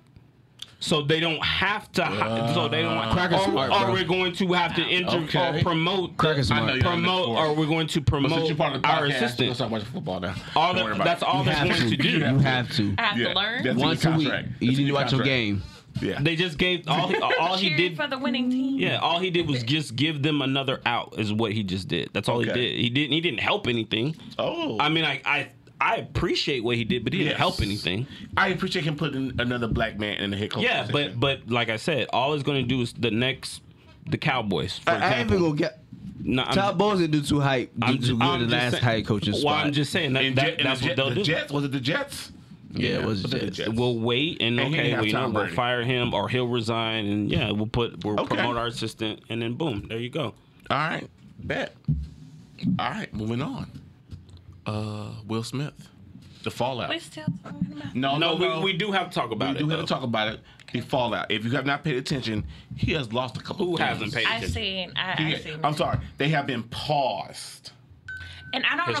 Speaker 3: So they don't have to. Hi- so they
Speaker 2: Uh,
Speaker 3: don't.
Speaker 5: Crack is
Speaker 3: or,
Speaker 5: smart,
Speaker 3: or
Speaker 5: bro.
Speaker 3: we're going to have to interview
Speaker 2: Okay.
Speaker 3: or promote.
Speaker 5: Crack is
Speaker 2: I know
Speaker 5: smart.
Speaker 2: you- you're on this
Speaker 3: promote.
Speaker 2: board.
Speaker 3: Or we're going to
Speaker 2: But since
Speaker 3: promote
Speaker 2: you're part of the
Speaker 3: our
Speaker 2: podcast,
Speaker 3: assistant.
Speaker 2: let's not watch football now.
Speaker 3: All
Speaker 2: Don't
Speaker 3: that-
Speaker 2: worry about
Speaker 3: that's
Speaker 2: it.
Speaker 3: all
Speaker 5: You
Speaker 3: they're
Speaker 5: have
Speaker 3: going
Speaker 5: to.
Speaker 3: to do.
Speaker 5: You have to.
Speaker 4: I have to learn.
Speaker 2: that's in
Speaker 5: Once
Speaker 2: your
Speaker 5: a week,
Speaker 2: contract.
Speaker 5: you
Speaker 2: That's in
Speaker 5: need to watch your
Speaker 2: contract.
Speaker 5: game.
Speaker 2: Yeah.
Speaker 3: They just gave all. he- all he
Speaker 4: Cheering
Speaker 3: did
Speaker 4: for the winning team.
Speaker 3: Yeah, all he did was just give them another out. Is what he just did. That's all
Speaker 2: Okay.
Speaker 3: he did. He didn't. He didn't help anything.
Speaker 2: oh,
Speaker 3: I mean, I I, I appreciate what he did, but he didn't
Speaker 2: Yes.
Speaker 3: help anything.
Speaker 2: I appreciate him putting another black man in the head coach.
Speaker 3: Yeah,
Speaker 2: position.
Speaker 3: but but like I said, all it's going to do is the next, the Cowboys. For
Speaker 5: I ain't
Speaker 3: example.
Speaker 5: even gonna get.
Speaker 3: No, I'm-
Speaker 5: Top Bowles didn't do too hype. Do
Speaker 3: I'm
Speaker 5: too
Speaker 3: ju-
Speaker 5: good
Speaker 3: I'm
Speaker 5: the
Speaker 3: just
Speaker 5: last
Speaker 3: saying-
Speaker 5: high coaching
Speaker 3: Well,
Speaker 5: spot.
Speaker 3: I'm just saying that,
Speaker 2: And
Speaker 3: that
Speaker 2: Je-
Speaker 3: that's
Speaker 2: the,
Speaker 3: what
Speaker 2: Je-
Speaker 3: they'll
Speaker 2: the
Speaker 3: do.
Speaker 2: Jets was it the Jets?
Speaker 5: yeah, it was
Speaker 2: was it the
Speaker 5: just.
Speaker 2: Jets?
Speaker 3: We'll wait and
Speaker 2: And he
Speaker 3: okay,
Speaker 2: didn't have
Speaker 3: well, you know,
Speaker 2: Tom
Speaker 3: we'll
Speaker 2: Brady.
Speaker 3: fire him or he'll resign and yeah, we'll put we'll
Speaker 2: Okay.
Speaker 3: promote our assistant and then boom, there you go.
Speaker 2: All right, bet. All right, moving on. Uh, Will Smith, the fallout.
Speaker 4: We still talking about.
Speaker 3: No, we, we do have to talk
Speaker 2: We
Speaker 3: about it.
Speaker 2: do have
Speaker 3: though.
Speaker 2: to talk about it. The fallout. If you have not paid attention, he has lost a couple.
Speaker 3: Who
Speaker 2: games.
Speaker 3: hasn't paid
Speaker 4: I
Speaker 3: attention?
Speaker 4: seen. I,
Speaker 2: He-
Speaker 4: I seen.
Speaker 2: I'm
Speaker 4: it.
Speaker 2: sorry, they have been paused.
Speaker 4: And I don't
Speaker 3: his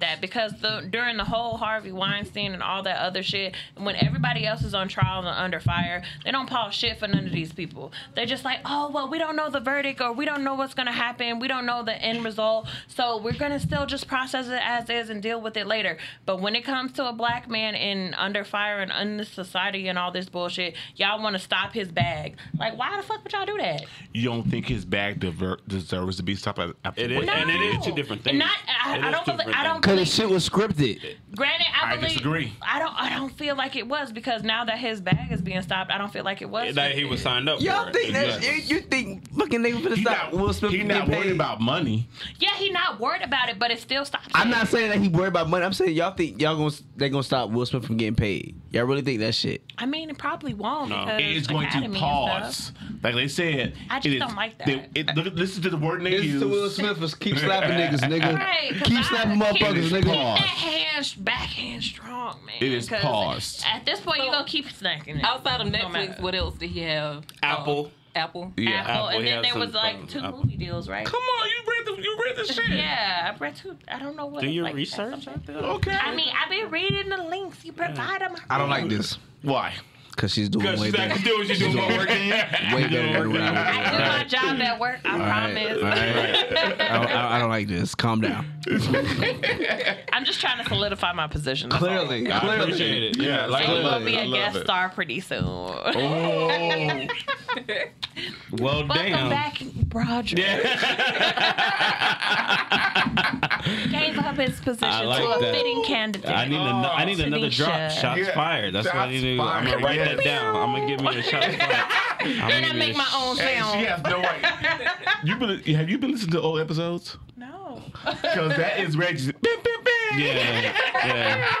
Speaker 3: projects.
Speaker 4: that because the, during the whole Harvey Weinstein and all that other shit, when everybody else is on trial and under fire, they don't pause shit for none of these people. They're just like, oh, well, we don't know the verdict or we don't know what's going to happen. We don't know the end result. So we're going to still just process it as is and deal with it later. But when it comes to a black man in under fire and under society and all this bullshit, y'all want to stop his bag. Like, why the fuck would y'all do that?
Speaker 2: You don't think his bag diver- deserves to be stopped at? at
Speaker 3: It is,
Speaker 2: the-
Speaker 3: and it is two different things.
Speaker 4: And not, I,
Speaker 3: It
Speaker 4: I
Speaker 3: is
Speaker 4: don't
Speaker 3: two
Speaker 4: believe,
Speaker 3: different
Speaker 4: I don't
Speaker 3: things.
Speaker 5: Cause the
Speaker 4: believe-
Speaker 5: shit was scripted.
Speaker 4: Granted, I,
Speaker 2: I
Speaker 4: believe,
Speaker 2: disagree.
Speaker 4: I don't. I don't feel like it was because now that his bag is being stopped, I don't feel like it was.
Speaker 3: that he was signed up. for
Speaker 5: Y'all
Speaker 3: it.
Speaker 5: think that
Speaker 3: Exactly.
Speaker 5: you think fucking nigga finna
Speaker 2: He
Speaker 5: stop
Speaker 2: not,
Speaker 5: Will Smith
Speaker 2: he
Speaker 5: from
Speaker 2: not
Speaker 5: getting
Speaker 2: worried
Speaker 5: paid?
Speaker 2: about money.
Speaker 4: Yeah, he not worried about it, but it still stops.
Speaker 5: I'm
Speaker 4: him.
Speaker 5: not saying that he worried about money. I'm saying y'all think y'all gonna they gonna stop Will Smith from getting paid. Y'all really think that shit?
Speaker 4: I mean, it probably won't.
Speaker 3: No.
Speaker 4: because
Speaker 2: It is going to
Speaker 4: Academy and stuff.
Speaker 2: pause. Like they said,
Speaker 4: I just
Speaker 2: it is-
Speaker 4: don't like that.
Speaker 2: They, it, look, listen to the word they use.
Speaker 5: Smith was keep slapping niggas, nigga.
Speaker 4: Right, 'cause I-
Speaker 5: keep slapping motherfuckers,
Speaker 4: keep-
Speaker 5: nigga.
Speaker 4: That hand, backhand strong, man.
Speaker 2: It is
Speaker 4: 'cause
Speaker 2: paused.
Speaker 4: At this point, you
Speaker 1: So-
Speaker 4: gonna keep snacking. it.
Speaker 1: Outside of
Speaker 4: No matter.
Speaker 1: Netflix, what else did he have?
Speaker 3: Apple.
Speaker 1: Uh, Apple.
Speaker 2: Yeah.
Speaker 3: Oh.
Speaker 4: Apple,
Speaker 3: Apple, he
Speaker 4: and then
Speaker 3: has
Speaker 4: there
Speaker 3: some
Speaker 4: was like
Speaker 3: phones.
Speaker 4: two
Speaker 3: Apple.
Speaker 4: movie deals, right?
Speaker 2: Come on, you read the you read the shit.
Speaker 4: Yeah, I read two. I don't know what.
Speaker 3: do
Speaker 4: it's
Speaker 3: your
Speaker 4: like,
Speaker 3: research out there.
Speaker 2: Okay.
Speaker 4: I mean, I've been reading the links you provide. them.
Speaker 5: I don't like this
Speaker 2: why?
Speaker 5: because she's doing
Speaker 3: Because
Speaker 5: way
Speaker 3: she's
Speaker 5: better.
Speaker 3: actually doing she's doing more work than you.
Speaker 5: way better than what I
Speaker 4: I
Speaker 5: would
Speaker 4: do
Speaker 5: do.
Speaker 4: my job at work. I promise.
Speaker 5: I, don't- I don't like this. Calm down.
Speaker 4: I'm just trying to solidify my position. that's all.
Speaker 5: Clearly,
Speaker 3: I
Speaker 5: clearly.
Speaker 3: appreciate it. Yeah,
Speaker 2: Yeah,
Speaker 3: like
Speaker 4: I'm gonna be
Speaker 2: I
Speaker 4: a
Speaker 2: love
Speaker 4: guest
Speaker 2: it.
Speaker 4: star pretty soon.
Speaker 2: Oh,
Speaker 3: well,
Speaker 4: Welcome
Speaker 3: damn.
Speaker 4: back, Roger. Gave up his
Speaker 3: I
Speaker 4: position
Speaker 3: like
Speaker 4: to a
Speaker 3: that.
Speaker 4: fitting candidate.
Speaker 3: I need, an- I need another drop.
Speaker 4: Tanisha.
Speaker 3: Shots
Speaker 2: Yeah.
Speaker 3: fired. That's what I need to do.
Speaker 2: Shots
Speaker 3: I'm gonna write
Speaker 2: fired,
Speaker 3: that down. I'm gonna give me a shot fired. I'm
Speaker 4: then
Speaker 3: gonna
Speaker 4: I
Speaker 3: give me
Speaker 4: make
Speaker 3: a
Speaker 4: my own
Speaker 2: hey, she
Speaker 4: sound.
Speaker 2: has no right. You been have you been listening to old episodes?
Speaker 4: No.
Speaker 2: Because that is Reggie's. Bim, bim, bim.
Speaker 3: Yeah, yeah,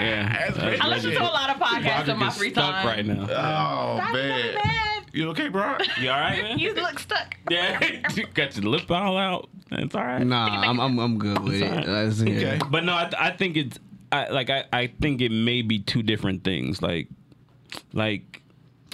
Speaker 3: yeah.
Speaker 2: That's Reggie.
Speaker 4: I listen to a lot of podcasts
Speaker 3: Roger
Speaker 4: in my
Speaker 3: gets
Speaker 4: free
Speaker 3: stuck
Speaker 4: time.
Speaker 3: right now.
Speaker 2: Oh
Speaker 4: I'm
Speaker 2: man,
Speaker 4: feeling bad.
Speaker 2: you okay, bro?
Speaker 3: You all right, man?
Speaker 4: You look stuck.
Speaker 3: Yeah, you got your lip all out. That's all right.
Speaker 5: Nah, I'm I'm I'm good with it.
Speaker 3: alright.
Speaker 5: Let's hear it.
Speaker 2: Okay.
Speaker 3: But no, I, I think it's I, like I, I think it may be two different things. Like like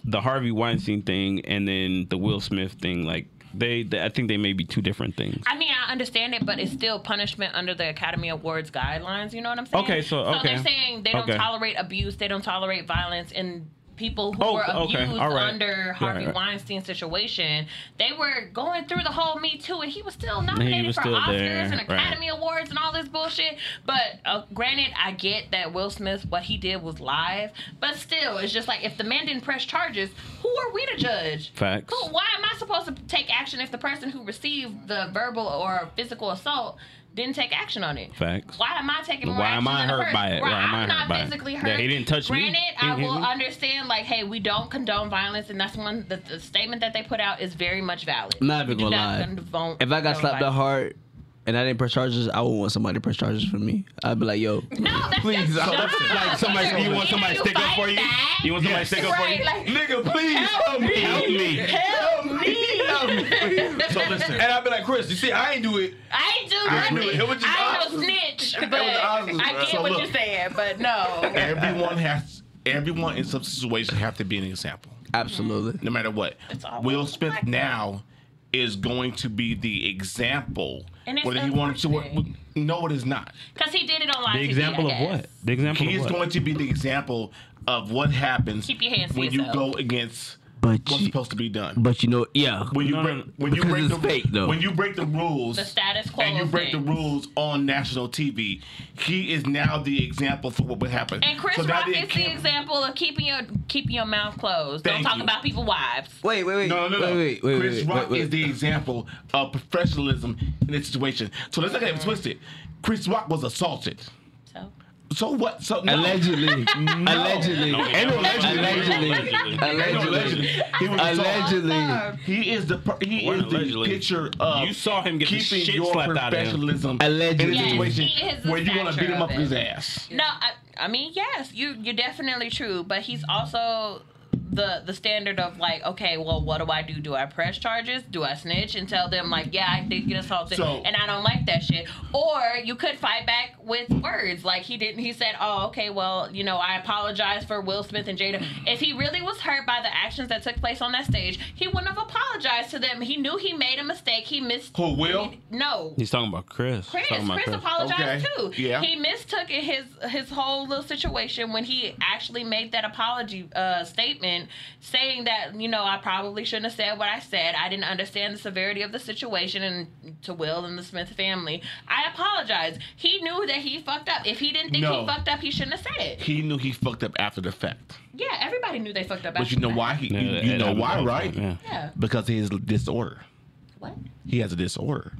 Speaker 3: the Harvey Weinstein thing and then the Will Smith thing. Like they, they I think they may be two different things.
Speaker 4: I mean, I understand it, but it's still punishment under the Academy Awards guidelines. You know what I'm saying?
Speaker 3: Okay, so-
Speaker 4: so they're
Speaker 3: okay.
Speaker 4: saying they don't
Speaker 3: Okay.
Speaker 4: tolerate abuse, they don't tolerate violence, and people who
Speaker 3: Oh,
Speaker 4: were
Speaker 3: okay,
Speaker 4: abused
Speaker 3: all right.
Speaker 4: under
Speaker 3: Yeah, all
Speaker 4: Harvey
Speaker 3: right.
Speaker 4: Weinstein situation, they were going through the whole Me Too, and he was still nominated
Speaker 3: was
Speaker 4: for
Speaker 3: still
Speaker 4: Oscars
Speaker 3: there,
Speaker 4: and
Speaker 3: right.
Speaker 4: Academy Awards and all this bullshit. But uh, granted, I get that Will Smith, what he did was live, but still, it's just like if the man didn't press charges, who are we to judge?
Speaker 3: Facts.
Speaker 4: Who, why am I supposed to take action if the person who received the verbal or physical assault didn't take action on it.
Speaker 3: Facts.
Speaker 4: Why am I taking more
Speaker 3: Why
Speaker 4: action
Speaker 3: am I
Speaker 4: on the
Speaker 3: hurt
Speaker 4: person?
Speaker 3: by it?
Speaker 4: Right,
Speaker 3: Why am I
Speaker 4: I'm
Speaker 3: hurt
Speaker 4: not
Speaker 3: by it?
Speaker 4: physically
Speaker 3: Yeah,
Speaker 4: hurt.
Speaker 3: he didn't touch me.
Speaker 4: Granted,
Speaker 3: He
Speaker 4: I
Speaker 3: didn't hit
Speaker 4: will
Speaker 3: me.
Speaker 4: understand, like, hey, we don't condone violence, and that's one, the, the statement that they put out is very much valid.
Speaker 5: Not
Speaker 4: We
Speaker 5: even
Speaker 4: do
Speaker 5: gonna
Speaker 4: not
Speaker 5: lie.
Speaker 4: condone-
Speaker 5: If I got
Speaker 4: condone
Speaker 5: slapped that
Speaker 4: violence.
Speaker 5: hard and I didn't press charges, I would want somebody to press charges for me. I'd be like, yo,
Speaker 4: No, that's
Speaker 5: Please,
Speaker 4: just
Speaker 5: like
Speaker 4: jobs.
Speaker 3: somebody- you want
Speaker 4: Either
Speaker 3: somebody to stick up
Speaker 4: fight
Speaker 3: for you?
Speaker 4: back,
Speaker 3: You want somebody to stick up for
Speaker 4: Right,
Speaker 3: you?
Speaker 4: like,
Speaker 5: nigga, please help me, help me, help me, help me.
Speaker 2: So listen,
Speaker 5: I'd be like, Chris, you see, I ain't do it.
Speaker 4: I ain't do
Speaker 2: was
Speaker 4: nothing.
Speaker 2: really- it was just
Speaker 4: I ain't no
Speaker 2: options.
Speaker 4: snitch, but
Speaker 2: was options,
Speaker 4: I
Speaker 2: bro.
Speaker 4: get
Speaker 2: So
Speaker 4: what
Speaker 2: look.
Speaker 4: you're saying, but no.
Speaker 2: everyone has everyone in some situation have to be an example,
Speaker 5: Absolutely.
Speaker 2: no matter what.
Speaker 4: always
Speaker 2: Will Smith
Speaker 4: like that.
Speaker 2: now is going to be the example,
Speaker 4: And it's
Speaker 2: whether he wanted to. Or,
Speaker 4: unfortunate.
Speaker 2: no, it is not.
Speaker 4: Because he did it on live
Speaker 3: The
Speaker 4: TV,
Speaker 3: example
Speaker 4: I
Speaker 3: of what?
Speaker 4: guess.
Speaker 3: The example
Speaker 2: He
Speaker 3: of
Speaker 2: is
Speaker 3: what?
Speaker 2: going to be the example of what happens
Speaker 4: Keep your hands to
Speaker 2: when
Speaker 4: yourself.
Speaker 2: you go against
Speaker 5: But
Speaker 2: what's
Speaker 5: you,
Speaker 2: supposed to be done.
Speaker 5: but you know, yeah.
Speaker 2: when you
Speaker 3: No,
Speaker 2: break,
Speaker 3: no, no.
Speaker 2: when you
Speaker 5: Because
Speaker 2: break
Speaker 5: it's
Speaker 2: the
Speaker 5: fake, though.
Speaker 2: when you break the rules,
Speaker 4: The status quo
Speaker 2: and you
Speaker 4: of
Speaker 2: break the
Speaker 4: things.
Speaker 2: rules on national TV, he is now the example for what would happen.
Speaker 4: And Chris
Speaker 2: So now
Speaker 4: Rock
Speaker 2: they
Speaker 4: is the
Speaker 2: can't-
Speaker 4: example of keeping your keeping your mouth closed.
Speaker 2: Thank
Speaker 4: Don't talk
Speaker 2: you.
Speaker 4: about people's wives.
Speaker 5: Wait, wait, wait,
Speaker 2: No, no, no. no.
Speaker 5: wait, wait, wait,
Speaker 2: Chris
Speaker 5: wait, wait,
Speaker 2: Rock
Speaker 5: wait.
Speaker 2: is the example of professionalism in this situation. So let's not get it twisted. Chris Rock was assaulted.
Speaker 4: So
Speaker 2: So what? So no.
Speaker 5: Allegedly, allegedly,
Speaker 3: No,
Speaker 2: Ain't no allegedly.
Speaker 5: allegedly,
Speaker 2: Ain't no
Speaker 5: allegedly,
Speaker 2: allegedly. He was assaulted.
Speaker 5: allegedly.
Speaker 2: He is the per- he
Speaker 3: Word
Speaker 2: is the
Speaker 3: allegedly.
Speaker 2: picture of
Speaker 3: You saw him get the
Speaker 2: keeping
Speaker 3: shit
Speaker 2: your
Speaker 3: slapped out of him.
Speaker 2: professionalism
Speaker 5: Allegedly.
Speaker 2: in a
Speaker 5: Yes,
Speaker 2: situation
Speaker 4: he is the
Speaker 2: where you're gonna
Speaker 4: stature
Speaker 2: beat him up
Speaker 4: of
Speaker 2: his
Speaker 4: it.
Speaker 2: ass.
Speaker 4: no, I, I mean yes, you you're definitely true, but he's also the the standard of like, okay, well, what do I do? Do I press charges? Do I snitch and tell them like, yeah, I did get assaulted,
Speaker 2: So-
Speaker 4: and I don't like that shit? Or you could fight back with words, like he didn't. He said, oh, okay, well, you know, I apologize for Will Smith and Jada. If he really was hurt by the actions that took place on that stage, he wouldn't have apologized to them. He knew he made a mistake. He missed.
Speaker 2: Who, Will?
Speaker 4: No,
Speaker 3: He's talking about Chris. He's
Speaker 4: Chris,
Speaker 3: talking about
Speaker 4: Chris apologized
Speaker 2: Okay.
Speaker 4: too.
Speaker 2: Yeah.
Speaker 4: He mistook it- his his whole little situation when he actually made that apology uh, statement, saying that you know I probably shouldn't have said what I said. I didn't understand the severity of the situation, and to Will and the Smith family, I apologize. He knew that he fucked up. If he didn't think
Speaker 2: No.
Speaker 4: he fucked up, he shouldn't have said it.
Speaker 2: He knew he fucked up after the fact.
Speaker 4: Yeah, everybody knew they fucked up.
Speaker 2: But
Speaker 4: after
Speaker 2: you know
Speaker 4: that.
Speaker 2: why? He,
Speaker 3: Yeah,
Speaker 2: you,
Speaker 3: that-
Speaker 2: you
Speaker 3: that
Speaker 2: know
Speaker 3: happened
Speaker 2: why,
Speaker 3: all the
Speaker 2: right?
Speaker 3: time, yeah.
Speaker 4: Yeah.
Speaker 2: Because he has disorder.
Speaker 4: What?
Speaker 2: He has a disorder.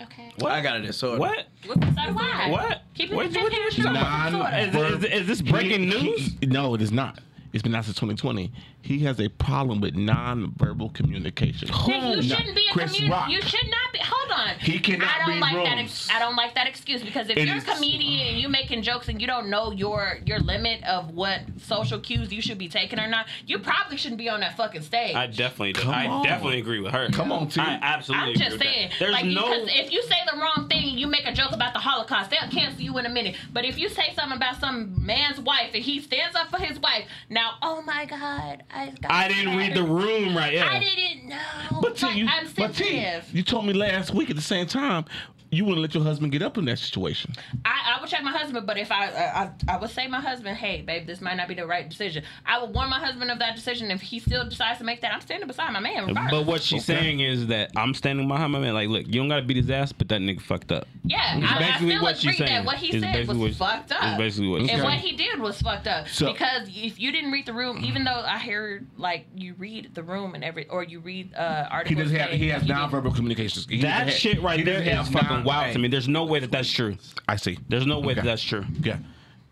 Speaker 4: Okay.
Speaker 5: I got it. So
Speaker 3: What?
Speaker 4: So why?
Speaker 3: What?
Speaker 4: Keep it
Speaker 3: What-
Speaker 4: within
Speaker 3: what- what-
Speaker 4: hand.
Speaker 2: Non-
Speaker 3: Is, is, is this breaking news?
Speaker 2: He- no, it is not. It's been out since 2020. He has a problem with nonverbal communication.
Speaker 4: Then you
Speaker 2: Who?
Speaker 4: shouldn't be a
Speaker 2: Chris
Speaker 4: comedian.
Speaker 2: Rock.
Speaker 4: You should not be. Hold on.
Speaker 2: He cannot
Speaker 4: I don't
Speaker 2: read
Speaker 4: like that.
Speaker 2: rooms.
Speaker 4: Ex- I don't like that excuse because if
Speaker 2: It
Speaker 4: you're
Speaker 2: is-
Speaker 4: a comedian and you making jokes and you don't know your your limit of what social cues you should be taking or not, you probably shouldn't be on that fucking stage.
Speaker 3: I definitely,
Speaker 2: Come
Speaker 3: I
Speaker 2: on.
Speaker 3: definitely agree with her.
Speaker 2: Come on, T.
Speaker 3: I absolutely.
Speaker 4: am just
Speaker 3: agree with
Speaker 4: saying,
Speaker 3: that. There's
Speaker 4: like,
Speaker 3: no.
Speaker 4: because if you say the wrong thing, you make a joke about the Holocaust, they'll cancel you in a minute. But if you say something about some man's wife and he stands up for his wife, now, oh my God, I got
Speaker 3: I didn't read the room right. Yeah.
Speaker 4: I didn't know.
Speaker 2: But T,
Speaker 4: Like,
Speaker 2: you,
Speaker 4: I'm
Speaker 2: but T,
Speaker 4: sensitive.
Speaker 2: you told me last week at the same time you wouldn't let your husband get up in that situation.
Speaker 4: I, I would check my husband, but if I, I I would say my husband, hey babe, this might not be the right decision. I would warn my husband of that decision. If he still decides to make that, I'm standing beside my man. Regardless.
Speaker 3: But what she's saying is that I'm standing behind my man. Like, look, you don't gotta beat his ass, but that nigga fucked up.
Speaker 4: yeah,
Speaker 3: It's
Speaker 4: I, I
Speaker 3: basically
Speaker 4: still
Speaker 3: what she's
Speaker 4: agree that
Speaker 3: saying.
Speaker 4: what he
Speaker 3: It's
Speaker 4: said
Speaker 3: basically
Speaker 4: was
Speaker 3: what-
Speaker 4: fucked up.
Speaker 3: it's basically what she's
Speaker 4: and what
Speaker 2: saying.
Speaker 4: he did was fucked up
Speaker 2: So-
Speaker 4: because if you didn't read the room, even though I hear like you read the room and every or you read uh
Speaker 2: He
Speaker 4: articles,
Speaker 2: does have
Speaker 4: saying
Speaker 2: he has
Speaker 4: he didn't-
Speaker 2: nonverbal communications. He doesn't
Speaker 3: That
Speaker 2: have-
Speaker 3: shit right
Speaker 2: he
Speaker 3: there
Speaker 2: doesn't
Speaker 3: is
Speaker 2: have
Speaker 3: fucking
Speaker 2: non-
Speaker 3: wild to me. There's no way that that's true.
Speaker 2: I see.
Speaker 3: There's no way that
Speaker 2: Okay.
Speaker 3: that's true.
Speaker 2: Yeah.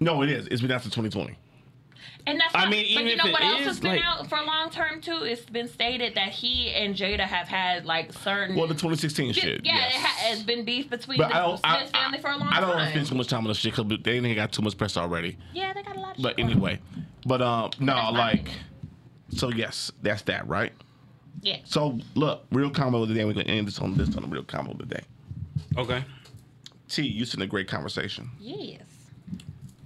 Speaker 2: No, it is. It's been out since 2020.
Speaker 4: And that's
Speaker 3: I
Speaker 4: not-
Speaker 3: mean, even
Speaker 4: but you
Speaker 3: if
Speaker 4: know
Speaker 3: it
Speaker 4: what else
Speaker 3: is,
Speaker 4: has been
Speaker 3: like-
Speaker 4: out for long term too? It's been stated that he and Jada have had like certain
Speaker 2: Well, the 2016 shit.
Speaker 4: Yeah,
Speaker 2: yes.
Speaker 4: it ha- it's been beef between
Speaker 2: But
Speaker 4: the
Speaker 2: I don't. I,
Speaker 4: Smith
Speaker 2: I,
Speaker 4: family for a long
Speaker 2: I don't want to
Speaker 4: time.
Speaker 2: spend too much time on this shit because they ain't got too much press already.
Speaker 4: yeah, they got a lot of shit
Speaker 2: But
Speaker 4: going on.
Speaker 2: anyway, but um, no,
Speaker 4: That's my
Speaker 2: like,
Speaker 4: opinion.
Speaker 2: so yes, that's that, right?
Speaker 4: Yeah.
Speaker 2: So look, real combo today. We're gonna end this on this on a real combo today.
Speaker 3: Okay.
Speaker 2: T, you sent a great conversation.
Speaker 4: Yes.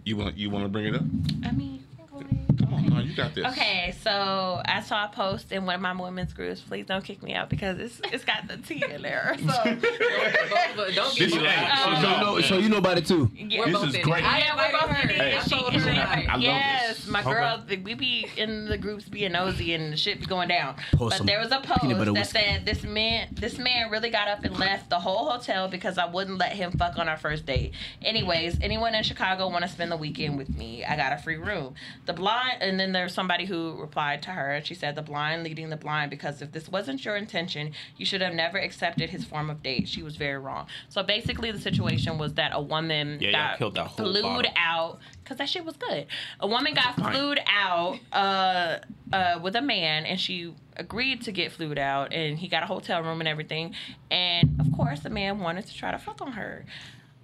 Speaker 2: You want you want to bring it up?
Speaker 4: I mean, you can go ahead.
Speaker 2: Come on, no, you got this.
Speaker 4: Okay, so I saw a post in one of my women's groups. Please don't kick me out because it's it's got the T in there. So
Speaker 1: But don't
Speaker 2: This
Speaker 1: get
Speaker 2: is
Speaker 1: me wrong.
Speaker 4: uh,
Speaker 2: hey,
Speaker 5: So you know, so you know about it too.
Speaker 1: We're
Speaker 2: this
Speaker 1: both
Speaker 2: is
Speaker 1: in it.
Speaker 2: great.
Speaker 1: I
Speaker 4: Yeah,
Speaker 1: am
Speaker 4: we're
Speaker 1: right
Speaker 4: both in
Speaker 1: in
Speaker 4: it.
Speaker 1: it. I
Speaker 4: She-
Speaker 1: told her
Speaker 4: she-
Speaker 2: I
Speaker 1: right.
Speaker 2: love
Speaker 4: yes,
Speaker 2: this.
Speaker 4: my
Speaker 3: Okay.
Speaker 4: girl, th- we be in the groups being nosy and the shit be going down.
Speaker 5: Pour
Speaker 4: but
Speaker 5: some
Speaker 4: there was a
Speaker 5: peanut butter
Speaker 4: post
Speaker 5: whiskey.
Speaker 4: that said this man, this man really got up and left the whole hotel because I wouldn't let him fuck on our first date. Anyways, anyone in Chicago want to spend the weekend with me? I got a free room. The blind, and then there's somebody who replied to her and she said the blind leading the blind because if this wasn't your intention, you should have never accepted his form of date. She was very wrong. So basically, the situation was that a woman
Speaker 3: Yeah, y'all
Speaker 4: got
Speaker 3: killed that whole
Speaker 4: flued
Speaker 3: bottle.
Speaker 4: out because that shit was good. A woman got flued out uh, uh, with a man, and she agreed to get flued out, and he got a hotel room and everything. And of course, the man wanted to try to fuck on her.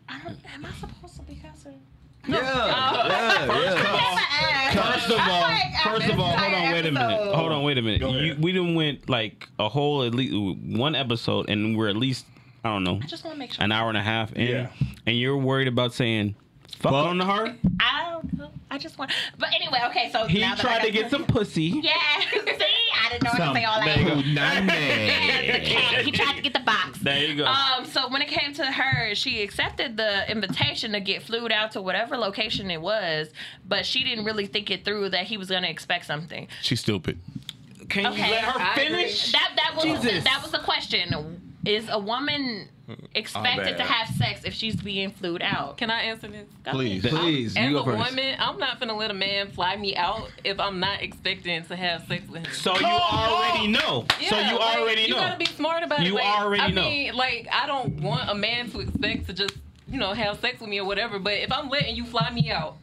Speaker 4: I don't. Am I supposed to be cussing?
Speaker 5: Yeah, yeah, yeah.
Speaker 3: First of all, first of all, hold on, wait a minute. Hold on, wait a minute. You, we didn't went like a whole at least one episode, and we're at least I don't know
Speaker 4: I just want to make sure.
Speaker 3: an hour and a half in,
Speaker 2: Yeah.
Speaker 3: and you're worried about saying fuck on the heart.
Speaker 4: I don't know. I just want. But anyway, okay. So
Speaker 3: He
Speaker 4: now that I
Speaker 3: tried
Speaker 4: got
Speaker 3: to get some pussy.
Speaker 4: Yeah. See, I didn't know I could say all that. The cat. He tried to get the box.
Speaker 3: There you go.
Speaker 4: Um, so when it came to her, she accepted the invitation to get flued out to whatever location it was, but she didn't really think it through that he was gonna expect something.
Speaker 2: She's stupid.
Speaker 3: Can
Speaker 4: Okay. I agree. That that was that was the question. Is a woman
Speaker 2: bad.
Speaker 4: expected to have sex if she's being flued out?
Speaker 1: Can I answer this?
Speaker 2: Please.
Speaker 5: Please,
Speaker 1: As
Speaker 5: you
Speaker 1: a
Speaker 5: go first.
Speaker 1: woman, I'm not gonna let a man fly me out if I'm not expecting to have sex with him.
Speaker 3: So you already know. so
Speaker 1: Yeah,
Speaker 3: you
Speaker 1: like,
Speaker 3: already
Speaker 1: You
Speaker 3: know.
Speaker 1: gotta be smart about it.
Speaker 3: You
Speaker 1: Like,
Speaker 3: already
Speaker 1: I
Speaker 3: know.
Speaker 1: mean, like, I don't want a man to expect to just, you know, have sex with me or whatever. But if I'm letting you fly me out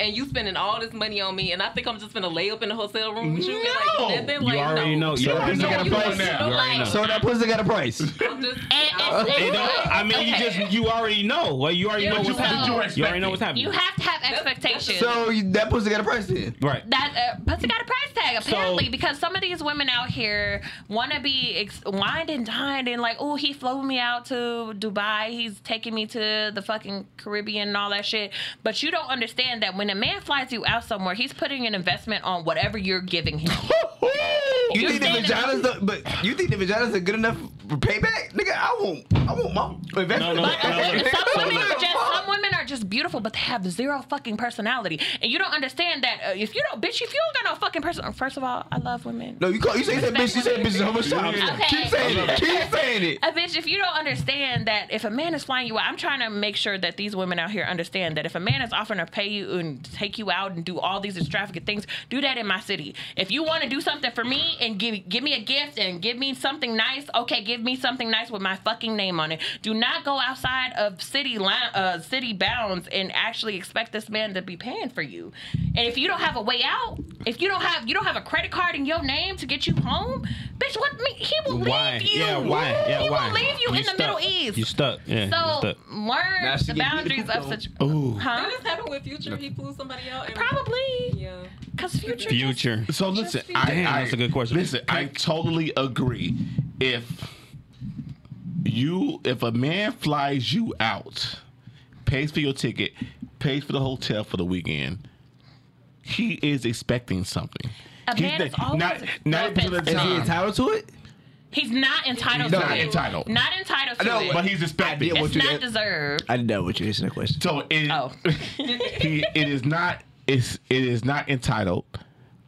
Speaker 1: and you spending all this money on me, and I think I'm just gonna lay up in the hotel room with you,
Speaker 2: No!
Speaker 1: and like, nothing,
Speaker 3: you
Speaker 1: like,
Speaker 3: already
Speaker 1: no.
Speaker 3: know. You already
Speaker 2: So
Speaker 3: know.
Speaker 2: you
Speaker 3: You
Speaker 2: just-
Speaker 3: already
Speaker 4: like-
Speaker 3: know.
Speaker 5: So that pussy got a price.
Speaker 1: I'm just,
Speaker 4: And it's-
Speaker 3: It don't- Uh, I mean, you
Speaker 4: Okay.
Speaker 3: just you already know. Well, you already
Speaker 1: Yeah,
Speaker 3: know
Speaker 1: but
Speaker 3: what's
Speaker 4: you know.
Speaker 3: happening. You already know what's happening.
Speaker 4: You have to have expectations.
Speaker 5: So you, that pussy got a price then.
Speaker 3: right.
Speaker 4: That uh, pussy got a price tag apparently
Speaker 3: So-
Speaker 4: because some of these women out here want to be ex- wined and dined and like, oh, he flew me out to Dubai, he's taking me to the fucking Caribbean and all that shit. But you don't understand that when a man flies you out somewhere, he's putting an investment on whatever you're giving him.
Speaker 5: You
Speaker 4: You're
Speaker 5: think the
Speaker 4: saying that-
Speaker 5: vaginas, the, but you think the vaginas are good enough for payback, nigga? I want, I want my investment.
Speaker 3: no,
Speaker 5: back.
Speaker 3: no, no, no.
Speaker 4: some women are just
Speaker 5: Fuck.
Speaker 4: some women are just beautiful, but they have zero fucking personality, and you don't understand that uh, if you don't bitch, if you don't got no fucking person. First of all, I love women.
Speaker 5: No, you call, you say that bitch, you say bitch so much time.
Speaker 4: Okay.
Speaker 5: Keep saying it, keep saying it.
Speaker 4: a bitch, if you don't understand that if a man is flying you out, I'm trying to make sure that these women out here understand that if a man is offering to pay you and take you out and do all these extravagant things, do that in my city. If you want to do something for me and give give me a gift and give me something nice, okay, give me something nice with my fucking name on it. Do not go outside of city line, uh, city bounds and actually expect this man to be paying for you. And if you don't have a way out, if you don't have you don't have a credit card in your name to get you home, bitch, what me he will
Speaker 3: Why?
Speaker 4: leave you.
Speaker 3: Yeah, why? Yeah,
Speaker 4: he
Speaker 3: why?
Speaker 4: will leave you, in the
Speaker 3: stuck.
Speaker 4: Middle East.
Speaker 3: You stuck. Yeah, you
Speaker 4: so
Speaker 3: stuck.
Speaker 5: Now
Speaker 4: learn
Speaker 5: she
Speaker 4: the
Speaker 5: getting
Speaker 4: boundaries
Speaker 5: beautiful.
Speaker 4: of such.
Speaker 3: Ooh.
Speaker 1: Did
Speaker 4: Huh?
Speaker 1: this happen with Future? He flew somebody out? and-
Speaker 4: Probably,
Speaker 1: Yeah.
Speaker 4: cause future.
Speaker 3: Future.
Speaker 2: So listen,
Speaker 1: Just be-
Speaker 2: I,
Speaker 3: Damn,
Speaker 2: I-
Speaker 3: that's a good question.
Speaker 2: Listen, I totally agree. If you, if a man flies you out, pays for your ticket, pays for the hotel for the weekend, he is expecting something.
Speaker 4: A man is always
Speaker 2: ninety percent of the
Speaker 5: Is he
Speaker 2: time,
Speaker 5: entitled to it?
Speaker 4: He's not entitled
Speaker 2: He's
Speaker 4: to
Speaker 2: not
Speaker 4: it.
Speaker 2: entitled.
Speaker 4: Not entitled to
Speaker 5: No,
Speaker 4: it.
Speaker 2: but he's expecting.
Speaker 5: I did what
Speaker 4: it's
Speaker 5: you did.
Speaker 4: not deserved.
Speaker 5: I didn't know what you answered that question.
Speaker 2: So it,
Speaker 4: Oh.
Speaker 2: he, it is not. It's, it is not entitled,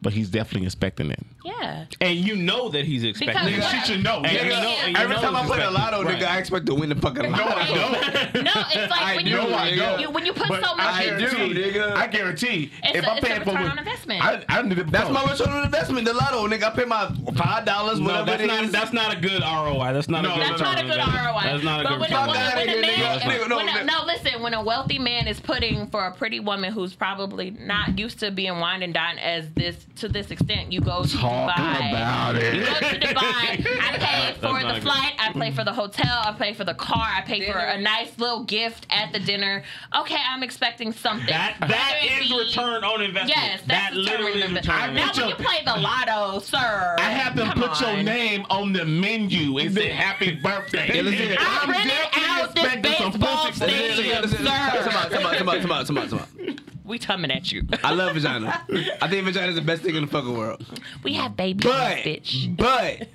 Speaker 2: but he's definitely expecting it.
Speaker 4: Yeah.
Speaker 3: And you know that he's expecting.
Speaker 4: Because-
Speaker 2: She should know.
Speaker 3: And you
Speaker 2: nigga.
Speaker 3: know- and you
Speaker 5: Every
Speaker 3: know
Speaker 5: time I
Speaker 3: he's
Speaker 5: play the
Speaker 3: expecting.
Speaker 5: lotto,
Speaker 3: Right.
Speaker 5: nigga, I expect to win the fucking
Speaker 2: No,
Speaker 5: lotto.
Speaker 2: I don't.
Speaker 4: No, it's like when
Speaker 2: know
Speaker 4: you
Speaker 2: I don't.
Speaker 4: you- when you put
Speaker 2: But
Speaker 4: so much.
Speaker 2: I guarantee,
Speaker 5: do, nigga.
Speaker 2: I guarantee.
Speaker 4: It's
Speaker 2: if
Speaker 4: a-
Speaker 2: I'm
Speaker 4: it's a
Speaker 2: paying for
Speaker 4: return
Speaker 2: what-
Speaker 4: on investment.
Speaker 2: I, I didn't even
Speaker 5: That's my return on investment. The lotto, nigga. I pay my five dollars,
Speaker 3: No,
Speaker 5: whatever
Speaker 3: that's
Speaker 5: it
Speaker 3: not.
Speaker 5: is.
Speaker 3: That's not a good ROI. That's not
Speaker 2: No,
Speaker 3: a good.
Speaker 4: That's
Speaker 2: no,
Speaker 3: return on
Speaker 4: not a good
Speaker 3: investment.
Speaker 4: ROI.
Speaker 3: That's not a
Speaker 4: but
Speaker 3: good.
Speaker 4: when a
Speaker 5: Fuck
Speaker 3: return
Speaker 5: outta
Speaker 3: on
Speaker 4: woman, when
Speaker 5: here,
Speaker 4: a man,
Speaker 5: nigga. Nigga, no,
Speaker 4: no, when a,
Speaker 5: man.
Speaker 4: no, listen, when a wealthy man is putting for a pretty woman who's probably not used to being wined and dined as this to this extent, you go to
Speaker 2: Talk
Speaker 4: Dubai.
Speaker 2: about
Speaker 4: You go to
Speaker 2: it.
Speaker 4: Dubai. I paid
Speaker 3: That's
Speaker 4: for
Speaker 3: not
Speaker 4: the
Speaker 3: good.
Speaker 4: flight. I paid for the hotel. I paid for the car. I paid for
Speaker 1: Dinner.
Speaker 4: a nice little gift at the dinner. Okay, I'm expecting something.
Speaker 3: That
Speaker 4: Whether
Speaker 3: that
Speaker 4: it
Speaker 3: is
Speaker 4: be-
Speaker 3: return on investment.
Speaker 4: Yes,
Speaker 3: that
Speaker 4: that's
Speaker 3: literally is return. on
Speaker 4: Now
Speaker 3: investment.
Speaker 4: when you play the lotto, sir.
Speaker 2: I have to
Speaker 4: come
Speaker 2: put your
Speaker 4: on.
Speaker 2: name on the menu and say happy birthday.
Speaker 5: Yeah, listen.
Speaker 4: I rented out this baseball
Speaker 5: Listen,
Speaker 4: stadium,
Speaker 5: listen, listen,
Speaker 4: sir.
Speaker 5: Come on, come on, come on, come on, come on, come on.
Speaker 4: We coming at you.
Speaker 5: I love vagina. I think vagina is the best thing in the fucking world.
Speaker 4: We have babies,
Speaker 5: But,
Speaker 4: bitch.
Speaker 5: but,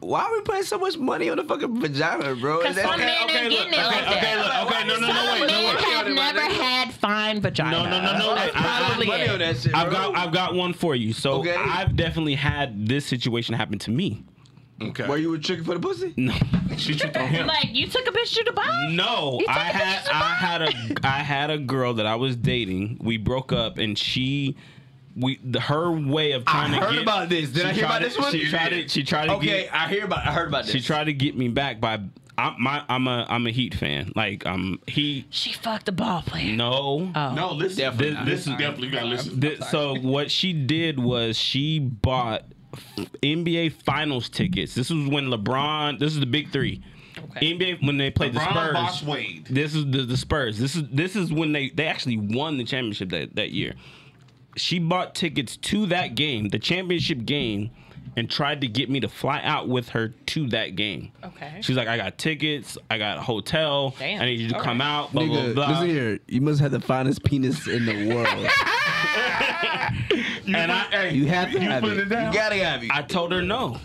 Speaker 5: Why are we putting so much money on the fucking vagina, bro? Is
Speaker 4: Because
Speaker 5: that-
Speaker 4: some men
Speaker 3: okay,
Speaker 4: ain't
Speaker 3: look,
Speaker 4: getting it
Speaker 3: okay,
Speaker 4: like
Speaker 3: okay,
Speaker 4: that.
Speaker 3: look, okay, no, no, no,
Speaker 4: Some
Speaker 3: wait, no,
Speaker 4: men
Speaker 3: wait.
Speaker 4: have never had fine vagina.
Speaker 3: No, no, no, no. wait. I- I-
Speaker 5: Put money on that shit,
Speaker 3: I've
Speaker 5: bro.
Speaker 3: got I've got one for you. So
Speaker 5: Okay.
Speaker 3: I've definitely had this situation happen to me.
Speaker 2: Okay.
Speaker 5: Were you a trick for the pussy?
Speaker 3: No,
Speaker 2: she tricked on him.
Speaker 4: Like you took a bitch to Dubai.
Speaker 3: no.
Speaker 4: You
Speaker 3: I
Speaker 4: talking
Speaker 3: had
Speaker 4: about
Speaker 3: I had a I had a girl that I was dating. We broke up, and she. We the, her way of
Speaker 5: I
Speaker 3: trying to
Speaker 5: heard
Speaker 3: get
Speaker 5: about this. Did I
Speaker 3: she
Speaker 5: hear about
Speaker 3: tried to-
Speaker 5: this one?
Speaker 3: She
Speaker 5: You
Speaker 3: tried
Speaker 5: did.
Speaker 3: it. She tried to
Speaker 5: Okay,
Speaker 3: get
Speaker 5: I hear about. I heard about this.
Speaker 3: She tried to get me back by I'm my I'm a I'm a Heat fan. Like um he
Speaker 4: She fucked the ball player.
Speaker 3: no.
Speaker 2: No, listen.
Speaker 5: Definitely
Speaker 2: This,
Speaker 5: not.
Speaker 2: this is definitely you gotta listen.
Speaker 3: Th- so what she did was she bought NBA Finals tickets. This was when LeBron. This is the big three. NBA when they played
Speaker 2: LeBron
Speaker 3: the
Speaker 2: boss
Speaker 3: Spurs.
Speaker 2: Wade.
Speaker 3: This is the, the Spurs. This is this is when they they actually won the championship that that year. She bought tickets to that game, the championship game, and tried to get me to fly out with her to that game.
Speaker 1: Okay.
Speaker 3: She's like, I got tickets, I got a hotel,
Speaker 1: Damn.
Speaker 3: I need you to
Speaker 1: All
Speaker 3: come
Speaker 1: right.
Speaker 3: out, blah
Speaker 5: Nigga,
Speaker 3: blah blah.
Speaker 5: listen here. You must have the finest penis in the world.
Speaker 3: and I
Speaker 5: You have to have
Speaker 2: put
Speaker 5: it.
Speaker 2: it down.
Speaker 5: You gotta have it.
Speaker 3: I told her no.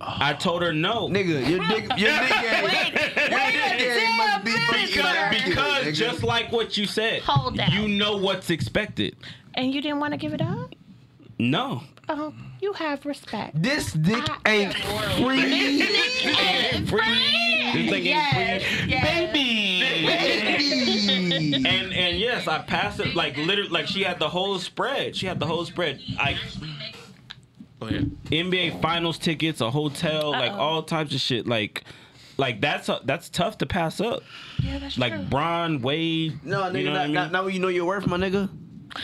Speaker 3: I told her no.
Speaker 5: Nigga, your dick, your dick game, your dick game must be fucking
Speaker 3: Because,
Speaker 5: immaculate, nigga.
Speaker 3: because just like what you said,
Speaker 4: Hold down.
Speaker 3: you know what's expected.
Speaker 4: And you didn't want to give it up.
Speaker 3: No.
Speaker 4: Oh, you have respect.
Speaker 5: this dick ain't free.
Speaker 3: This thing ain't free.
Speaker 5: Baby.
Speaker 3: And and yes, I passed it like literally like she had the whole spread. She had the whole spread. Like
Speaker 2: Go ahead.
Speaker 3: NBA finals tickets, a hotel, like all types of shit. Like like that's a, that's tough to pass up.
Speaker 4: Yeah, that's
Speaker 3: Like
Speaker 4: true.
Speaker 3: Bron Wade.
Speaker 5: No, nigga,
Speaker 3: you know
Speaker 5: not,
Speaker 3: what I mean?
Speaker 5: not, not when you know your worth, my nigga.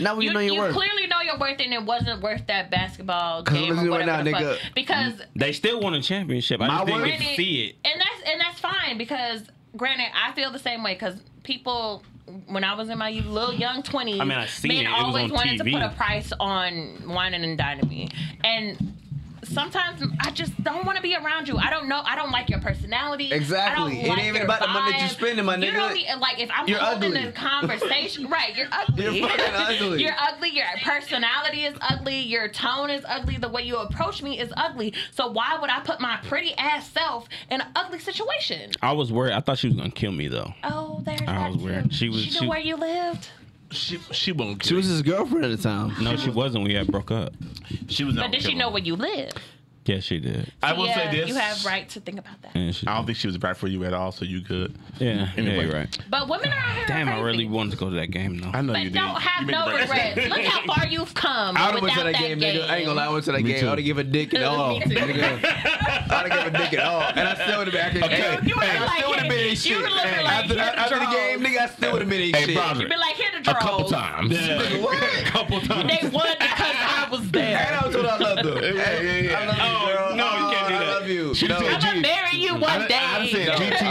Speaker 5: Not when you,
Speaker 4: You,
Speaker 5: know your
Speaker 4: you
Speaker 5: worth.
Speaker 4: clearly know your worth, and it wasn't worth that basketball
Speaker 5: 'Cause
Speaker 4: game
Speaker 5: listen
Speaker 4: or
Speaker 5: right now,
Speaker 4: whatever the fuck.
Speaker 5: nigga.
Speaker 4: Because
Speaker 3: they still won a championship. I just didn't
Speaker 5: word-
Speaker 3: get to see it.
Speaker 4: and that's and that's fine because granted, I feel the same way because people. When I was in my little young twenties,
Speaker 3: I mean, I seen it.
Speaker 4: men
Speaker 3: It was
Speaker 4: always
Speaker 3: on
Speaker 4: wanted to
Speaker 3: TV.
Speaker 4: put a price on whining and dining me, and sometimes I just don't want to be around you. I don't know. I don't like your personality.
Speaker 5: Exactly.
Speaker 4: I
Speaker 5: It
Speaker 4: don't like
Speaker 5: ain't even
Speaker 4: your
Speaker 5: about the money that you
Speaker 4: vibe.
Speaker 5: spending, my
Speaker 4: You
Speaker 5: nigga.
Speaker 4: don't need- like if I'm
Speaker 5: You're
Speaker 4: holding
Speaker 5: ugly.
Speaker 4: a conversation, right? You're ugly.
Speaker 5: You're fucking ugly.
Speaker 4: You're ugly. Your personality is ugly. Your tone is ugly. The way you approach me is ugly. So why would I put my pretty ass self in an ugly situation?
Speaker 3: I was worried. I thought she was gonna kill me though.
Speaker 4: Oh, there's
Speaker 3: I was
Speaker 4: that
Speaker 3: weird.
Speaker 4: too.
Speaker 3: She was-
Speaker 4: She knew
Speaker 3: she-
Speaker 4: where you lived.
Speaker 2: She she won't
Speaker 5: She
Speaker 2: kill.
Speaker 5: was his girlfriend at the time.
Speaker 3: No, she wasn't. We had broke up.
Speaker 2: him. she was not.
Speaker 4: But did she know where you lived?
Speaker 3: Yeah, she did.
Speaker 2: I will
Speaker 4: yeah,
Speaker 2: say this.
Speaker 4: You have right to think about that.
Speaker 3: And she,
Speaker 2: I don't think she was right for you at all. So you could.
Speaker 3: yeah,
Speaker 2: Anyway.
Speaker 3: yeah, right.
Speaker 4: But women are out here
Speaker 3: Damn,
Speaker 4: crazy.
Speaker 3: I really wanted to go to that game though.
Speaker 2: I know you did.
Speaker 4: But don't have
Speaker 2: You made
Speaker 4: no
Speaker 2: the right-
Speaker 4: regrets. Look how far you've come
Speaker 5: I would've
Speaker 4: without
Speaker 5: went to
Speaker 4: that,
Speaker 5: that game, nigga. I ain't gonna lie, I went to that game. I
Speaker 3: too.
Speaker 5: would've given a dick at all.
Speaker 4: Me too.
Speaker 5: nigga. I would've given a dick at all. And I still would've been, I could, hey,
Speaker 4: You were
Speaker 5: hey, I
Speaker 4: like-
Speaker 5: still would've been in
Speaker 4: you
Speaker 5: shit.
Speaker 4: were looking
Speaker 5: Hey,
Speaker 4: like
Speaker 5: after,
Speaker 4: you're the
Speaker 5: after the
Speaker 4: draws.
Speaker 5: game, nigga, I still would've been in shit.
Speaker 2: Broderick,
Speaker 4: Be like, here the draws.
Speaker 2: times.
Speaker 5: Nigga, what?
Speaker 3: couple times.
Speaker 4: They won because I was there.
Speaker 5: And I was told I loved her. Hey, I love you,
Speaker 3: Oh,
Speaker 5: girl.
Speaker 3: no, you can't do
Speaker 5: Oh, I
Speaker 3: that.
Speaker 5: love you.
Speaker 2: She
Speaker 5: No.
Speaker 2: said-
Speaker 4: I'm gonna marry you one day.
Speaker 2: I, I said
Speaker 5: No,
Speaker 2: GTD
Speaker 5: I'm
Speaker 2: a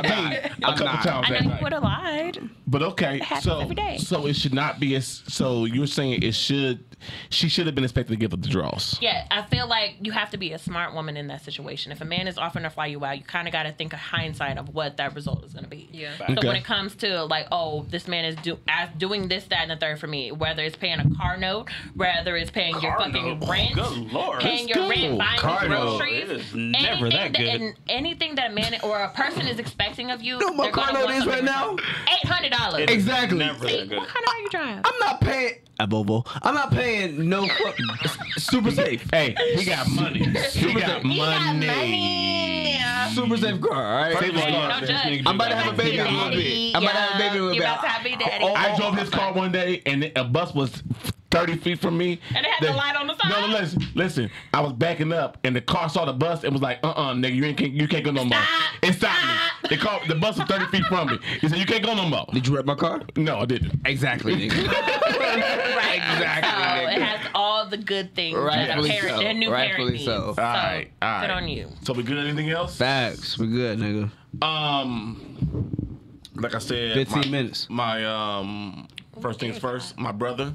Speaker 5: not.
Speaker 2: couple
Speaker 5: I'm not.
Speaker 2: times
Speaker 4: I
Speaker 2: that
Speaker 4: know
Speaker 2: night.
Speaker 4: you would have lied.
Speaker 2: But okay,
Speaker 4: happens
Speaker 2: so
Speaker 4: every day.
Speaker 2: so it should not be. As, so you're saying it should. She should have been expected to give up the draws.
Speaker 4: Yeah, I feel like you have to be a smart woman in that situation. If a man is offering to fly you out, you kind of got to think of hindsight of what that result is going to be.
Speaker 1: Yeah.
Speaker 4: So
Speaker 2: Okay.
Speaker 4: when it comes to like, oh, this man is do as doing this, that, and the third for me, whether it's paying a car note, whether it's paying your fucking rent,
Speaker 3: Good lord.
Speaker 4: paying
Speaker 2: Let's
Speaker 4: your
Speaker 2: go.
Speaker 4: rent, buying
Speaker 5: Car
Speaker 4: your
Speaker 5: note.
Speaker 4: groceries,
Speaker 3: It is never
Speaker 4: anything
Speaker 3: that good.
Speaker 4: and anything that a man or a person is expecting of you,
Speaker 5: No, my car note is right now.
Speaker 4: eight hundred dollars.
Speaker 5: Exactly.
Speaker 3: Never that good.
Speaker 4: What kind of are you driving?
Speaker 5: I'm not paying. A Bobo. I'm not paying no fuck. Super safe.
Speaker 2: Hey, he got money. he got
Speaker 4: He got
Speaker 2: money.
Speaker 4: money.
Speaker 5: Super safe girl, all right?
Speaker 2: First of all,
Speaker 4: Don't judge.
Speaker 5: I'm about to have a baby in a
Speaker 4: Daddy,
Speaker 5: little bit. I'm about to have a baby in a
Speaker 4: yeah.
Speaker 5: little
Speaker 4: You
Speaker 5: bit.
Speaker 4: about to have a daddy.
Speaker 5: Oh,
Speaker 2: I drove his car one day, and a bus was thirty feet from me.
Speaker 4: And it had the light on the side?
Speaker 2: No, no, listen, listen. I was backing up, and the car saw the bus and was like, "Uh, uh nigga, you ain't can't, you can't go no more."
Speaker 4: Stop.
Speaker 2: It stopped me. The car, the bus was thirty feet from me. He said, "You can't go no more."
Speaker 5: Did you wreck my car?
Speaker 2: No, I didn't.
Speaker 5: Exactly, nigga.
Speaker 4: right?
Speaker 5: Exactly,
Speaker 4: So it
Speaker 5: nigga.
Speaker 4: has all the good things that a
Speaker 5: Rightfully
Speaker 4: parent,
Speaker 5: so.
Speaker 4: a new
Speaker 5: Rightfully
Speaker 4: parent needs.
Speaker 5: so.
Speaker 2: All right, all right.
Speaker 4: good on you.
Speaker 2: So we good at anything else?
Speaker 5: Facts. We good, nigga.
Speaker 2: Um, like I said,
Speaker 5: 15
Speaker 2: my,
Speaker 5: minutes.
Speaker 2: My um, first things first. My brother,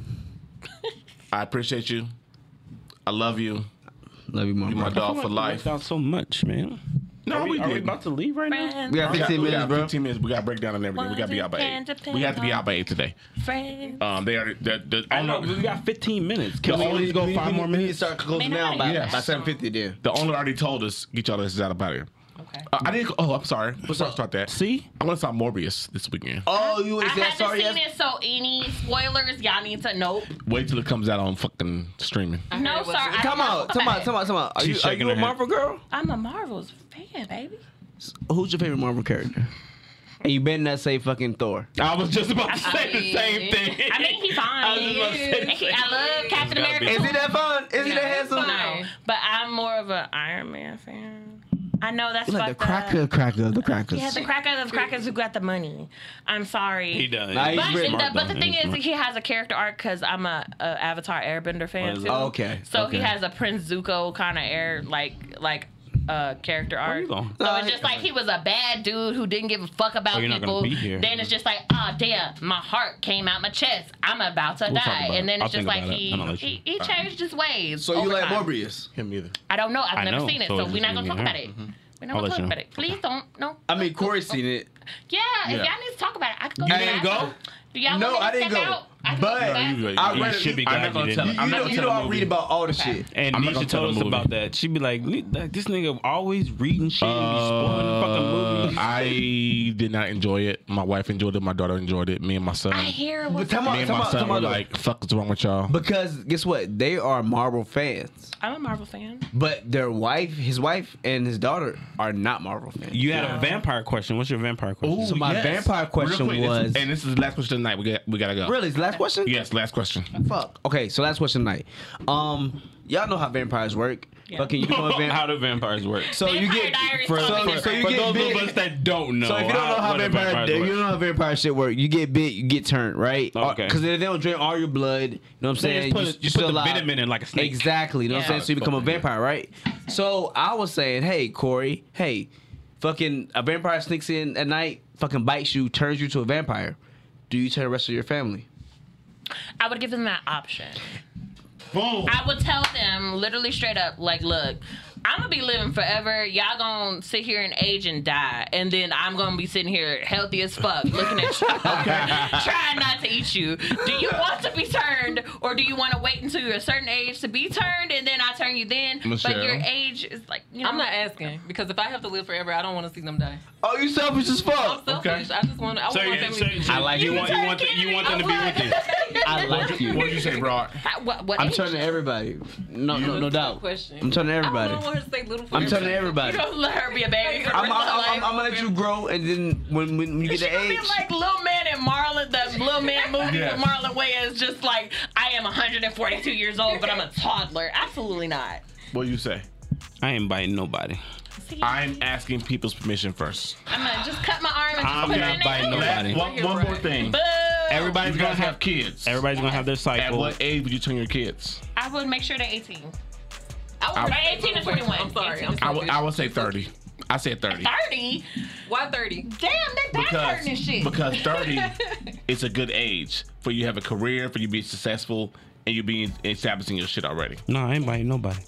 Speaker 2: I appreciate you. I love you.
Speaker 5: Love you, my
Speaker 2: You my
Speaker 5: brother.
Speaker 2: dog for life.
Speaker 3: Out so much, man.
Speaker 2: No,
Speaker 3: Are
Speaker 2: we,
Speaker 3: we, are we
Speaker 2: didn't.
Speaker 3: about to leave right now?
Speaker 4: Friends,
Speaker 5: We got
Speaker 2: We got-
Speaker 5: 15
Speaker 2: we got
Speaker 5: minutes, bro.
Speaker 2: 15 minutes. We got breakdown and everything. We got to be out by
Speaker 4: One, two,
Speaker 2: eight.
Speaker 4: ten,
Speaker 2: We got to be out by eight today.
Speaker 4: friends.
Speaker 2: Um, they are. The, the,
Speaker 3: I know we got 15 minutes. Can
Speaker 2: The
Speaker 3: we at
Speaker 2: only-
Speaker 3: least go
Speaker 2: we-
Speaker 3: five
Speaker 2: we-
Speaker 3: more
Speaker 5: We need to
Speaker 3: minutes?
Speaker 5: start closing
Speaker 4: Man,
Speaker 5: down by,
Speaker 2: yes.
Speaker 5: by 7.50 then.
Speaker 2: The owner already told us get y'all asses out of here.
Speaker 4: Okay.
Speaker 2: Uh, I didn't. Oh, I'm sorry. Let's talk about that.
Speaker 3: See,
Speaker 2: I went to saw Morbius this weekend.
Speaker 5: Oh, you would
Speaker 4: I
Speaker 5: have said
Speaker 4: haven't
Speaker 5: sorry
Speaker 4: seen
Speaker 5: yes?
Speaker 4: it, so any spoilers y'all need to nope.
Speaker 2: Wait till it comes out on fucking streaming.
Speaker 4: No, sir. I
Speaker 5: Come
Speaker 4: don't know
Speaker 5: out, come
Speaker 4: about
Speaker 5: out,
Speaker 4: it.
Speaker 5: come out, come out. Are
Speaker 3: She's
Speaker 5: you, are
Speaker 3: shaking
Speaker 5: you a
Speaker 3: her head.
Speaker 5: Marvel girl?
Speaker 4: I'm a Marvels fan, baby.
Speaker 5: Who's your favorite Marvel character? And you better not say fucking Thor.
Speaker 3: I was just about to
Speaker 4: I
Speaker 3: say the
Speaker 4: mean-
Speaker 3: same thing.
Speaker 4: I mean, he's
Speaker 3: I was just about to say the
Speaker 4: on.
Speaker 3: same
Speaker 4: I love Captain
Speaker 3: Gotta be-
Speaker 4: America.
Speaker 5: Is he that fun? Is he that handsome?
Speaker 4: No, but I'm more of an Iron Man fan. I know that's
Speaker 5: You Like the
Speaker 4: fucked up.
Speaker 5: cracker, cracker, the crackers.
Speaker 4: Yeah, the cracker of crackers who got the money. I'm sorry.
Speaker 3: He does.
Speaker 5: Nah, he's
Speaker 4: But,
Speaker 5: really
Speaker 4: the,
Speaker 5: smart,
Speaker 4: but the thing is,
Speaker 3: Smart.
Speaker 4: he has a character arc because I'm a, a Avatar Airbender fan
Speaker 3: Well,
Speaker 4: too.
Speaker 5: okay,
Speaker 4: So he
Speaker 5: okay.
Speaker 4: has a Prince Zuko kind of air like like uh character
Speaker 3: Where you
Speaker 4: arc.
Speaker 3: going?
Speaker 4: So
Speaker 5: Nah,
Speaker 4: it's just
Speaker 5: I-
Speaker 4: like he was a bad dude who didn't give a fuck about
Speaker 3: Oh, you're not gonna
Speaker 4: people.
Speaker 3: be here.
Speaker 4: Then it's just like, oh damn, my heart came out my chest. I'm about to
Speaker 3: We'll talk
Speaker 4: die.
Speaker 3: about
Speaker 4: And
Speaker 3: it.
Speaker 4: then
Speaker 3: I'll
Speaker 4: it's
Speaker 3: think
Speaker 4: just like
Speaker 3: about it.
Speaker 4: he,
Speaker 3: I'm gonna let you-
Speaker 4: he he changed his ways.
Speaker 5: So you
Speaker 4: over
Speaker 5: like
Speaker 4: time.
Speaker 5: Morbius?
Speaker 2: Him either.
Speaker 4: I don't know. I've
Speaker 3: I
Speaker 4: never
Speaker 3: know.
Speaker 4: seen it,
Speaker 3: So
Speaker 4: so,
Speaker 3: it's
Speaker 4: we're not
Speaker 3: just
Speaker 4: gonna talk
Speaker 3: me and
Speaker 4: about
Speaker 3: her.
Speaker 4: it.
Speaker 3: I'll
Speaker 4: We're not gonna
Speaker 3: let
Speaker 4: talk
Speaker 3: you know.
Speaker 4: about it. Please don't. No.
Speaker 5: I mean, Corey's seen it.
Speaker 4: Yeah,
Speaker 2: Yeah.
Speaker 4: if y'all need to talk about it, I could go.
Speaker 5: You
Speaker 4: back.
Speaker 5: didn't go?
Speaker 4: Do y'all
Speaker 5: No,
Speaker 4: want me
Speaker 5: I
Speaker 4: to
Speaker 5: didn't
Speaker 4: step
Speaker 5: go.
Speaker 4: Out? I can
Speaker 5: But-
Speaker 4: go back.
Speaker 2: You,
Speaker 5: I
Speaker 2: you
Speaker 5: read-
Speaker 2: should be
Speaker 3: I'm
Speaker 2: glad
Speaker 3: not gonna
Speaker 2: you
Speaker 3: tell-
Speaker 2: didn't.
Speaker 5: You,
Speaker 2: I'm
Speaker 5: you
Speaker 2: not
Speaker 5: know,
Speaker 2: gonna
Speaker 5: you
Speaker 2: tell
Speaker 5: know
Speaker 2: the
Speaker 5: I
Speaker 2: movie.
Speaker 5: read about all the shit.
Speaker 3: And
Speaker 2: I'm not
Speaker 3: Nisha
Speaker 2: gonna tell
Speaker 3: told
Speaker 2: the
Speaker 3: us
Speaker 2: movie.
Speaker 3: about that. She'd be like, "Ni- like, this nigga always reading shit and be spoiling the fucking
Speaker 2: Uh,
Speaker 3: movie.
Speaker 2: I did not enjoy it. My wife enjoyed it. My daughter enjoyed it. Me and my son.
Speaker 4: I hear it
Speaker 5: But
Speaker 4: was.
Speaker 5: come
Speaker 2: me
Speaker 5: on,
Speaker 2: and
Speaker 5: come
Speaker 2: my
Speaker 5: on,
Speaker 2: son
Speaker 5: come
Speaker 2: were
Speaker 5: on.
Speaker 2: like, "Fuck, what's wrong with y'all?"
Speaker 5: Because guess what? They are Marvel fans,
Speaker 4: I'm a Marvel fan.
Speaker 5: but their wife, his wife, and his daughter are not Marvel fans.
Speaker 3: You had a vampire question. What's your vampire question?
Speaker 5: so my vampire question
Speaker 2: Real quick, this is-
Speaker 5: was
Speaker 2: and this is the last question tonight. We got we gotta go.
Speaker 5: really it's the last question.
Speaker 2: Yes, last question.
Speaker 5: Fuck. Okay, so last question tonight. Um, y'all know how vampires work. Fucking, you know a vamp-
Speaker 3: how do vampires work?
Speaker 5: So you
Speaker 4: Vampire
Speaker 5: get
Speaker 4: Diaries
Speaker 5: so,
Speaker 4: told me
Speaker 5: so
Speaker 4: that.
Speaker 5: you
Speaker 3: For
Speaker 5: get
Speaker 3: those
Speaker 5: bit.
Speaker 3: of us that don't know,
Speaker 5: so if you don't know how
Speaker 3: what a
Speaker 5: vampire,
Speaker 3: vampire's
Speaker 5: if you
Speaker 3: work-
Speaker 5: don't know how vampire shit work, you get bit, you get turned, right?
Speaker 3: Okay.
Speaker 5: Because they don't drain all your blood. You know what I'm saying?
Speaker 3: They just put,
Speaker 5: you, you're
Speaker 3: you, put
Speaker 5: still
Speaker 3: the
Speaker 5: alive.
Speaker 3: venom in it like a snake.
Speaker 5: Exactly. You know what I'm saying? So you become a vampire, right? So I was saying, hey, Corey, hey, fucking a vampire sneaks in at night, fucking bites you, turns you to a vampire. Do you tell the rest of your family?
Speaker 4: I would give them that option.
Speaker 2: Boom.
Speaker 4: I would tell them literally straight up, like, look, I'm gonna be living forever. Y'all gonna sit here and age and die, and then I'm gonna be sitting here healthy as fuck, looking at you, trying not to eat you. Do you want to be turned, or do you want to wait until you're a certain age to be turned, and then I turn you then?
Speaker 2: Michelle.
Speaker 4: But your age is like, you know,
Speaker 1: I'm not asking because if I have to live forever, I don't want to see them die.
Speaker 5: Oh, you selfish as
Speaker 1: I'm
Speaker 5: fuck.
Speaker 1: selfish. I just want. I want
Speaker 3: So,
Speaker 1: my
Speaker 3: you-
Speaker 1: family.
Speaker 3: so,
Speaker 1: to be
Speaker 3: so
Speaker 5: I like
Speaker 3: you
Speaker 5: you.
Speaker 3: want you want you want them to be with you.
Speaker 5: I like you.
Speaker 2: What did you say, Broad?
Speaker 4: what, what
Speaker 5: I'm
Speaker 4: age?
Speaker 5: turning to everybody. No, no, no
Speaker 1: That's a good
Speaker 5: doubt.
Speaker 1: Question.
Speaker 5: I'm turning to
Speaker 1: I don't
Speaker 5: everybody.
Speaker 1: want her to stay little.
Speaker 5: I'm turning to everybody.
Speaker 4: You don't let her be a baby. for the
Speaker 5: I'm, I'm,
Speaker 4: rest of her life.
Speaker 5: I'm, I'm gonna let you grow, and then when when you get
Speaker 4: She
Speaker 5: the
Speaker 4: gonna
Speaker 5: age,
Speaker 4: be like Lil Man and Marlon, the Lil Man movie
Speaker 2: Yes.
Speaker 4: with Marlon Wayans, just like I am 142 years old, but I'm a toddler. Absolutely not.
Speaker 2: What do you say?
Speaker 3: I ain't biting nobody.
Speaker 4: See,
Speaker 2: I'm asking people's permission first.
Speaker 4: I'm gonna just cut my arm and just
Speaker 3: I'm
Speaker 4: put it
Speaker 3: not
Speaker 4: in
Speaker 3: biting
Speaker 4: there.
Speaker 3: nobody.
Speaker 2: Last, one, one more thing.
Speaker 4: Boo!
Speaker 2: Everybody's gonna have kids.
Speaker 3: Everybody's gonna have their
Speaker 2: At
Speaker 3: cycle.
Speaker 2: what age would you turn your kids?
Speaker 4: I would make sure they're 18.
Speaker 1: I want
Speaker 4: I'm-
Speaker 1: her to stay
Speaker 4: 18 to
Speaker 1: little forever.
Speaker 4: 21.
Speaker 1: I'm sorry. I'm
Speaker 4: 18.
Speaker 2: I
Speaker 1: sorry.
Speaker 2: would- I would say 30. I said 30.
Speaker 4: 30?
Speaker 1: Why 30?
Speaker 4: Damn, that back hurting and shit.
Speaker 2: because 30 is a good age for you to have a career, for you to be successful, and you being establishing your shit already.
Speaker 3: No, I ain't biting nobody.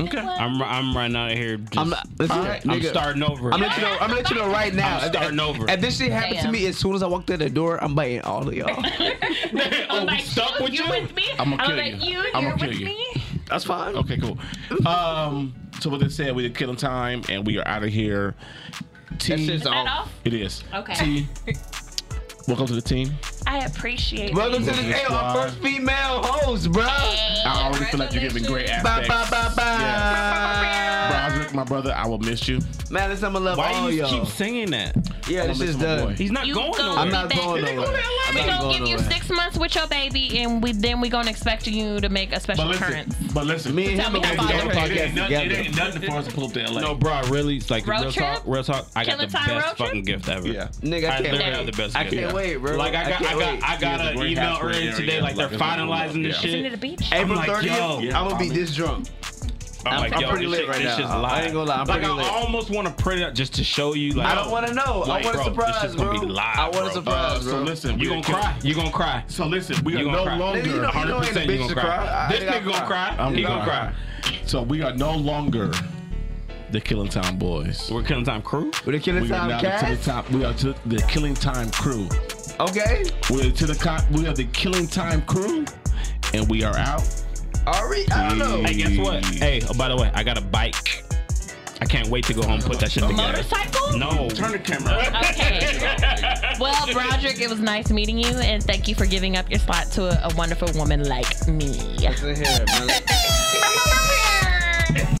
Speaker 2: Okay.
Speaker 3: I'm I'm running out of here. Just,
Speaker 5: I'm
Speaker 3: I'm,
Speaker 5: not. Listen,
Speaker 3: I'm
Speaker 5: nigga,
Speaker 3: starting over.
Speaker 5: I'm gonna let you know. I'm gonna let you know right now.
Speaker 3: I'm starting over.
Speaker 5: If this shit happened to
Speaker 4: Damn.
Speaker 5: me as soon as I walked through the door, I'm biting all of y'all.
Speaker 4: I'm
Speaker 2: Oh, we
Speaker 4: like,
Speaker 2: stuck
Speaker 4: you,
Speaker 2: with
Speaker 4: you
Speaker 2: you?
Speaker 4: with me?
Speaker 2: I'ma
Speaker 4: I was
Speaker 2: kill
Speaker 4: like,
Speaker 2: you.
Speaker 4: you,
Speaker 2: I'ma
Speaker 4: you're
Speaker 2: kill
Speaker 4: with
Speaker 2: you.
Speaker 4: me?
Speaker 5: That's fine.
Speaker 2: Okay, cool. Um, so what they said, we did killing time, and we are out of here.
Speaker 5: That
Speaker 2: T,
Speaker 5: shit's
Speaker 4: That
Speaker 5: on.
Speaker 4: off?
Speaker 2: it is.
Speaker 4: Okay.
Speaker 2: T, welcome to the team.
Speaker 4: I appreciate it.
Speaker 5: Welcome to the hey, our first female host, bro.
Speaker 2: I already feel like you're giving great
Speaker 5: Bye,
Speaker 2: aspects.
Speaker 5: bye, bye, bye.
Speaker 2: Broderick, my brother, I will miss you.
Speaker 5: Man, listen, I'ma love
Speaker 3: Why
Speaker 5: all
Speaker 3: do you
Speaker 5: y'all.
Speaker 3: keep singing that?
Speaker 5: Yeah,
Speaker 2: I'ma
Speaker 5: this
Speaker 2: miss
Speaker 5: is
Speaker 2: my boy.
Speaker 5: done.
Speaker 3: He's not
Speaker 4: You
Speaker 3: going
Speaker 4: go-
Speaker 3: nowhere.
Speaker 5: I'm not
Speaker 4: Back.
Speaker 5: going nowhere. I'm
Speaker 4: We're
Speaker 5: not
Speaker 4: gonna
Speaker 5: going
Speaker 4: give you
Speaker 5: nowhere.
Speaker 4: six months with your baby, and we then we're gonna expect you to make a
Speaker 2: But
Speaker 4: special
Speaker 2: listen,
Speaker 4: occurrence.
Speaker 2: but listen,
Speaker 5: Me and
Speaker 4: Tell
Speaker 5: him
Speaker 4: me
Speaker 5: are
Speaker 4: how
Speaker 5: gonna do
Speaker 4: far
Speaker 5: a
Speaker 4: they're-
Speaker 5: podcast
Speaker 2: It
Speaker 5: together.
Speaker 2: ain't nothing for us to pull up to Uh, LA.
Speaker 3: No, bro, really, it's like
Speaker 4: Road
Speaker 3: real
Speaker 4: trip?
Speaker 3: talk. Real talk. I got
Speaker 4: Killing
Speaker 3: the
Speaker 4: time road
Speaker 3: best
Speaker 4: trip?
Speaker 3: fucking gift ever.
Speaker 2: Yeah.
Speaker 5: Nigga,
Speaker 3: I
Speaker 5: I
Speaker 3: literally have
Speaker 5: can't
Speaker 3: the
Speaker 5: wait.
Speaker 3: best
Speaker 5: I
Speaker 3: gift.
Speaker 5: can't wait, bro.
Speaker 3: Like I got,
Speaker 5: can't
Speaker 3: I
Speaker 5: wait.
Speaker 3: got, I got
Speaker 2: He has a
Speaker 3: an
Speaker 2: great
Speaker 3: email
Speaker 2: halfway
Speaker 3: earlier
Speaker 2: area,
Speaker 3: today. Like they're
Speaker 2: like a little
Speaker 3: finalizing this
Speaker 2: love, yeah.
Speaker 4: Send it to
Speaker 3: shit.
Speaker 4: the beach.
Speaker 3: I'm
Speaker 5: April
Speaker 3: like,
Speaker 5: 30th,
Speaker 3: yo.
Speaker 5: I'm gonna be this drunk.
Speaker 3: I'm like,
Speaker 5: I'm
Speaker 3: yo,
Speaker 5: pretty
Speaker 3: this
Speaker 5: lit
Speaker 3: shit-
Speaker 5: right
Speaker 3: this
Speaker 5: now.
Speaker 3: shit's
Speaker 5: I
Speaker 3: live.
Speaker 5: ain't gonna lie, I'm
Speaker 3: Like
Speaker 5: pretty
Speaker 3: I
Speaker 5: lit.
Speaker 3: almost want to print it out just to show you. Like
Speaker 5: I don't want to know.
Speaker 3: Like,
Speaker 5: I want a
Speaker 3: bro, this
Speaker 5: surprise,
Speaker 3: shit's gonna
Speaker 5: bro.
Speaker 3: be live,
Speaker 5: I want a
Speaker 3: bro.
Speaker 5: surprise,
Speaker 2: so
Speaker 5: bro.
Speaker 2: listen,
Speaker 3: You
Speaker 2: we
Speaker 3: gonna
Speaker 2: are
Speaker 3: cry?
Speaker 2: killing-
Speaker 3: You gonna cry?
Speaker 2: So listen, we
Speaker 3: You
Speaker 2: are
Speaker 3: gonna
Speaker 2: no
Speaker 3: cry.
Speaker 2: longer.
Speaker 5: Nigga, you know, you know ain't a
Speaker 3: 100%
Speaker 5: bitch
Speaker 3: you gonna
Speaker 5: to
Speaker 3: cry.
Speaker 5: cry. I-
Speaker 3: This
Speaker 5: I
Speaker 3: nigga gonna cry.
Speaker 2: I'm
Speaker 3: He
Speaker 2: gonna
Speaker 3: gonna
Speaker 2: cry.
Speaker 3: cry.
Speaker 2: So we are no longer The Killing Time Boys.
Speaker 3: We're killing time crew.
Speaker 5: With the killing
Speaker 2: We are
Speaker 5: time
Speaker 2: now the, to the
Speaker 5: cast.
Speaker 2: top. We are to the Killing Time crew.
Speaker 5: Okay.
Speaker 2: We're to the co- we are the Killing Time crew, and we are out.
Speaker 5: Ari, I don't know.
Speaker 3: Hey, guess what? Hey, oh, by the way, I got a bike. I can't wait to go home and put that shit together.
Speaker 4: Motorcycle?
Speaker 3: No. Turn
Speaker 2: the camera.
Speaker 4: Okay. Well, Broderick, it was nice meeting you, and thank you for giving up your slot to a, a wonderful woman like me.
Speaker 5: Listen here, man.